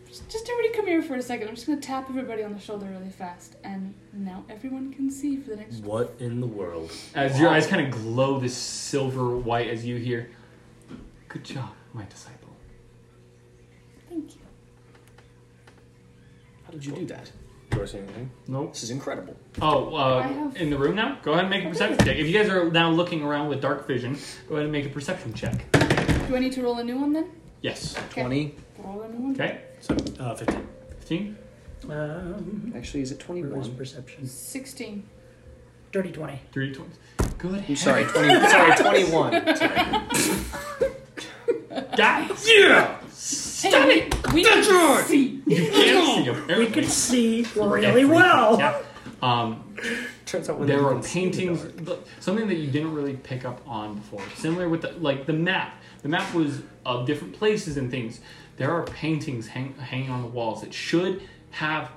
G: just, just everybody come here for a second. I'm just gonna tap everybody on the shoulder really fast, and now everyone can see for the next.
C: What in the world?
A: As your eyes kind of glow this silver white as you hear, "Good job, my disciple."
G: Thank you.
E: How did you do that?
N: Do I see anything?
A: Nope.
E: This is incredible.
A: Oh,
G: I
A: uh,
G: have-
A: in the room now. Go ahead and make a perception check. If you guys are now looking around with dark vision, go ahead and make a perception check.
G: Do I need to roll a new one then?
A: Yes.
G: Okay.
E: 20.
G: Roll a new one.
A: Okay.
C: So, uh, 15.
A: 15?
B: Um,
E: Actually, is it
B: reverse
E: 21?
B: perception.
G: Sixteen.
B: Dirty 20.
A: 3 20. Good.
E: I'm sorry, 20, sorry, 21.
A: Guys,
C: Yeah!
G: Stop it! We can see.
A: you can't see
B: We
A: apparently.
B: could see really well.
A: Yeah. Um,
C: Turns out when
A: there
C: they
A: were
C: didn't see the
A: paintings
C: dark.
A: look, something that you didn't really pick up on before similar with the, like the map the map was of different places and things there are paintings hang, hanging on the walls that should have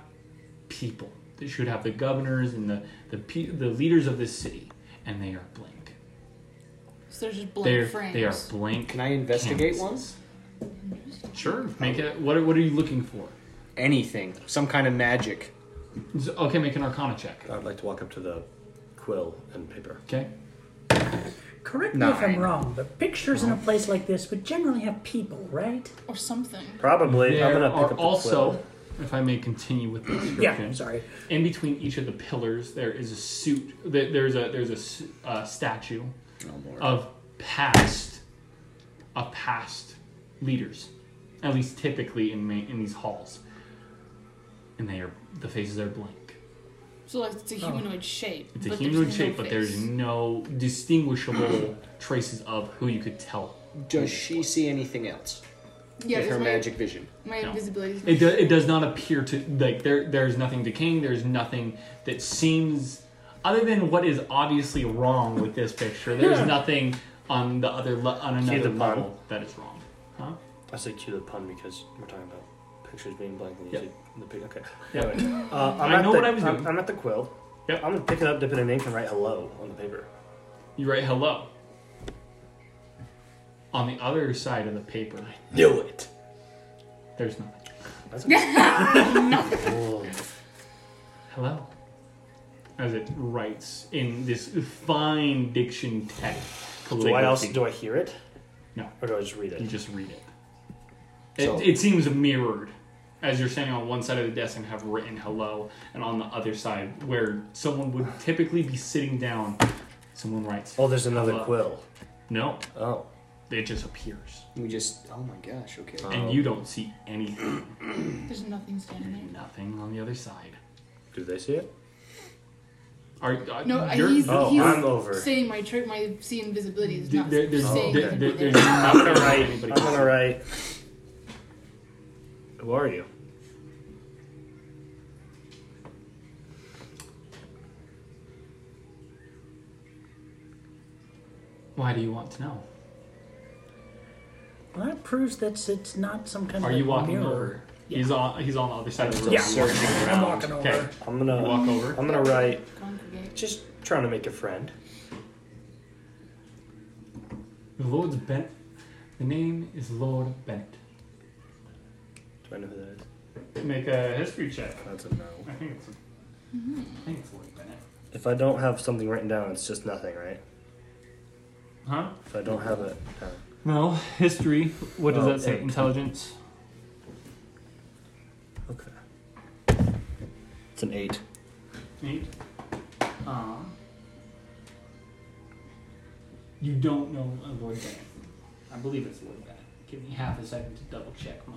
A: people that should have the governors and the the, pe- the leaders of this city and they are blank
G: So there's
A: they're
G: just blank frames.
A: they are blank
E: Can I investigate
A: canvases.
E: once?
A: sure make it what are, what are you looking for
E: Anything. Some kind of magic.
A: Z- okay make an arcana check
F: I'd like to walk up to the quill and paper.
A: okay
B: Correct me if I'm wrong, but pictures in a place like this would generally have people, right?
G: or something.
C: Probably.
A: there
C: I'm gonna
A: are
C: pick up the
A: also
C: quill.
A: if i may continue with the description
B: Yeah, I'm sorry.
A: in between each of the pillars there is a suit there- there's a there's a s- uh, statue of past of past leaders at least typically in ma- in these halls and they are the faces are blank
G: So like it's a humanoid shape.
A: Oh. it's a
G: but there's
A: humanoid
G: no
A: shape but there's
G: face.
A: no distinguishable traces of who you could tell
E: Does she see anything else
G: yeah,
E: with
G: there's
E: her
G: my,
E: magic vision?
G: My
A: No.
G: invisibility. is-
A: it, do, it does not appear to like there there's nothing decaying there's nothing that seems other than what is obviously wrong with this picture there's nothing on the other le- on
C: See
A: another
C: the pun?
A: level that is wrong huh
C: I say cue the pun because we're talking about pictures being blank and
A: Yep.
C: usually the pig. Okay.
A: Yep.
C: Anyway, uh, I'm
A: I
C: at
A: know
C: the,
A: what I was
C: am
A: doing.
C: I'm at the quill.
A: Yep.
C: I'm gonna pick it up, dip it in ink, and write hello on the paper.
A: you write hello on the other side of the paper
C: Knew it.
A: there's nothing
C: That's okay. Cool.
A: hello as it writes in this fine diction tech
C: Do I also
A: calligraphy.
C: do I hear it?
A: No.
C: Or do I just read it?
A: You just read it. It,
E: So-
A: it seems mirrored as you're standing on one side of the desk and have written hello, and on the other side, where someone would typically be sitting down, someone writes
C: Oh, there's another
A: Hello.
C: quill.
A: no.
C: Oh.
A: It just appears,
E: We just. Oh my gosh, okay.
A: and
B: Um,
A: you don't see anything,
G: There's nothing standing there.
A: nothing on the other side.
F: Do they see it?
A: Are, are
G: No, I-
A: you're- uh,
G: he's,
C: Oh,
G: he's
C: I'm over.
G: saying my trick, my see invisibility is
A: there-
G: not
A: there- there's,
G: saying
A: there- there-
G: anything
A: there's
G: there.
A: nothing
C: I'm gonna
A: on
C: write. I'm
A: anybody.
C: gonna write. Who are you?
A: Why do you want to know?
B: Well, that proves that it's not some kind
A: Are
B: of
A: you
B: like
A: walking
B: mirror.
A: over? He's on. He's on the other side of the room.
B: Yeah,
A: searching
B: I'm
A: around.
B: walking over.
A: Okay,
C: I'm gonna
A: walk over.
C: I'm gonna write.
G: Congregate.
C: Just trying to make a friend.
A: The Lord's Bennett. The name is Lord Bennett.
C: Do I know who that is?
A: Make a history check.
C: That's a no.
A: I think it's. I think it's Lord Bennett.
C: If I don't have something written down, it's just nothing, right?
A: Huh?
C: If I don't have it uh, down.
A: No history. What does
C: Oh,
A: that say?
C: eight.
A: Intelligence.
C: Okay. It's an eight.
A: Eight. Um. You don't know a Lord Bennett. I believe it's Lord Bennett. Give me half a second to double check my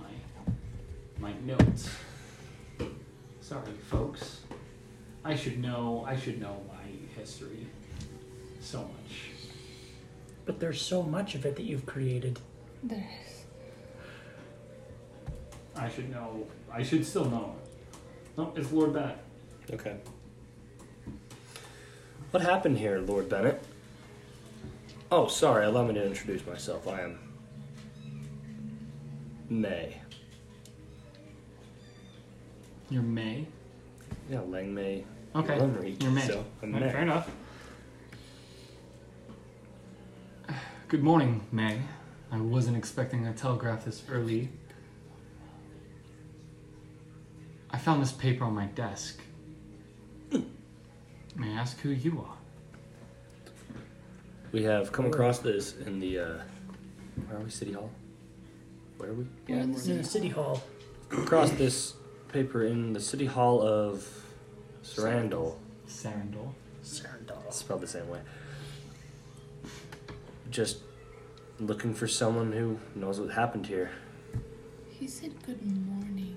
A: my notes. Sorry, folks. I should know. I should know my history so much.
B: But there's so much of it that you've created.
G: There.
A: I should know. I should still know. No, it's Lord Bennett.
C: Okay. What happened here, Lord Bennett? Oh, sorry, allow me to introduce myself. I am. May.
A: You're May.
C: Yeah, Lang May.
A: Okay.
C: Lumry,
A: You're May.
C: so I'm
A: Okay,
C: May.
A: Fair enough. Good morning, May. I wasn't expecting a telegraph this early. I found this paper on my desk. May I ask who you are?
C: We have come across this in the. Uh, where are we, City Hall? Where are we?
G: Yeah,
B: It's in the city hall.
C: Across this paper in the City Hall of Sarandal.
A: Sarandol.
B: Sarandal.
C: It's spelled the same way. Just
L: looking for someone who knows what happened here.
G: He said good morning.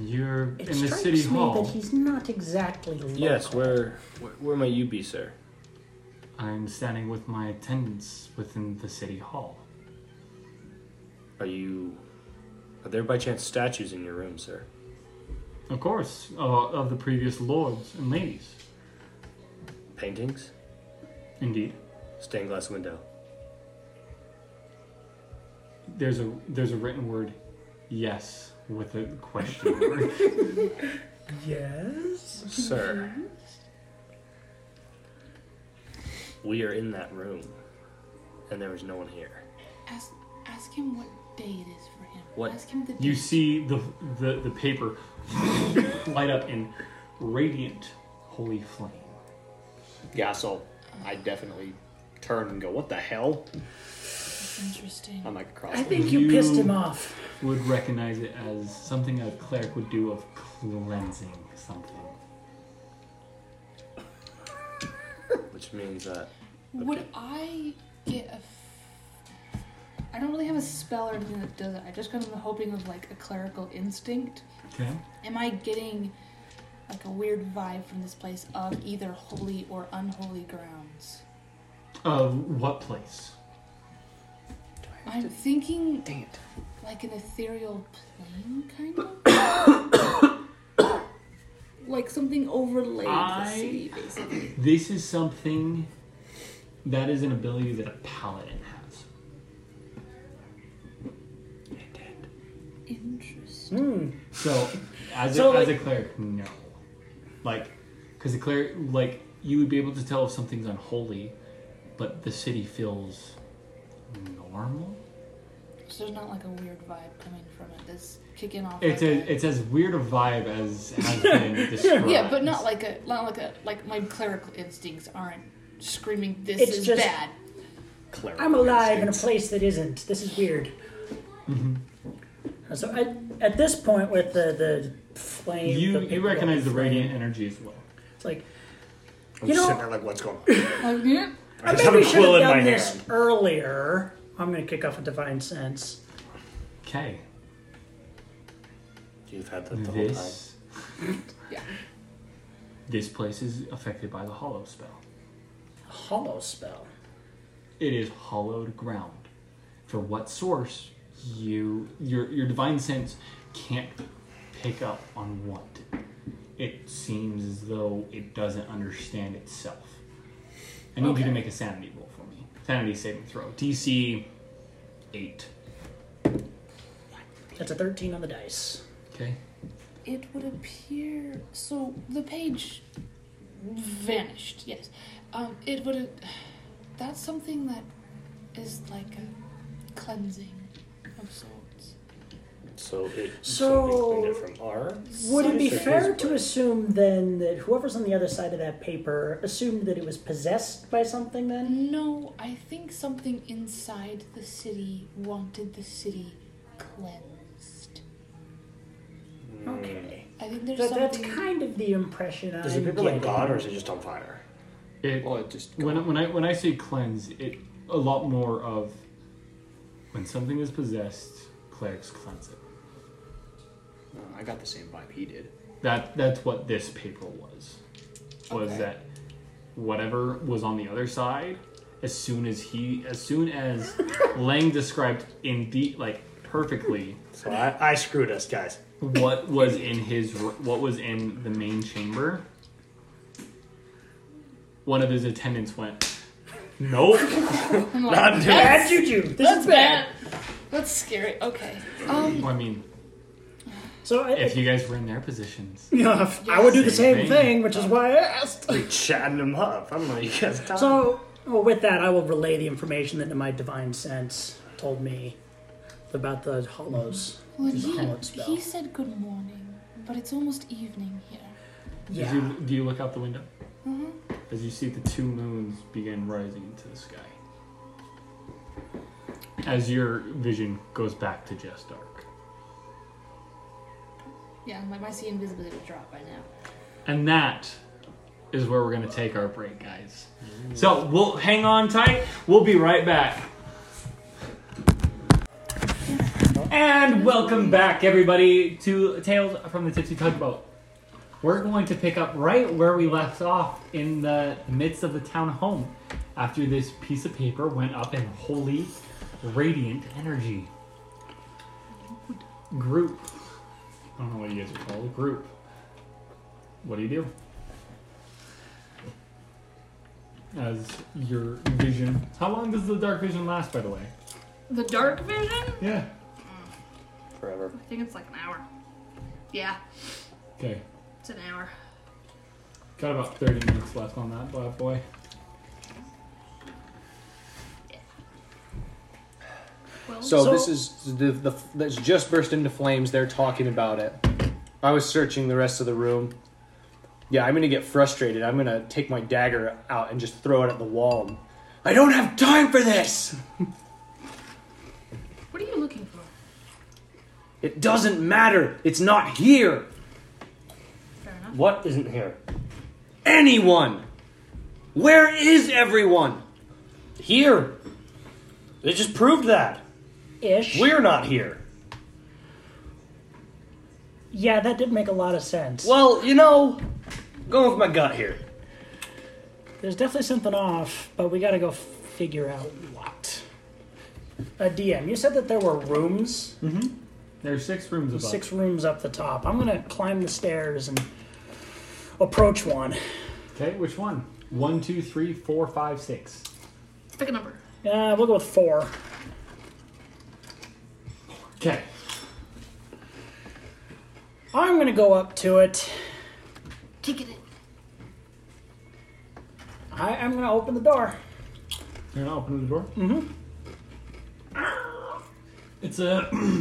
A: You're
B: It
A: in the
B: strikes
A: city
B: me
A: hall.
B: that he's not exactly local.
F: Yes, where, where where might you be, sir?
A: I'm standing with my attendants within the city hall.
F: Are you are there by chance statues in your room, sir?
A: Of course, uh, of the previous lords and ladies.
F: Paintings?
A: Indeed,
F: Stained glass window.
A: there's a there's a written word, yes, with a question mark.
B: Yes.
F: Sir. We are in that room. And there is no one here.
G: Ask ask him what day it is for him.
F: What-
G: Ask him the
A: You
G: date.
A: see the the, the paper light up in radiant holy flame.
E: Yeah, so I definitely turn and go, what the hell?
G: Interesting.
E: I'm like across
B: I
E: the
B: think you,
A: You-
B: pissed him off.
A: Would recognize it as something a cleric would do of cleansing something.
F: Which means that
G: Would I get a? f- I don't really have a spell or anything that does it. I just kind of am hoping of like a clerical instinct.
A: Okay.
G: Am I getting like a weird vibe from this place of either holy or unholy grounds?
A: Of what place?
G: I'm thinking like an ethereal plane, kind of. like something overlaid
A: I-
G: the city, basically.
A: This is something that is an ability that a paladin has.
G: Interesting.
B: Hmm.
A: So, as,
B: So,
A: a, as a cleric, no. Like, because the cleric, like, you would be able to tell if something's unholy, but the city feels normal.
G: So there's not like a weird vibe coming from it that's kicking off.
A: It's
G: like
A: a, it's as weird a vibe as has been described.
G: yeah, but not like a not like a like my clerical instincts aren't screaming this
B: It's
G: is
B: just-
G: bad.
E: cleric.
B: I'm alive in a place that isn't. This is weird.
A: Mm-hmm.
B: Uh, So I, at this point, with the the flame,
A: you
B: the
A: you recognize the
B: flame,
A: radiant energy as well.
B: It's like
F: I'm
B: You
F: just
B: know-
F: sitting there like what's going on?
B: I
L: just have
B: think we
L: a
B: should
L: quill
B: have
L: in my
B: done this
L: hand.
B: earlier. I'm gonna kick off a divine sense.
A: Okay,
L: You've had that the whole time.
A: this
G: Yeah.
A: this place is affected by the hollow spell.
B: Hollow spell.
A: it is hollowed ground. For what source you your your divine sense can't pick up on what. It seems as though it doesn't understand itself. I need you to make a sanity roll for me. Sanity saving throw. DC eight.
B: That's a 13 on the dice.
A: Okay.
G: It would appear so the page vanished. Yes, um, it would. That's something that is like a cleansing of sorts.
L: So it
B: So-
L: something cleaned it from R.
B: Would it be
L: Sinister
B: fair
L: is
B: to
L: good.
B: assume then that whoever's on the other side of that paper assumed that it was possessed by something then?
G: No, I think something inside the city wanted the city cleansed.
A: Hmm.
B: Okay.
G: I think there's
B: That, that's
G: something.
B: kind of the impression I'm
L: Is it paper like
B: getting.
L: God or is it just on fire?
A: It
F: Well it just
A: when I- when I when I say cleanse, it a lot more of when something is possessed, clerics cleanse it.
E: Uh, I got the same vibe he did.
A: That that's what this paper was. Was
G: Okay.
A: that whatever was on the other side, as soon as he as soon as Lang described in deep like perfectly
L: So I, I screwed us, guys.
A: what was in his r- what was in the main chamber, one of his attendants went, Nope.
G: I'm like,
L: Not doing
B: Bad juju. This
G: that's
B: is bad.
G: bad. That's scary. Okay. Um.
A: Well, I mean,
B: So I,
A: if you guys were in their positions.
B: I would do the
A: Same
B: same thing,
A: thing.
B: which is why I asked.
L: Like chatting them up. I don't know. You guys
C: Oh.
L: talk.
B: So, well, with that, I will relay the information that my divine sense told me about the hollows.
G: Well,
B: It's a
G: he,
B: hard spell.
G: he said good morning, but it's almost evening here.
A: As
B: Yeah.
A: you, do you look out the window? As you see the two moons begin rising into the sky. As your vision goes back to just dark.
G: Yeah, like my sea invisibility would drop by now.
A: And that is where we're going to take our break, guys. So we'll hang on tight. We'll be right back. And welcome back, everybody, to Tales from the Tipsy Tugboat. We're going to pick up right where we left off in the midst of the town home after this piece of paper went up in holy, radiant energy. Group. I don't know what you guys are called. Group. What do you do? As your vision. How long does the dark vision last, by the way?
D: The dark vision?
A: Yeah.
D: I think it's like an hour. Yeah,
A: Okay.
D: it's an hour.
A: Got about 30 minutes left on that bad boy.
D: Well,
E: So, this is the, the that's just burst into flames. They're talking about it. I was searching the rest of the room. Yeah, I'm gonna get frustrated. I'm gonna take my dagger out and just throw it at the wall. I don't have time for this.
D: what are you looking for?
E: It doesn't matter. It's not here.
D: Fair enough.
C: What isn't here?
E: Anyone. Where is everyone?
C: Here! They just proved that!
B: Ish.
C: We're not here!
B: yeah, that did make a lot of sense.
C: Well, you know, going with my gut here.
B: There's definitely something off, but we gotta go figure out what. A DM, you said that there were rooms,
A: There's six rooms above.
B: six rooms up the top. I'm gonna climb the stairs and approach one.
A: Okay, which one? One, two, three, four, five, six.
D: Pick a number.
B: Uh, we'll go with four.
A: Okay.
B: I'm gonna go up to it.
D: Ticket it.
B: I, I'm gonna open the door.
A: You're gonna open the door? Mm-hmm. It's a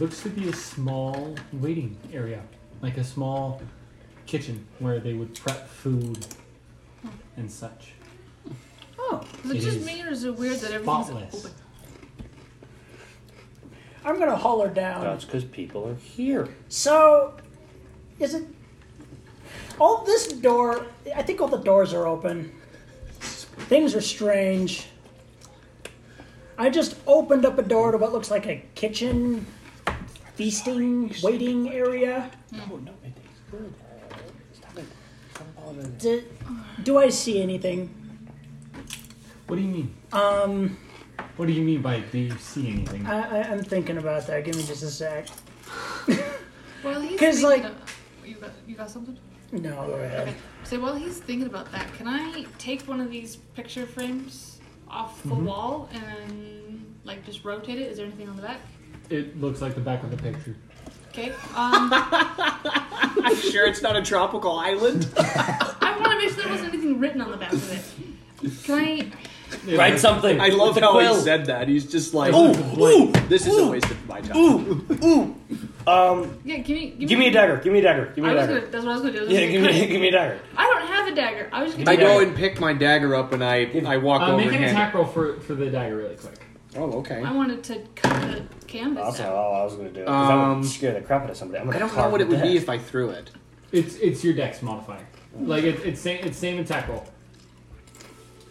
A: looks to be a small waiting area. Like a small kitchen where they would prep food and such.
B: Oh,
D: Is it,
A: It
D: just
A: is
D: me or is it weird that everything's
A: Spotless.
D: open?
B: I'm gonna holler down.
C: That's because people are here.
B: So, is it all this door? I think all the doors are open. Things are strange. I just opened up a door to what looks like a kitchen, feasting, waiting area. Do, do I see anything?
A: What do you mean?
B: Um,
A: What do you mean by do you see anything?
B: I, I, I'm thinking about that. Give me just a sec.
D: While he's
B: 'Cause,
D: thinking
B: like-
D: of- you got you got something?
B: No, go ahead.
D: So while he's thinking about that, can I take one of these picture frames off the
C: Mm-hmm.
D: wall and like just rotate it? Is there anything on the back?
A: It looks like the back of the picture.
D: Okay. Um,
E: I'm sure it's not a tropical island.
D: I want to make sure there wasn't anything written on the back of it. Can I?
A: It-
L: Write something.
E: I love
L: with a
E: how
L: quill.
E: he said that. He's just like,
A: Ooh,
E: "Wait, this is a waste of my time.
D: Yeah. Give me. Give,
C: Give me a dagger, give me a dagger, give me
D: I
C: a
D: was
C: dagger.
D: gonna. That's what I was gonna do. I was
C: Yeah,
D: gonna
C: give me,
D: cut it.
C: give me a dagger.
D: I don't have a dagger. I was just
E: I
D: gonna.
E: go and pick my dagger up and I I walk
A: Uh,
E: over
A: make
E: and
A: an
E: hand.
A: attack roll for, for the dagger really quick.
E: it. Oh, okay.
D: I wanted to cut the canvas.
C: That's how
D: out.
C: I was gonna do it. 'cause I
E: Um,
C: would scare the crap out of somebody. I'm gonna
E: I don't know
C: carve
E: what it
C: the
E: would be
C: death.
E: if I threw it.
A: It's it's your dex modifier. Like it, it's same it's same attack roll.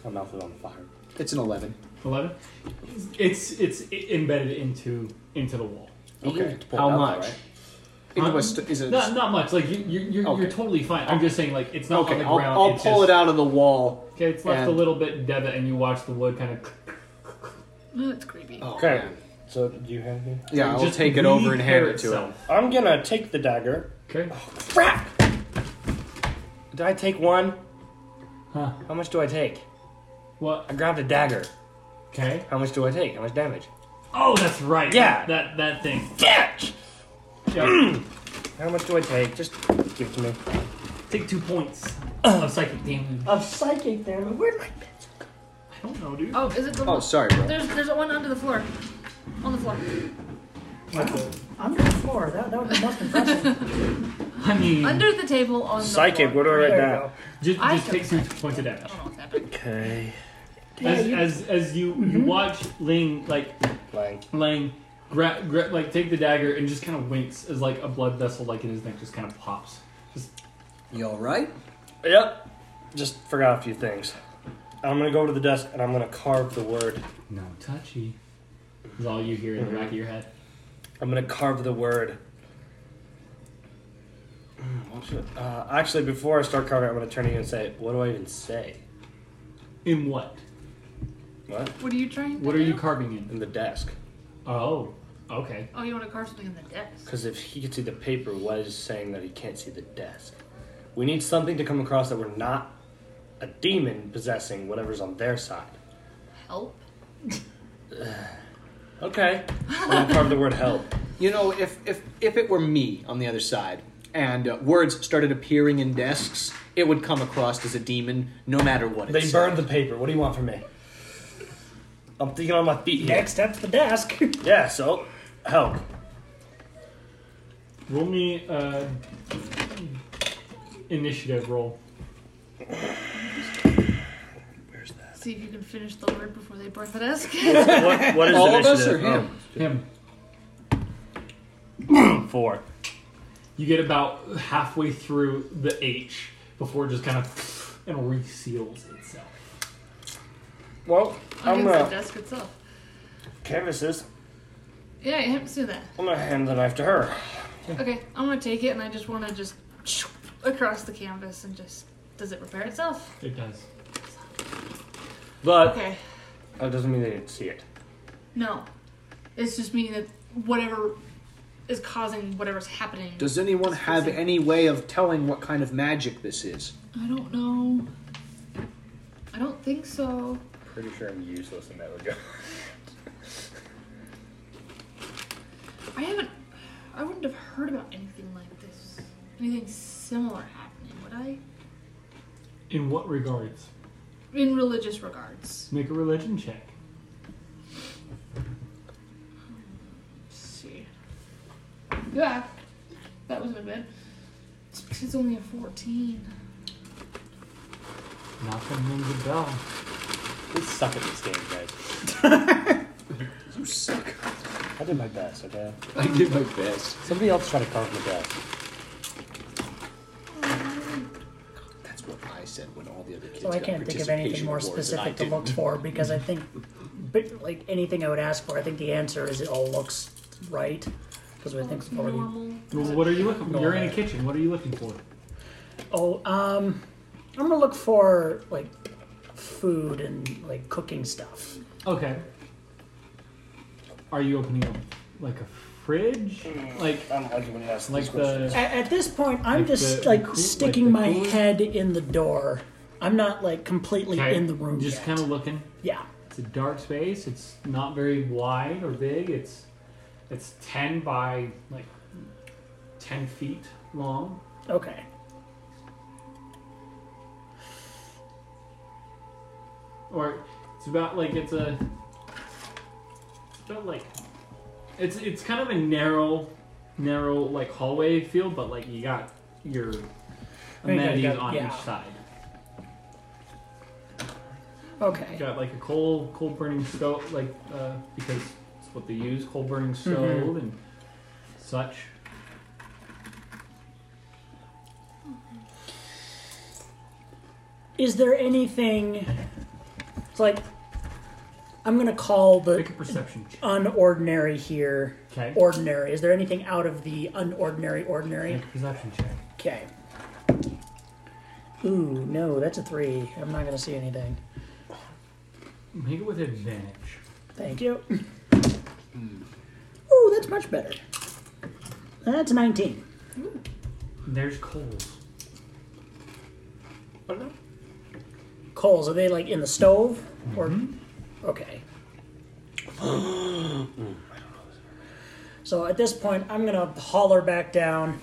C: My mouth is on fire.
E: It's an eleven.
A: Eleven. It's it's i- embedded into into the wall.
E: Okay.
C: How
E: How
C: much?
E: much?
A: Huh?
E: Into a st- is it?
A: Not not much. Like you you you're,
E: Okay.
A: you're totally fine. I'm just saying like it's not on
E: okay,
A: the
E: I'll,
A: ground.
E: I'll
A: it's
E: pull
A: just-
E: it out of the wall.
A: Okay, it's left a
E: and-
A: little bit debit, and you watch the wood kind of.
D: Oh, that's creepy.
C: Okay. So, do you have me?
E: Yeah, I'll take it over and hand it to him.
C: I'm gonna take the dagger.
A: Okay.
C: Crap! Did I take one?
A: Huh.
C: How much do I take?
A: What?
C: I grabbed a dagger.
A: Okay.
E: Oh.
C: How much do I take? How much damage?
A: Oh, that's right.
C: Yeah.
A: That that thing.
C: Damage!
A: Yeah.
C: How much do I take? Just give it to me.
A: take two points of psychic damage.
B: Of psychic damage. Where'd my
A: I don't know, dude.
D: Oh, is it the?
E: Oh, sorry, bro.
D: There's there's one under the floor. On the floor.
B: under the floor? That, that would be most impressive.
A: I mean,
D: Under the table on the
C: Psychic,
D: floor.
C: what do I write
B: There you
C: down?
B: go.
A: just,
D: I
A: just
D: took
A: take two points of damage.
D: I don't know what's happening.
C: Okay.
A: as, as as you you
D: Mm-hmm.
A: watch Ling like
C: Blank.
A: Lang grab gra- like take the dagger and just kind of winks as like a blood vessel like in his neck just kind of pops. Just
E: You all right?
C: Yep. Just forgot a few things. I'm gonna go over to the desk and I'm gonna carve the word
A: no touchy. Is all you hear in the back of your head.
C: I'm gonna carve the word. Mm, what should- Uh, actually, before I start carving, I'm gonna turn to you and say, "What do I even say?"
A: In what?
C: What?
G: What are you trying to
A: What are
G: do?
A: you carving in?
C: In the desk.
A: Oh, okay.
G: Oh, you want to carve something in the desk.
C: Because if he could see the paper, what is saying that he can't see the desk? We need something to come across that we're not a demon possessing whatever's on their side.
G: Help.
C: Okay. I'm gonna carve the word help.
E: You know, if if if it were me on the other side and uh, words started appearing in desks, it would come across as a demon, no matter what. It
C: They
E: said.
C: burned the paper. What do you want from me? I'm thinking on my feet here.
B: Next up the desk.
C: Yeah, so help.
A: Roll me uh, initiative roll.
G: See if you can finish the word before they burn the desk.
O: What, what is
E: All of us or
O: initiative?
E: him?
A: Him.
C: Oh, Four.
A: You get about halfway through the H before it just kind of and reseals itself.
C: Well, I'm
G: Against the
C: gonna
G: desk itself.
C: canvas this.
G: Yeah, you have to do that.
C: I'm gonna hand the knife to her.
G: Okay, I'm gonna take it and I just want to just across the canvas and just. Does it repair itself?
A: It does.
C: But
G: Okay.
C: that doesn't mean they didn't see it.
G: No. It's just meaning that whatever is causing whatever's happening.
E: Does anyone have any way of telling what kind of magic this is?
G: I don't know. I don't think so.
P: Pretty sure I'm useless in that regard.
G: I haven't. I wouldn't have heard about anything like this. Anything similar happening, would I?
A: In what regards?
G: In religious regards.
A: Make a religion check.
G: Let's see. Yeah. That wasn't a bad. It's because it's only a 14.
A: Nothing rings a bell.
C: We suck at this game, guys. you suck. I did my best, okay?
E: I did my best.
C: Somebody else try to carve my desk.
E: That's what I said when all the other kids.
B: So I
E: got
B: can't think of anything
E: participation
B: more
E: awards and I
B: specific to
E: didn't.
B: look for because I think, but like anything I would ask for, I think the answer is it all looks right because I think
G: Looks
B: it's already.
G: normal.
A: Well, what are you looking for? You're in a kitchen. What are you looking for?
B: Oh, um, I'm gonna look for like food and like cooking stuff.
A: Okay. Are you opening up like a fridge? Like
C: I don't like it when you ask
A: like
C: these questions.
A: the
B: At, at this point, I'm
A: Like
B: just
A: the-
B: like
A: the cool-
B: sticking
A: like the
B: my
A: cooler?
B: head in the door. I'm not like completely
A: Okay,
B: in the room
A: Just
B: yet.
A: kind of looking.
B: yeah.
A: It's a dark space. It's not very wide or big. It's it's ten by like ten feet long.
B: Okay.
A: or it's about like it's a it's about like it's it's kind of a narrow narrow like hallway feel but like you got your
B: you got-
A: amenities
B: got-
A: on
B: yeah.
A: each side you
B: Okay.
A: got like a coal coal burning stove like uh, because it's what they use coal burning
B: Mm-hmm.
A: stove and such
B: Is there anything? It's like I'm gonna call the
A: make a perception check
B: unordinary here.
A: okay
B: Ordinary. Is there anything out of the unordinary ordinary?
A: make a perception check
B: Okay. Ooh, no, that's a three. I'm not gonna see anything.
A: make it with advantage
B: Thank you. Ooh, that's much better. That's a 19.
A: there's coals
B: Coals, are they like in the stove? Or
A: Mm-hmm.
B: okay. so at this point I'm gonna holler back down.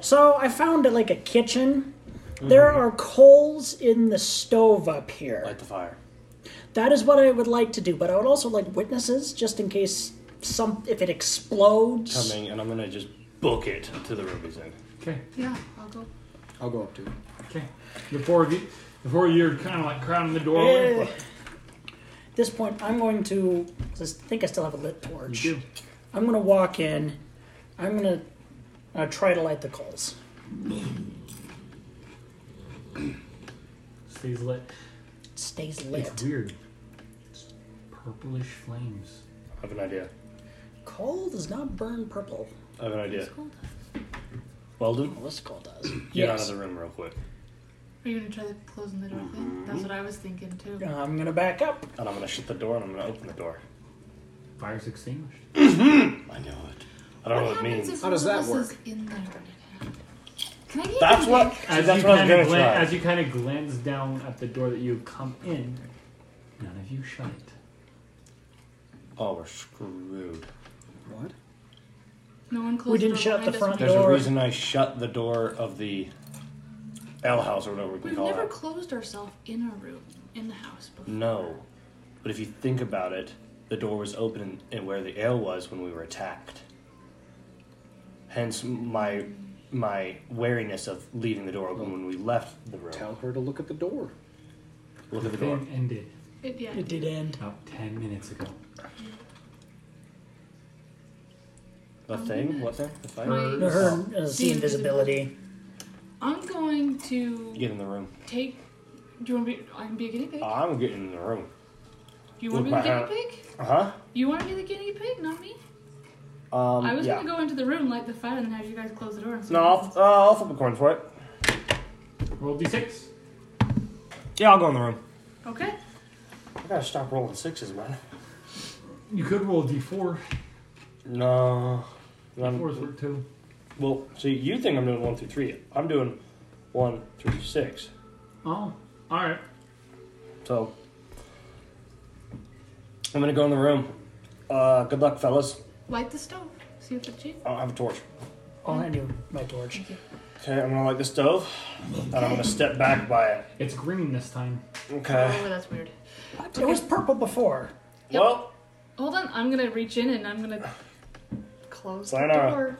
B: So I found like a kitchen. There
A: Mm-hmm.
B: are coals in the stove up here.
C: Light the fire.
B: That is what I would like to do, but I would also like witnesses just in case some if it explodes.
C: Coming, and I'm gonna just book it to the room he's in.
A: okay
G: Yeah, I'll go.
E: I'll go up to him.
A: okay the four of you the four of you are kind of like crowding the doorway
B: Eh. At this point, I'm going to. 'cause I think I still have a lit torch.
A: You do.
B: I'm going to walk in. I'm going to uh, try to light the coals.
A: stays lit
B: It stays
A: It's
B: lit.
A: weird. It's purplish flames.
C: I have an idea.
B: Coal does not burn purple.
C: I have an idea. Weldon?
B: What's called does?
C: Get
B: Yes.
C: out of the room real quick.
G: Are you gonna try the closing the door thing? That's what I was thinking too.
B: Uh, I'm gonna back up.
C: And I'm gonna shut the door and I'm gonna open the door.
A: Fire's extinguished.
C: I know it. I don't know what it means. That's what-
A: As
C: that's
A: you
C: what I was
A: kinda
C: gonna
A: glan-
C: try.
A: As you kind of glance down at the door that you come in, none of you shut it.
C: Oh, we're screwed.
E: What?
G: No one closed
B: We didn't
G: the door
B: shut the
G: behind us
B: front
G: when
C: There's
G: we-
C: a reason I shut the door of the L house or whatever we can
G: We've
C: call
G: never
C: it.
G: closed ourselves in a room in the house before.
C: No. But if you think about it, the door was open and- and where the ale was when we were attacked. Hence my my wariness of leaving the door open when we left the room. Tell
E: her to look at the door.
C: Look at the
A: Thing
C: door.
A: ended
G: It, yeah.
B: It did end.
A: about ten minutes ago.
C: The thing?
G: Oh,
C: What thing?
G: My-
C: The fire?
B: No, her
C: Oh.
B: uh, see invisibility.
G: I'm going to
C: Get in the room.
G: take. Do you want to be? I can be a guinea pig.
C: I'm getting in the room.
G: you want to be
C: with
G: the
C: my
G: guinea
C: hand.
G: pig?
C: Uh
G: You want to be the guinea pig, not me.
C: huh. Um,
G: I was
C: yeah.
G: gonna go into the room, light the fire, and have you guys close the door. And
C: No, I'll, uh, I'll flip a coin for it.
A: Roll d6.
C: Yeah, I'll go in the room.
G: Okay.
C: I gotta stop rolling sixes, man.
A: You could roll d4.
C: No. I'm-
A: D4s work too.
C: well, see, you think I'm doing one through three. I'm doing one through six.
A: Oh, alright.
C: So, I'm gonna go in the room. Uh, good luck, fellas.
G: Light the stove. See if it cheap.
C: I don't have a torch.
B: Oh, I knew my torch.
C: Okay, I'm gonna light the stove, and I'm gonna step back by it.
A: It's green this time.
C: Okay.
G: Oh, that's weird.
B: It was purple before.
G: Yep.
C: Well,
G: Hold on. I'm gonna reach in and I'm gonna close the
C: Sayonara.
G: door,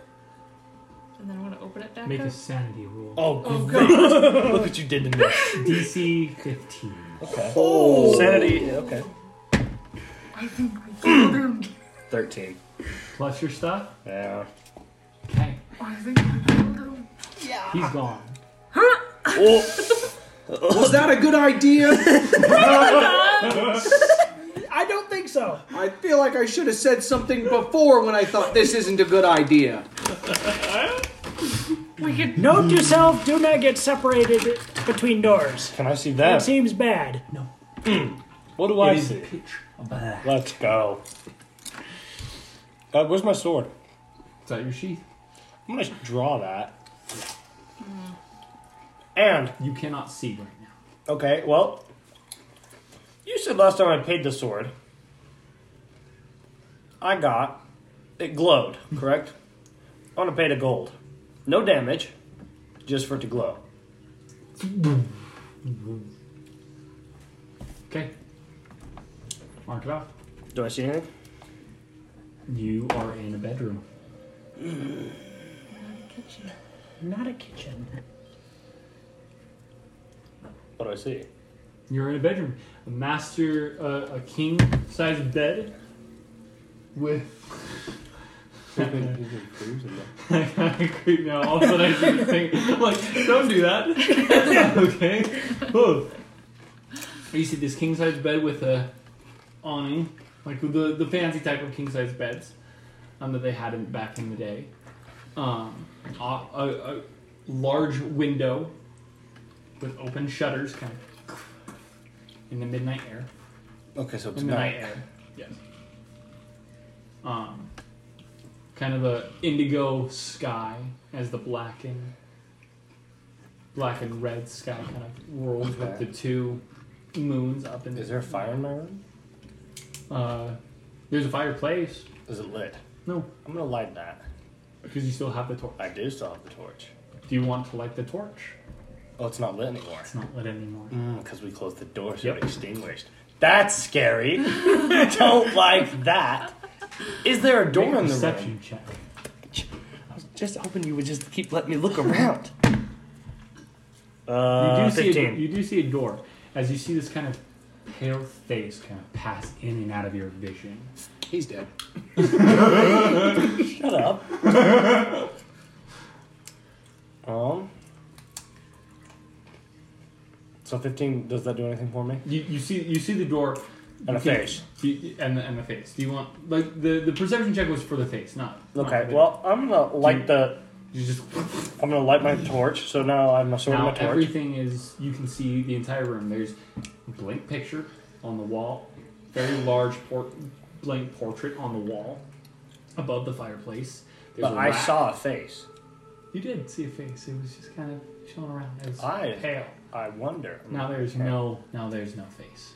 G: and then I'm gonna open it back
A: Make
G: up.
A: a sanity roll.
C: oh,
G: Oh,
C: good.
G: God.
C: Look what you did to me.
A: DC 15.
C: Okay. Sanity. Okay.
G: I think we killed him.
C: Thirteen.
A: Plus your stuff.
C: Yeah.
A: Okay.
G: I think we killed him.
A: He's gone.
E: Was that a good idea?
B: I don't think so.
E: I feel like I should have said something before when I thought this isn't a good idea.
G: We could.
B: Note to self: Do not get separated between doors.
C: Can I see
B: That
C: that?
B: seems bad.
C: What do Oh, I see? Let's go. Uh, where's my sword?
A: Is that your sheath?
C: I'm gonna draw that. And
A: You cannot see right now.
C: okay, well, you said last time I paid the sword, I got it glowed, correct? I want to pay the gold, no damage, just for it to glow.
A: Okay. Mark it off.
C: Do I see anything?
A: You are in a bedroom.
G: Kitchen.
B: Not a kitchen.
C: What do I see?
A: You're in a bedroom. A master, uh, a king size bed with I kinda creep now. All of a sudden, I see this thing. Like, don't do that. okay. Whoa. You see this king size bed with a awning, like the the fancy type of king size beds um, that they had in, back in the day. Um, a, a, a large window with open shutters, kind of in the midnight air.
C: Okay, so it's
A: In the night
C: night.
A: air. Yes. Um, kind of a indigo sky as the black and black and red sky kind of rolls with
C: Okay.
A: the two moons up in the
C: Is there a fire in my room?
A: Uh, there's a fireplace.
C: Is it lit?
A: No,
C: I'm gonna light that.
A: because you still have the torch.
C: I do still have the torch.
A: Do you want to light the torch?
C: Oh, it's not lit anymore.
A: It's not lit anymore.
C: Because Hmm, we closed the door, so
A: Yep.
C: it extinguished. That's scary. Don't like that. Is there a door
A: Make a
C: in the
A: perception
C: room?
A: check.
C: I was just hoping you would just keep letting me look around.
A: You do,
C: Uh,
A: see a,
C: 15.
A: you do see a door as you see this kind of pale face kind of pass in and out of your vision.
E: He's dead.
C: Shut up. um. So 15, does that do anything for me?
A: You, you see you see the door You
C: And a
A: can-
C: face.
A: do you- and the, and the face. Do you want like the the perception check was for the face, not not
C: Okay,
A: for the-
C: well, I'm gonna light the.
A: You just
C: I'm gonna light my torch. So now I'm a sword and
A: now
C: my torch.
A: everything is you can see the entire room. There's a blank picture on the wall, very large por- blank portrait on the wall above the fireplace. There's
C: but
A: a
C: I
A: rack.
C: saw a face.
A: you did see a face. It was just kind of chilling around. It was
C: I
A: pale.
C: I wonder.
A: Now there's no now there's no face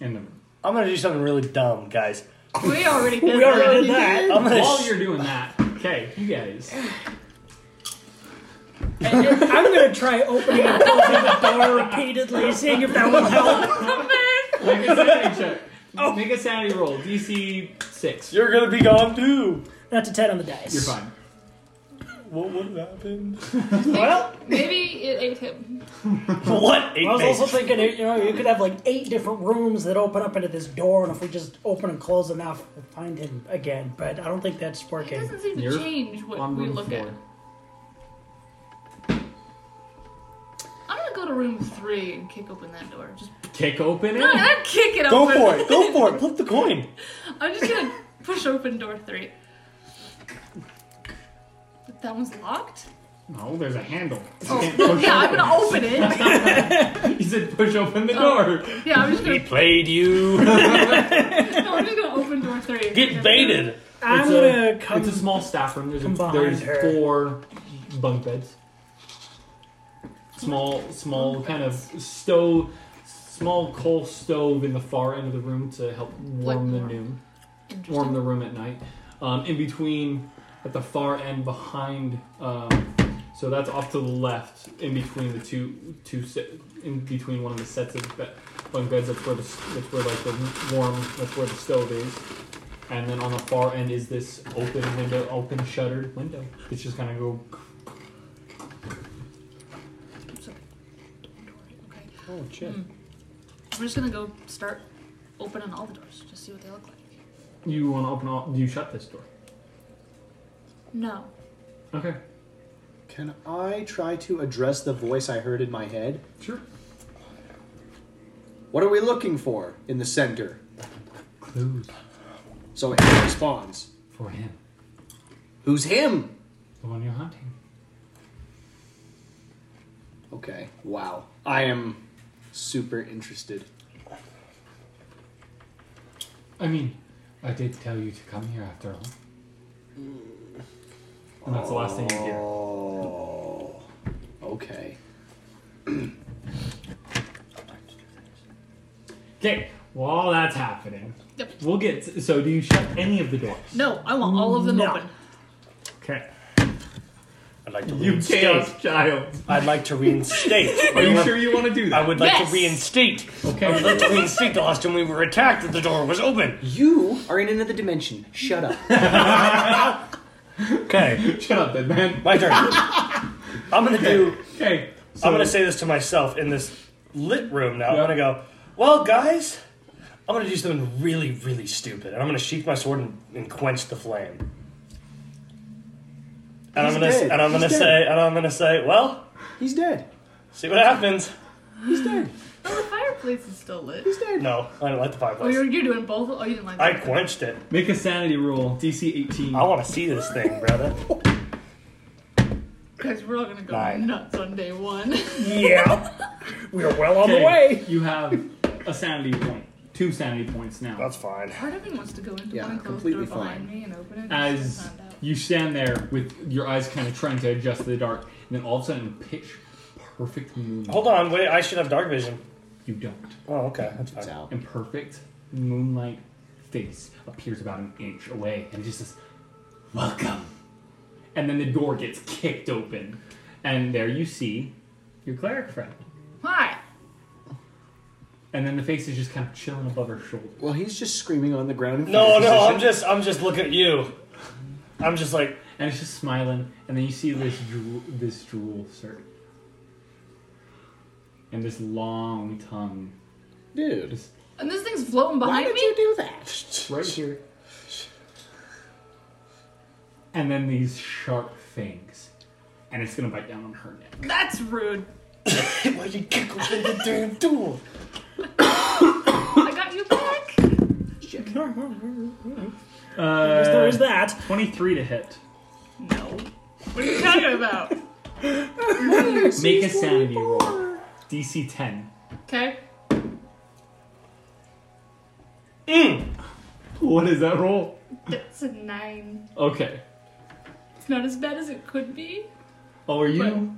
A: in the room.
C: I'm gonna do something really dumb, guys.
D: We already
B: We already did that.
C: I'm gonna.
A: While
C: sh-
A: you're doing that, okay, you guys.
B: I'm gonna try opening and closing the door repeatedly, seeing if that will help.
A: Make a sanity check.
B: Oh.
A: Make a sanity roll. DC six.
C: You're gonna be gone too.
B: That's a ten on the dice.
A: You're fine.
C: What would have happened?
D: Maybe it ate him.
C: what? Eight
B: I was also
C: faces.
B: thinking, you know, you could have like eight different rooms that open up into this door, and if we just open and close enough, we'll find him again. But I don't think that's
D: It
B: working.
D: doesn't seem to
A: You're
D: change what
A: On
D: we
A: room
D: look
A: floor.
D: at. I'm gonna go to room three and kick open that door. Just
A: Kick open it.
D: no, not kick it
C: Go
D: open.
C: for it. Go for it. Flip the coin.
D: I'm just gonna push open door three. But That one's locked.
A: No, there's a handle. You
D: Oh,
A: can't push
D: yeah, I'm
A: open.
D: gonna open it.
A: You said push open the
D: Oh.
A: door.
D: Yeah, I'm just gonna.
C: Played you.
D: No, I'm just gonna open door three.
C: Get baited.
B: I'm
A: It's
B: gonna
A: a-
B: come.
A: It's a small staff room. There's, a,
B: come behind
A: there's
B: her.
A: four bunk beds. Small, small kind of stove, small coal stove in the far end of the room to help warm the
D: warm.
A: room, warm
D: Interesting.
A: the room at night. Um, in between, at the far end behind, um, so that's off to the left. In between the two, two se- in between one of the sets of be- bunk beds. That's where the s- that's where like the warm. That's where the stove is. And then on the far end is this open window, open shuttered window. It's just gonna go.
D: Okay.
C: Oh shit.
D: I'm just gonna go start opening all the doors, just see what they look like.
A: You want to open all? You shut this door.
D: No.
A: Okay.
E: Can I try to address the voice I heard in my head?
A: Sure.
E: What are we looking for in the center?
A: Clues
E: So it responds.
A: for him.
E: Who's him?
A: The one you're hunting.
E: Okay. Wow. I am super interested.
A: I mean, I did tell you to come here after all. And that's the last thing you hear.
E: Oh. Okay.
A: Okay. While that's happening,
D: Yep.
A: we'll get. so, do you shut any of the doors?
D: No, I want all of them
B: No.
D: open.
A: Okay.
C: I'd like to
A: You
C: reinstate.
A: chaos child.
C: I'd like to reinstate.
A: Are you sure you want to do
C: I
A: that?
C: would like
D: Yes.
C: to reinstate. I would
A: Okay.
C: like to reinstate the last time we were attacked that the door was open.
Q: You are in another dimension. Shut up.
C: Okay.
A: Shut up, dead man.
C: My turn. I'm gonna do.
A: Okay.
C: I'm gonna say this to myself in this lit room now.
A: Yeah.
C: I'm gonna go. Well, guys, I'm gonna do something really, really stupid, and I'm gonna sheath my sword and, and quench the flame. And I'm
E: He's
C: gonna
E: dead.
C: and I'm
E: He's
C: gonna
E: dead.
C: say and I'm gonna say, well,
E: He's dead.
C: see what happens.
E: He's dead.
D: Oh, the fireplace is still lit.
E: He's dead.
C: No, I didn't like the
D: Oh,
C: fireplace.
D: you're, you're doing both? Oh, you didn't like
C: I
D: that.
C: quenched it.
A: Make a sanity roll. DC 18.
C: I want to see this thing, brother.
D: Because we're all gonna go
C: Nine.
D: nuts on day one.
B: yeah, we are well on
A: Okay,
B: the way.
A: You have a sanity point. Two sanity points now.
C: That's fine.
D: Part of me wants to go into
Q: Yeah,
D: one and close the door
Q: completely
D: behind me and open it.
A: As
D: and find out.
A: you stand there with your eyes kind of trying to adjust to the dark, and then all of a sudden, pitch perfect moonlight.
C: Hold on, wait. I should have dark vision.
A: You don't.
C: Oh, okay. That's fine.
Q: out.
A: And perfect moonlight face appears about an inch away, and it just says, "Welcome." And then the door gets kicked open, and there you see your cleric friend.
D: Hi.
A: And then the face is just kind of chilling above her shoulder.
Q: well, he's just screaming on the ground. In
C: No,
Q: fetal
C: no. I'm
Q: position.
C: just, I'm just looking at you. I'm just like,
A: and it's just smiling. And then you see this drool, this drool start, and this long tongue
Q: dude.
A: just
D: And this thing's floating
Q: Why
D: behind
Q: did
D: me.
Q: you do that?
A: right here, and then these sharp fangs, and it's gonna bite down on her neck.
D: That's rude.
C: why you kick open the damn door?
A: Uh,
B: there is that.
A: 23 to hit.
D: No. What are you talking about?
A: Make a sanity roll. DC 10.
D: Okay.
C: mm.
A: What is that roll?
D: That's a nine.
A: Okay.
D: It's not as bad as it could be.
A: Oh, are you?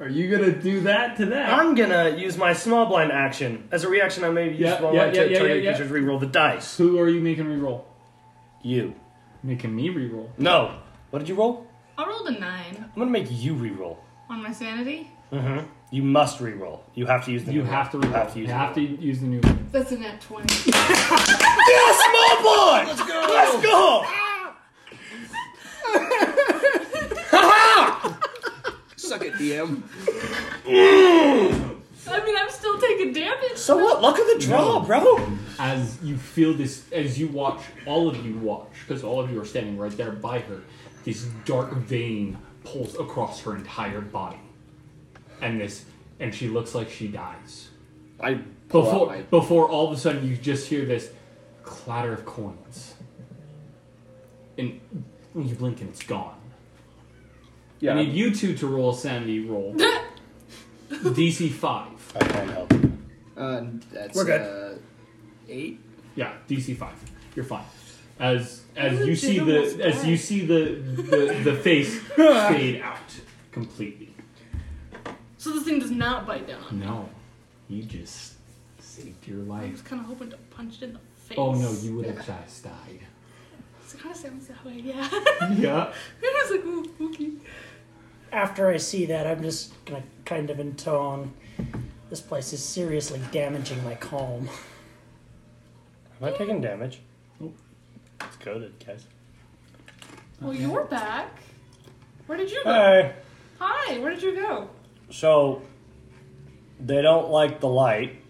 A: Are you gonna do that to that?
C: I'm gonna use my small blind action as a reaction. I may use
A: Yeah,
C: small
A: yeah,
C: blind
A: yeah,
C: to
A: yeah,
C: target
A: yeah, yeah.
C: creatures reroll the dice.
A: Who are you making re-roll?
C: You.
A: Making me re-roll.
C: No. What did you roll?
D: I rolled a nine
C: I'm gonna make you reroll.
D: on my sanity.
C: Mm-hmm. You must reroll. You have to use the.
A: You
C: new
A: have to
C: roll.
A: re-roll.
C: Have to
A: you
C: use. the
A: have
C: new
A: to use the new one.
D: That's a net 20.
C: roll. Let's go. Let's go.
R: Suck it, DM.
D: I mean, I'm still taking damage.
C: So what? Luck of the draw, bro.
A: As you feel this, as you watch, all of you watch, because all of you are standing right there by her, this dark vein pulls across her entire body. And this, and she looks like she dies.
R: I pull out
A: Before,
R: my-
A: before all of a sudden you just hear this clatter of coins. And when you blink and it's gone.
R: yeah.
A: I need you two to roll a sanity roll. DC 5.
C: I can't help. you.
R: uh, that's
B: We're good.
R: Uh, eight.
A: Yeah, DC 5. You're fine. As as
D: That
A: you
D: was a
A: see
D: generous
A: the as
D: guy.
A: you see the the, the face fade out completely.
D: So this thing does not bite down on me.
A: No. You just saved your
D: I
A: life.
D: was kind of hoping to punch it in the face.
A: Oh no, you would have just died.
D: So it kind of sounds that way, yeah.
A: Yeah.
D: I was like, ooh, spooky.
B: After I see that, I'm just gonna kind of intone. This place is seriously damaging my calm.
C: Have I taken damage? It's coded, guys.
D: Well, you're back. Where did you go?
C: Hey.
D: Hi, where did you go?
C: So they don't like the light.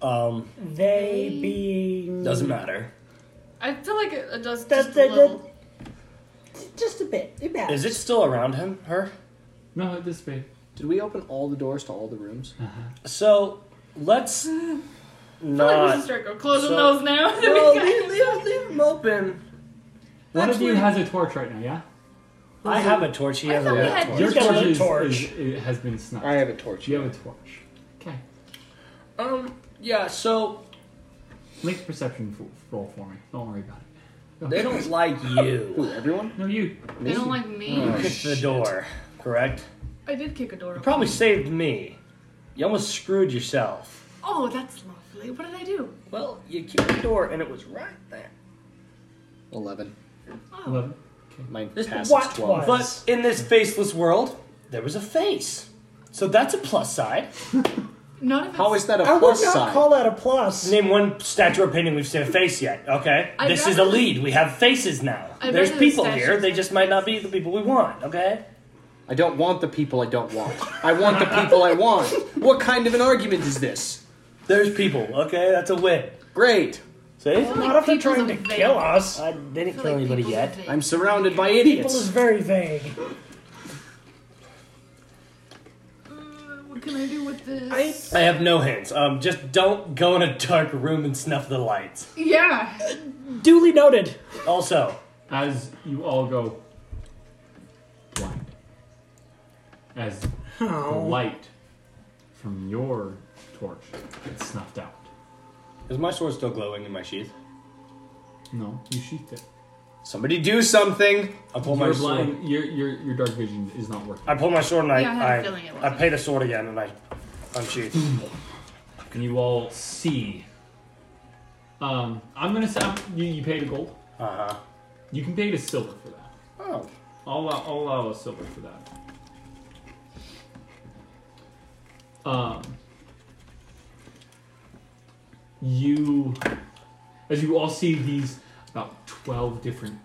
C: Um,
B: They being
C: doesn't matter.
D: I feel like it, it does
B: That-
D: just a
B: that- that-
D: little.
B: just a bit. It matters.
C: Is it still around him? Her?
A: No, at this rate.
R: Did we open all the doors to all the rooms?
C: So let's
D: I feel like we
C: not.
D: should start go closing
C: so-
D: those now.
C: No, leave, leave, leave him open.
A: One of you has a torch right now, yeah?
C: I have a torch. He
D: I
C: has a
D: thought we
C: light
D: had
C: torch.
B: He's got a
A: is-
B: torch.
A: is- it has been snuck.
R: I have a torch.
A: You have a torch. Okay.
R: Um. Yeah. So
A: Make a perception f- roll for me. Don't worry about it.
C: They don't like you.
R: Ooh, everyone.
A: No, you.
D: They don't like me.
C: Kicked the door, correct?
D: I did kick a door.
C: You
D: open.
C: probably saved me. You almost screwed yourself.
D: Oh, that's lovely. What did I do?
C: Well, you kicked the door and it was right there.
R: Eleven.
D: Oh,
A: Eleven.
R: My
C: This
R: pass is
B: what
R: twelve.
C: But
B: was?
C: in this faceless world, there was a face. So that's a plus side.
D: none of it's.
R: How is that a
B: I would
R: plus
B: not
R: side?
B: call that a plus.
C: Name one statue or painting we've seen a face yet, okay?
D: I'd
C: this is a
D: rather-
C: lead. We have faces now.
D: I'd
C: There's
D: rather
C: people
D: statues
C: here. They
D: than
C: just might not be the people we want, okay?
R: I don't want the people I don't want. I want the people I want. What kind of an argument is this?
C: There's people, okay? That's a win.
R: Great.
C: See?
B: Not if they're trying to
D: People's
B: kill
D: vague.
B: us.
C: I didn't kill
D: I feel like
C: anybody
D: people's
C: yet.
D: vague.
R: I'm surrounded by
B: People is
R: idiots.
B: very vague.
D: Uh, what can I do with this?
C: I have no hints. Um, just don't go in a dark room and snuff the lights.
D: Yeah.
B: Duly noted.
C: Also,
A: As you all go blind, as the light from your torch gets snuffed out.
C: is my sword still glowing in my sheath?
A: No, you sheathed it.
R: Somebody do something.
C: I pull my
A: Your
C: sword.
A: blind, your, your your dark vision is not working.
C: I pull my sword and I
D: Yeah, I had a
C: I,
D: feeling it
C: I,
D: wasn't.
C: pay the sword again and I unsheath.
A: And you all see. Um, I'm gonna say you, you paid a gold.
C: Uh huh.
A: You can pay a silver for that.
R: Oh.
A: I'll allow, I'll allow a silver for that. Um, you, as you all see these about 12 different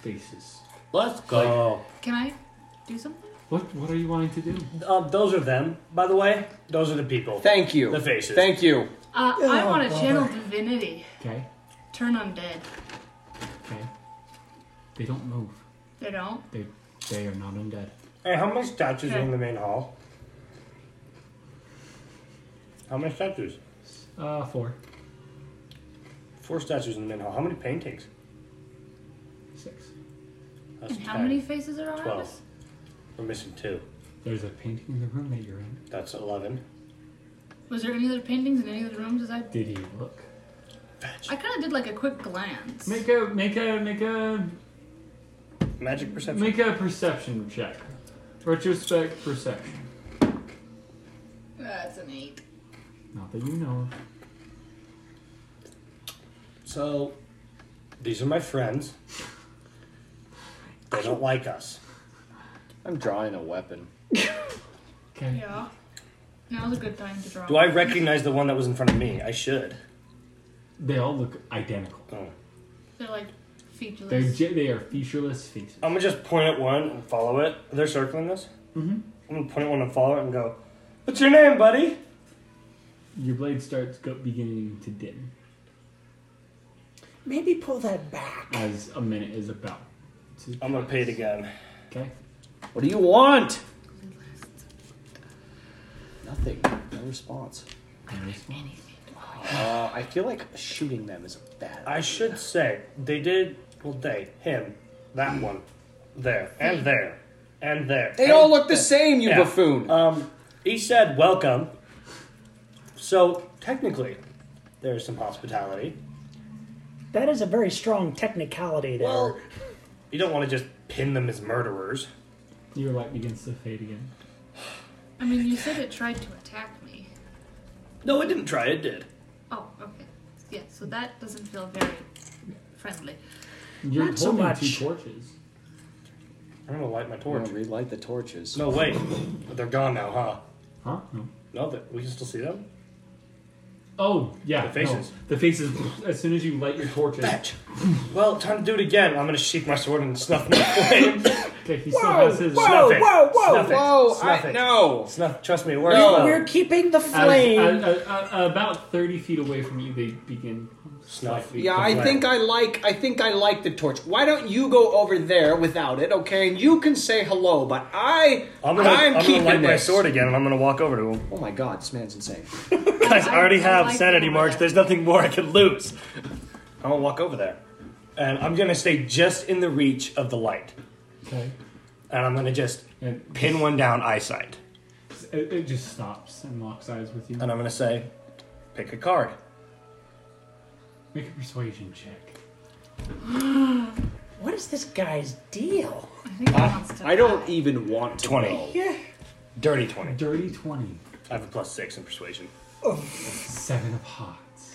A: faces.
C: Let's go.
D: Can I do something?
A: What what are you wanting to do?
C: um, those are them, by the way. Those are the people.
R: Thank you.
C: The faces.
R: Thank you.
D: Uh, I want to channel divinity.
A: Okay,
D: Turn undead.
A: okay. They don't move.
D: They don't.
A: They they are not undead.
C: Hey, how many statues are
D: Okay.
C: in the main hall? How many statues?
A: Uh, four.
C: Four statues in the main hall. How many paintings?
A: Six.
C: That's
D: And how
C: ten.
D: many faces are on
C: Twelve.
D: us?
C: We're missing two.
A: There's a painting in the room that you're in.
C: That's eleven.
D: Was there any other paintings in any of the rooms? As I,
A: Did he look?
D: I kind of did like a quick glance.
A: Make a make a make a
C: Magic perception.
A: make a perception check. Retrospect perception.
D: That's an eight.
A: Not that you know.
C: So, these are my friends. They don't like us.
E: I'm drawing a weapon.
A: Okay.
D: Yeah. Now's a good time to draw.
C: Do I recognize the one that was in front of me? I should.
A: They all look identical.
C: Oh.
D: They're like
A: They're
D: featureless.
A: ge- they are featureless faces.
C: I'm gonna just point at one and follow it. They're circling this.
A: Mhm.
C: I'm gonna point at one and follow it and go, "What's your name, buddy?"
A: Your blade starts go- beginning to dim
B: Maybe pull that back.
A: as a minute is about. to-
C: I'm gonna pay it again.
A: Okay.
E: What do you want? Nothing. No response. Uh, I feel like shooting them is bad.
C: I should say they did. Well, they, him, that one, there and there and there.
R: They
C: and-
R: all look the same, you
C: Yeah.
R: buffoon.
C: Um, he said welcome. So technically, there is some hospitality.
B: That is a very strong technicality there.
C: Well, you don't want to just pin them as murderers.
A: Your light begins to fade again.
D: I mean, you said it tried to attack me.
C: No, it didn't try. It did.
D: Oh, okay. Yeah, so that doesn't feel very friendly.
A: You're
B: Not so
A: holding
B: much.
A: two torches.
C: I'm gonna light my
E: I'm
C: torch.
E: gonna relight the torches.
C: No, wait. They're gone now, huh?
A: Huh? No.
C: No, that we can still see them.
A: Oh, yeah.
C: The faces.
A: no. The faces. As soon as you light your torches.
C: Fetch. Well, time to do it again. I'm gonna sheath my sword and snuff my flame.
A: Okay, he still has his.
B: whoa,
C: Snuff it.
B: whoa, whoa,
C: Snuff it.
R: Whoa,
C: Snuff
R: I,
C: it.
R: no.
C: Snuff. Trust me, it works.
R: No.
B: We're keeping the
A: As-
B: flame.
A: as- uh, uh, about thirty feet away from you, they begin.
C: Snuff.
R: Yeah, I think I like I think I like the torch. Why don't you go over there without it, okay? And you can say hello, but I
C: I'm gonna,
R: I'm
C: I'm gonna
R: keeping
C: light my
R: this.
C: sword again, and I'm gonna walk over to him.
R: Oh my god, this man's insane.
C: Guys, I already
D: I
C: have
D: like
C: sanity
D: that.
C: marks. There's nothing more I could lose. I'm gonna walk over there, and I'm gonna stay just in the reach of the light,
A: Okay.
C: and I'm gonna just
A: And
C: pin one down eyesight,
A: It, it just stops and locks eyes with you.
C: and I'm gonna say, pick a card.
A: Make a persuasion check.
B: what is this guy's deal?
D: I think it wants to
E: I don't even want to.
C: Twenty,
E: know.
B: Yeah.
C: dirty twenty.
A: Dirty twenty.
C: I have a plus six in persuasion,
A: Seven of hearts.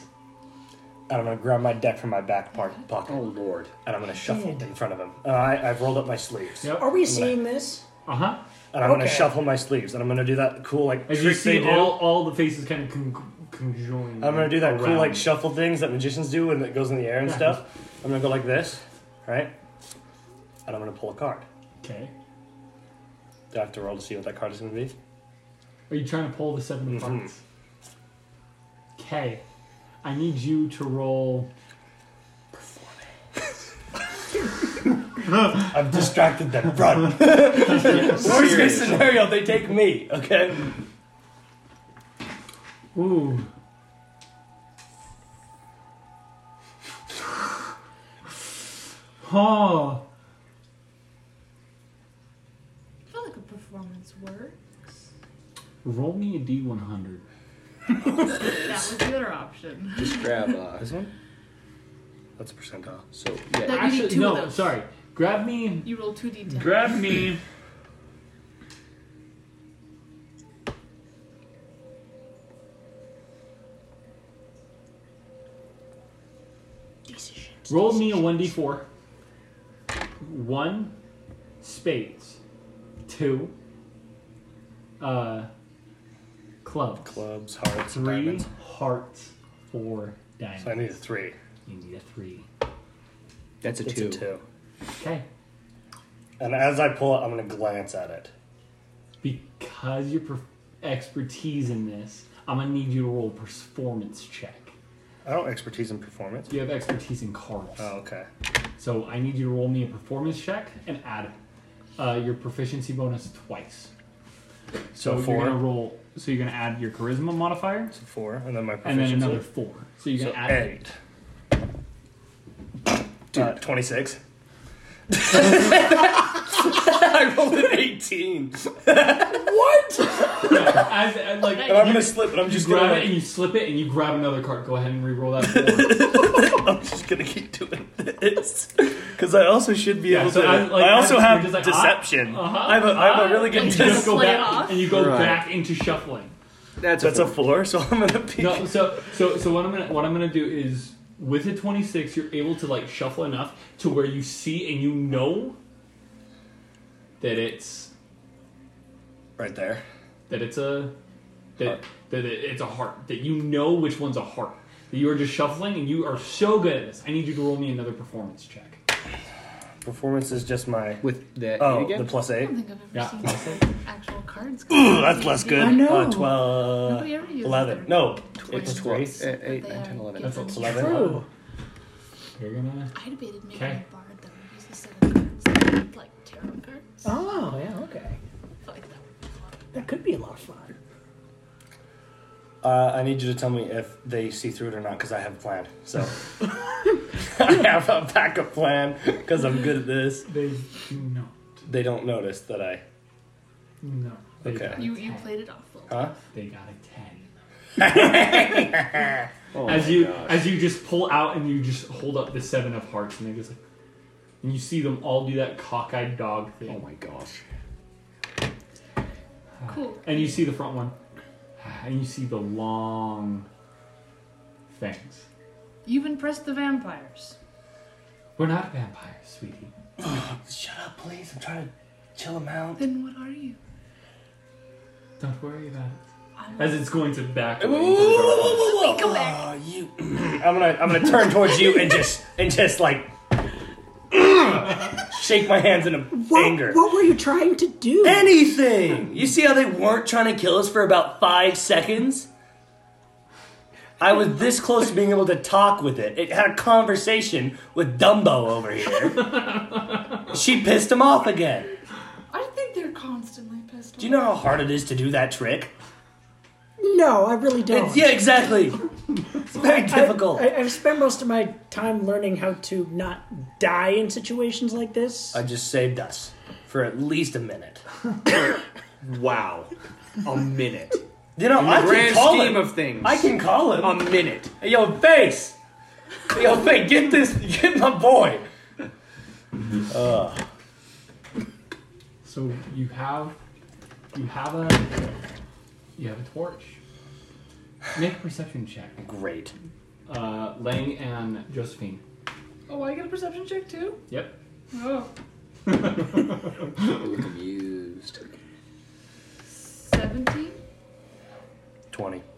C: and I'm gonna grab my deck from my back par- pocket,
E: Oh lord.
C: and I'm gonna shuffle in front of him. And I, I've rolled up my sleeves,
A: Yep.
B: Are we seeing this?
A: Uh
C: Uh-huh.
A: huh.
C: and I'm gonna
B: Okay.
C: shuffle my sleeves, and I'm gonna do that cool like
A: As
C: trick
A: you
C: they
A: see
C: do.
A: all, all the faces kind of con- conjoin.
C: I'm gonna do that cool
A: around.
C: like shuffle things that magicians do when it goes in the air and
A: Yeah.
C: stuff. I'm gonna go like this, right? And I'm gonna pull a card.
A: Okay.
C: Do I have to roll to see what that card is gonna be?
A: Are you trying to pull the 7 of
C: Mhm.
A: hearts? Okay. I need you to roll.
C: I've distracted them. Run. Worst case scenario, they take me. Okay.
A: Ooh. Huh.
D: I feel like a performance works.
A: Roll me a D100.
D: That was the other option.
E: Just grab uh
C: This one. That's a percentile.
E: so
D: That
E: yeah.
D: you need
A: Actually,
D: two of
A: no,
D: those.
A: sorry. Grab me.
D: You roll two d10.
A: Grab me. Roll me a 1d4. One, spades. Two, uh, club.
C: Clubs, hearts,
A: Three,
C: diamonds.
A: hearts, four, diamonds.
C: So I need a three.
A: You need a three.
E: That's a
C: It's
E: two.
C: a two.
A: Okay.
C: And as I pull it, I'm gonna glance at it.
A: Because your per- expertise in this, I'm gonna need you to roll a performance check.
C: I don't expertise in performance.
A: You have expertise in cards,
C: Oh, okay.
A: so I need you to roll me a performance check and add uh, your proficiency bonus twice. So,
C: So,
A: you're
C: 4
A: gonna roll. So you're gonna add your charisma modifier
C: so four, and then my
A: and
C: proficiency.
A: then another four. So you're
C: so
A: gonna add
C: eight. Uh, 26.
F: I rolled an 18.
A: As, as, like,
C: I'm gonna slip, but I'm
A: you
C: just
A: grab
C: gonna-
A: it and you slip it and you grab another card. Go ahead and re-roll that. Four.
C: I'm just gonna keep doing this because I also should be
A: Yeah,
C: able
A: so
C: to. I,
A: I- like,
C: also
A: I'm-
C: have
A: you're just like, ah,
C: deception.
A: uh-huh,
C: I have a, I have a really good.
A: and you
C: dis-
A: just go
D: Slay
A: back
D: off.
A: and you go
E: Right.
A: back into shuffling.
E: That's,
C: That's
E: a,
C: a four, so I'm gonna be.
A: No, so so so what I'm gonna what I'm gonna do is with a 26, you're able to like shuffle enough to where you see and you know that it's
C: Right there.
A: that it's a that that it, it's a heart that you know which one's a heart that you are just shuffling and you are so good at this. I need you to roll me another performance check.
C: Performance is just my.
E: with that
C: Oh,
E: hit again.
C: the plus
D: I
C: eight.
D: don't think I've ever
A: Yeah.
D: seen actual cards.
C: Ooh, that's less good.
B: I know.
C: Uh, Twelve.
D: Nobody ever uses
C: Eleven.
D: their
C: No,
D: toys
C: it's
D: that
C: three.
D: they
E: Eight, eight,
D: are
E: nine, 10, 11.
D: given.
C: That's eleven.
B: True.
A: You're gonna
D: I debated making
A: Okay.
D: a bard that would use the seven cards, like tarot cards. I
B: Oh, yeah, okay.
D: feel like that would be fun.
B: That could be a lot of fun.
C: Uh, I need you to tell me if they see through it or not, because I have a plan. So I have a backup plan because I'm good at this.
A: they do not
C: They don't notice that I.
A: no. They
C: Okay.
A: got a
D: You you
A: 10.
D: played it off. Well.
C: Huh?
A: They got a ten. as you as you just pull out and you just hold up the seven of hearts and they just like, and you see them all do that cockeyed dog thing.
E: oh my gosh.
D: Cool.
A: And you see the front one, and you see the long things.
D: You've impressed the vampires.
A: We're not vampires, sweetie.
C: Shut up, please. I'm trying to chill them out.
D: Then what are you?
A: Don't worry about
D: I'm
A: it. As it's going to back away.
C: Whoa,
A: into
C: whoa,
A: the
C: whoa,
A: darkness.
C: whoa, whoa, whoa.
D: Go back.
C: Oh, you. I'm gonna I'm gonna turn towards you and just and just like shake my hands in
B: What,
C: anger.
B: what were you trying to do?
C: anything. You see how they weren't trying to kill us for about five seconds? I was this close to being able to talk with it. It had a conversation with Dumbo over here. she pissed him off again.
G: I think they're constantly pissed off.
C: Do you know how hard it is to do that trick?
B: no, I really don't.
C: It's, yeah, exactly. It's very difficult.
B: I, I've spent most of my time learning how to not die in situations like this.
C: I just saved us for at least a minute.
E: Wow. A minute.
C: You know, I can
R: Grand
C: call
R: scheme
C: him.
R: of things. Um,
C: I can call him.
R: a minute.
C: Hey, yo, face! Hey, Yo, face, get this, get my boy.
A: So you have, you have a, you have a torch. Make a perception check.
C: Great.
A: Uh, Lang and Josephine.
G: Oh, I get a perception check too?
A: Yep.
G: Oh.
R: look amused.
D: 17.
C: 20.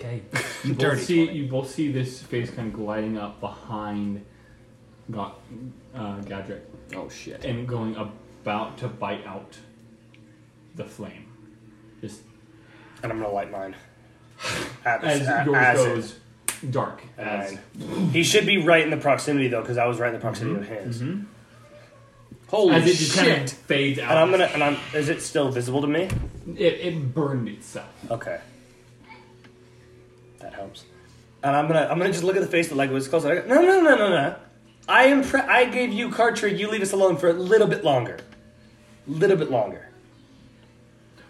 A: Okay. You both
R: Dirty
A: see
R: twenty.
A: you both see this face kind of gliding up behind Ga- uh, Gadrick
R: Oh shit.
A: and going about to bite out the flame. Just
C: And I'm gonna light mine. At the-
A: as
C: at-
A: yours
C: as it-
A: goes dark. As
C: at mine. He should be right in the proximity though, because I was right in the proximity of his.
A: Mm-hmm.
R: Holy
A: as it just
R: shit.
A: kind of fades out.
C: And I'm gonna. And I'm. Is it still visible to me?
A: it, it burned itself.
C: Okay. That helps. And I'm gonna. I'm gonna just look at the face that like was close. I go, No, no, no, no, no. I am. Pre- I gave you card trick. You leave us alone for a little bit longer. Little bit longer.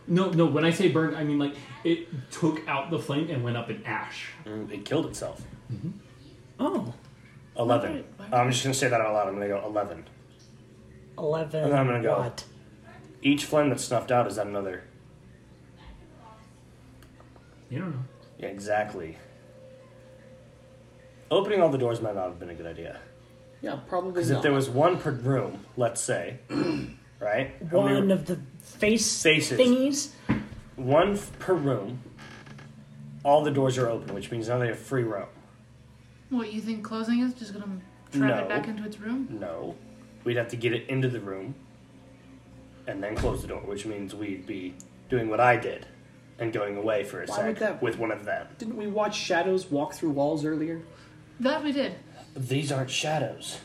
A: No, no. When I say burned, I mean like it took out the flame and went up in ash.
C: Mm, It killed itself.
B: oh,
C: Eleven. I'm just gonna say that out loud. I'm gonna go eleven.
B: 11.
C: And then I'm gonna go.
B: What?
C: Each flame that's snuffed out is that another.
A: You don't know.
C: Yeah, exactly. Opening all the doors might not have been a good idea.
R: Yeah, probably
C: Because if
R: not.
C: there was one per room, let's say, right? How many-
B: One of the face
C: Faces.
B: thingies.
C: one f- per room, all the doors are open, which means now they have free roam.
D: What, you think closing is just gonna trap
C: No.
D: it back into its room?
C: No. We'd have to get it into the room and then close the door, which means we'd be doing what I did and going away for a
R: Why would
C: sec
R: that-
C: with one of them.
R: Didn't we watch shadows walk through walls earlier?
D: That we did.
C: These aren't shadows.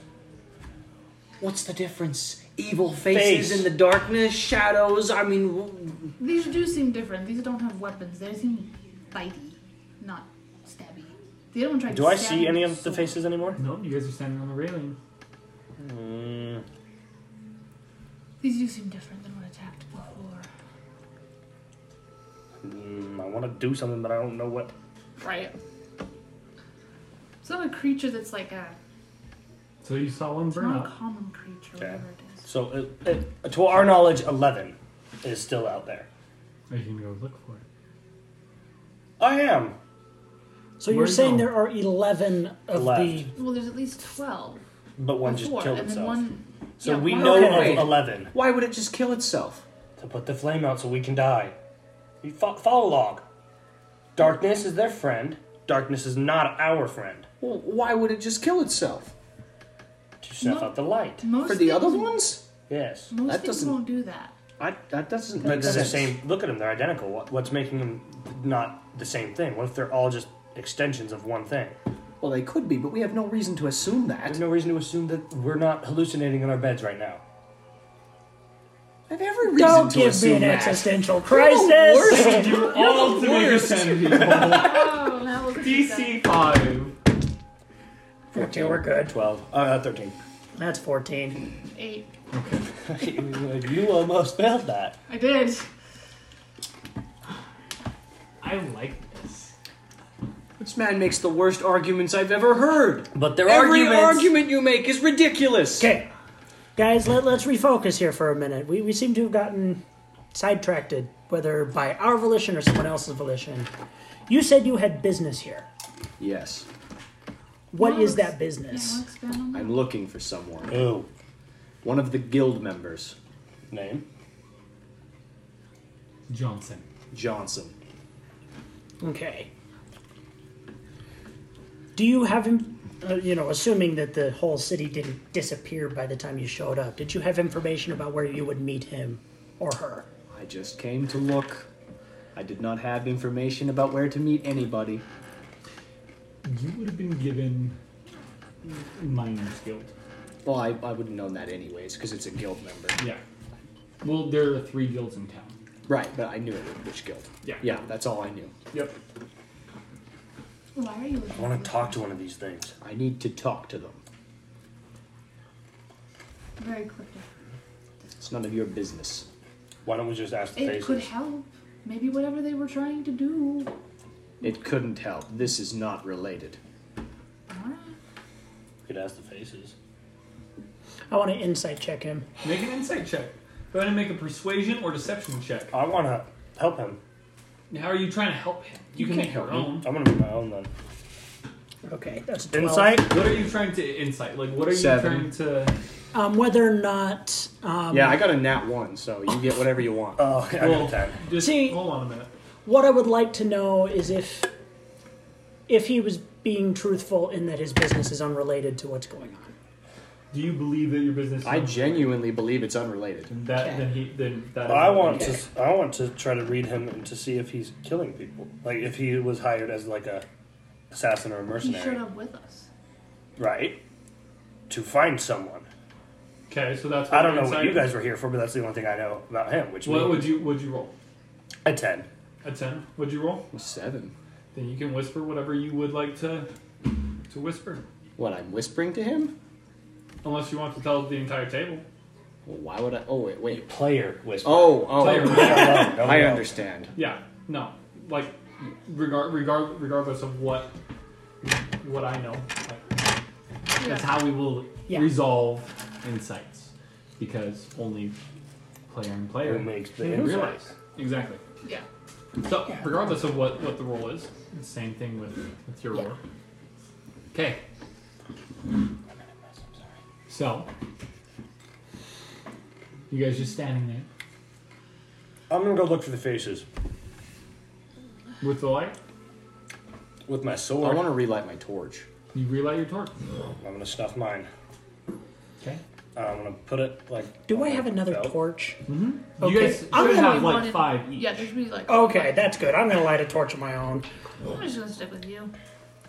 R: What's the difference? Evil faces
C: Face.
R: in the darkness, shadows. I mean, w-
D: These do seem different. These don't have weapons. They seem bitey, not stabby. The other one tried
C: Do
D: to
C: I
D: stab
C: see
D: me
C: any
D: with
C: of the
D: a sword.
C: faces anymore?
A: No, you guys are standing on the railing.
C: Mm,
D: These do seem different than what attacked before.
C: mm, I want to do something, but I don't know what.
D: Right. It's not a creature that's like a.
A: So you saw one
D: It's
A: burn
D: not a
A: up.
D: common creature, whatever it is.
C: So, it, it, to our knowledge, eleven is still out there.
A: Are you gonna go look for it?
C: I am.
B: So you're
A: Where
B: saying
A: no?
B: there are 11 of the.
C: Left.
D: Well, there's at least 12.
C: But one
D: before,
C: just killed
D: and
C: itself.
D: then one.
C: So
D: yeah,
C: we
D: one-
C: know
R: Okay.
C: of eleven
R: Why would it just kill itself?
C: to put the flame out so we can die. We fo- follow log. Darkness is their friend. Darkness is not our friend.
R: Well, why would it just kill itself?
C: To snuff
D: No.
C: out the light.
D: Most
R: For the
D: things-
R: other ones?
C: Yes.
D: Most
R: That
D: things
R: doesn't-
D: won't do that.
R: I, that doesn't
C: But
R: make
C: they're the
R: sense.
C: same. Look at them. They're identical. What, what's making them not the same thing? What if they're all just extensions of one thing?
R: Well, they could be, but we have no reason to assume that.
C: There's no reason to assume that we're not hallucinating in our beds right now.
R: I have every reason
B: Don't
R: to
B: give me
R: assume
B: an
R: that.
B: existential
R: You're the
B: crisis!
R: worst.
A: You all to make a send people.
D: Oh, that was
A: DC five.
B: 14, we're good.
C: 12. Uh, 13.
B: That's 14.
D: Eight.
C: you almost failed that.
D: I did.
A: I like this.
R: This man makes the worst arguments I've ever heard.
C: But there are
R: Every argument you make is ridiculous.
B: Okay. Guys, let, let's refocus here for a minute. We, we seem to have gotten sidetracked, whether by our volition or someone else's volition. You said you had business here.
E: Yes.
B: What is
D: Marks.
B: that
D: Yeah,
B: business?
D: I'll expand on that.
E: I'm looking for someone.
C: Ooh.
E: One of the guild members,
C: Name?
A: Johnson.
E: Johnson.
B: Okay. Do you have him? Uh, you know, assuming that the whole city didn't disappear by the time you showed up, did you have information about where you would meet him or her?
E: I just came to look. I did not have information about where to meet anybody.
A: You would have been given miner's guild.
E: Well, I, I would have known that anyways, because it's a guild member.
A: Yeah. Well, there are three guilds in town.
E: Right, but I knew it was which guild.
A: Yeah.
E: Yeah, that's all I knew.
A: Yep.
D: Why are you looking
C: I want
D: for
C: to talk to one of these things.
E: I need to talk to them.
D: that? Very cryptic.
E: It's none of your business.
C: Why don't we just ask the
D: It
C: faces?
D: could help. Maybe whatever they were trying to do.
E: It couldn't help. This is not related.
D: Alright.
C: We could ask the faces.
B: I want to insight check him.
A: Make an insight check. Go ahead and make a persuasion or deception check.
C: I want to help him.
A: How are you trying to help him? You, can make your own.
C: I'm going to be my own then.
B: Okay, that's a 12.
C: Insight?
A: What are you trying to insight? Like, what are
E: Seven.
A: you trying to?
B: Um, whether or not. Um,
E: Yeah, I got a nat one, so you get whatever you want.
C: Oh, okay. I
A: Well,
C: got ten.
A: just
B: See-
A: hold on a minute.
B: What I would like to know is if if he was being truthful in that his business is unrelated to what's going on.
A: Do you believe that your business?
E: I genuinely believe it's unrelated.
A: Then that then he then that.
C: I want to. I want to try to read him and to see if he's killing people. Like if he was hired as like a assassin or a
D: He showed
C: mercenary,
D: up with us.
C: right? To find someone.
A: Okay, so that's.
C: I don't know what
A: insight-
C: you guys were here for, but that's the only thing I know about him. Which
A: What
C: means
A: would you would you roll?
C: a ten.
A: A ten? Would you roll?
E: Seven.
A: Then you can whisper whatever you would like to to whisper,
E: What, I'm whispering to him?
A: unless you want to tell the entire table.
E: Well, why would I? Oh, wait, wait.
C: Player whisper.
E: Oh, oh.
A: Player.
E: I understand.
A: Yeah. No. Like, regard regard regardless of what what I know, like, that's how we will
B: Yeah.
A: resolve insights because only player and player
C: Who makes the
A: can
C: insight?
A: realize exactly.
D: Yeah.
A: So, regardless of what, what the role is, same thing with, with your role. Okay. So, you guys just standing there
C: I'm gonna go look for the faces
A: with the light.
C: with my
E: I
C: sword.
E: want to relight my torch.
A: You relight your torch.
C: I'm gonna snuff mine. Uh,
A: Okay.
C: I'm gonna put it like.
B: Do
C: on
B: I
C: my
B: have another
C: belt.
B: torch?
A: You
B: Okay.
A: guys should
B: I'm
D: gonna
A: have
D: be
A: like
D: one in-
A: five each.
D: Yeah, there should be like.
A: Oh.
B: Okay, that's good. I'm going to light a torch of my own.
D: I'm just gonna stick with you.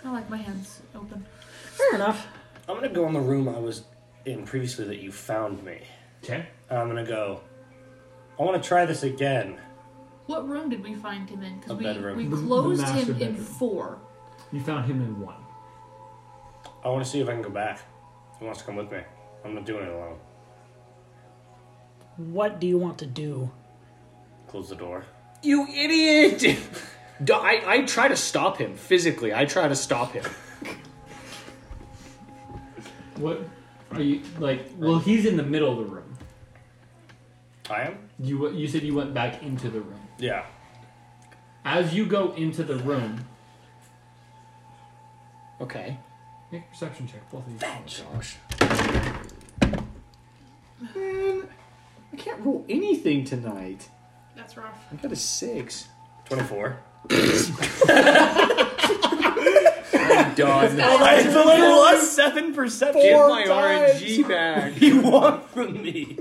D: I like my hands open.
B: Fair enough.
C: I'm gonna go in the room I was in previously that you found me.
A: Okay.
C: And I'm gonna go. I want to try this again.
D: What room did we find him in?
C: A
D: Because we,
C: bedroom.
D: we
A: The- the
D: closed
A: master
D: him in
A: bedroom.
D: four.
A: You found him in one.
C: I want to see if I can go back. He wants to come with me. I'm not doing it alone.
B: What do you want to do?
C: Close the door.
E: You idiot! Do- I, I try to stop him physically. I try to stop him.
A: What are you like? Well, he's in the middle of the room.
C: I am?
A: You you said you went back into the room.
C: Yeah.
A: As you go into the room,
E: Okay.
A: make a perception check. Both of you.
E: Oh,
C: Josh.
S: Man, I can't roll anything tonight.
D: That's rough.
S: I got a six.
C: 24.
S: Done.
T: I plus seven perception. Give my
E: RNG back.
T: you want from me?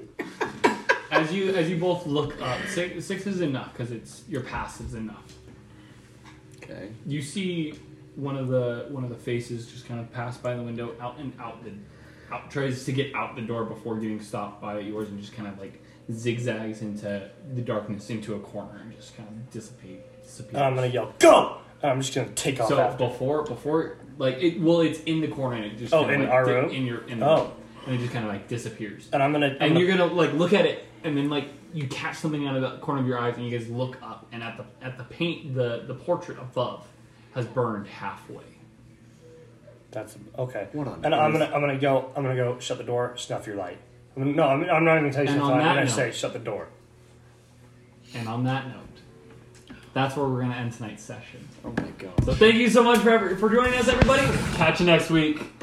A: As you as you both look up, six, six is enough because it's your pass is enough.
E: Okay.
A: You see one of the one of the faces just kind of pass by the window out and out the out tries to get out the door before getting stopped by yours and just kind of like zigzags into the darkness into a corner and just kind of dissipate disappears.
C: I'm going to yell, go! And I'm just going to take off
A: so
C: after.
A: before before like it well it's in the corner and it just
C: Oh,
A: kinda,
C: in
A: like,
C: our
A: di-
C: room?
A: in your in the
C: Oh.
A: room. and it just kind of like disappears
C: And I'm going to.
A: and you're gonna like look at it and then like you catch something out of the corner of your eyes and you guys look up and at the at the paint the the portrait above has burned halfway
C: That's okay.
S: What on
C: and I'm
S: earth?
C: gonna I'm gonna go I'm gonna go shut the door. Snuff your light. I'm gonna- no, I'm, I'm not even gonna tell you.
A: And
C: Snuff
A: on
C: your light. I'm
A: that
C: gonna
A: note-
C: say shut the door.
A: and on that note that's where we're gonna end tonight's session
S: Oh my god.
A: so thank you so much for ever, for joining us everybody catch you next week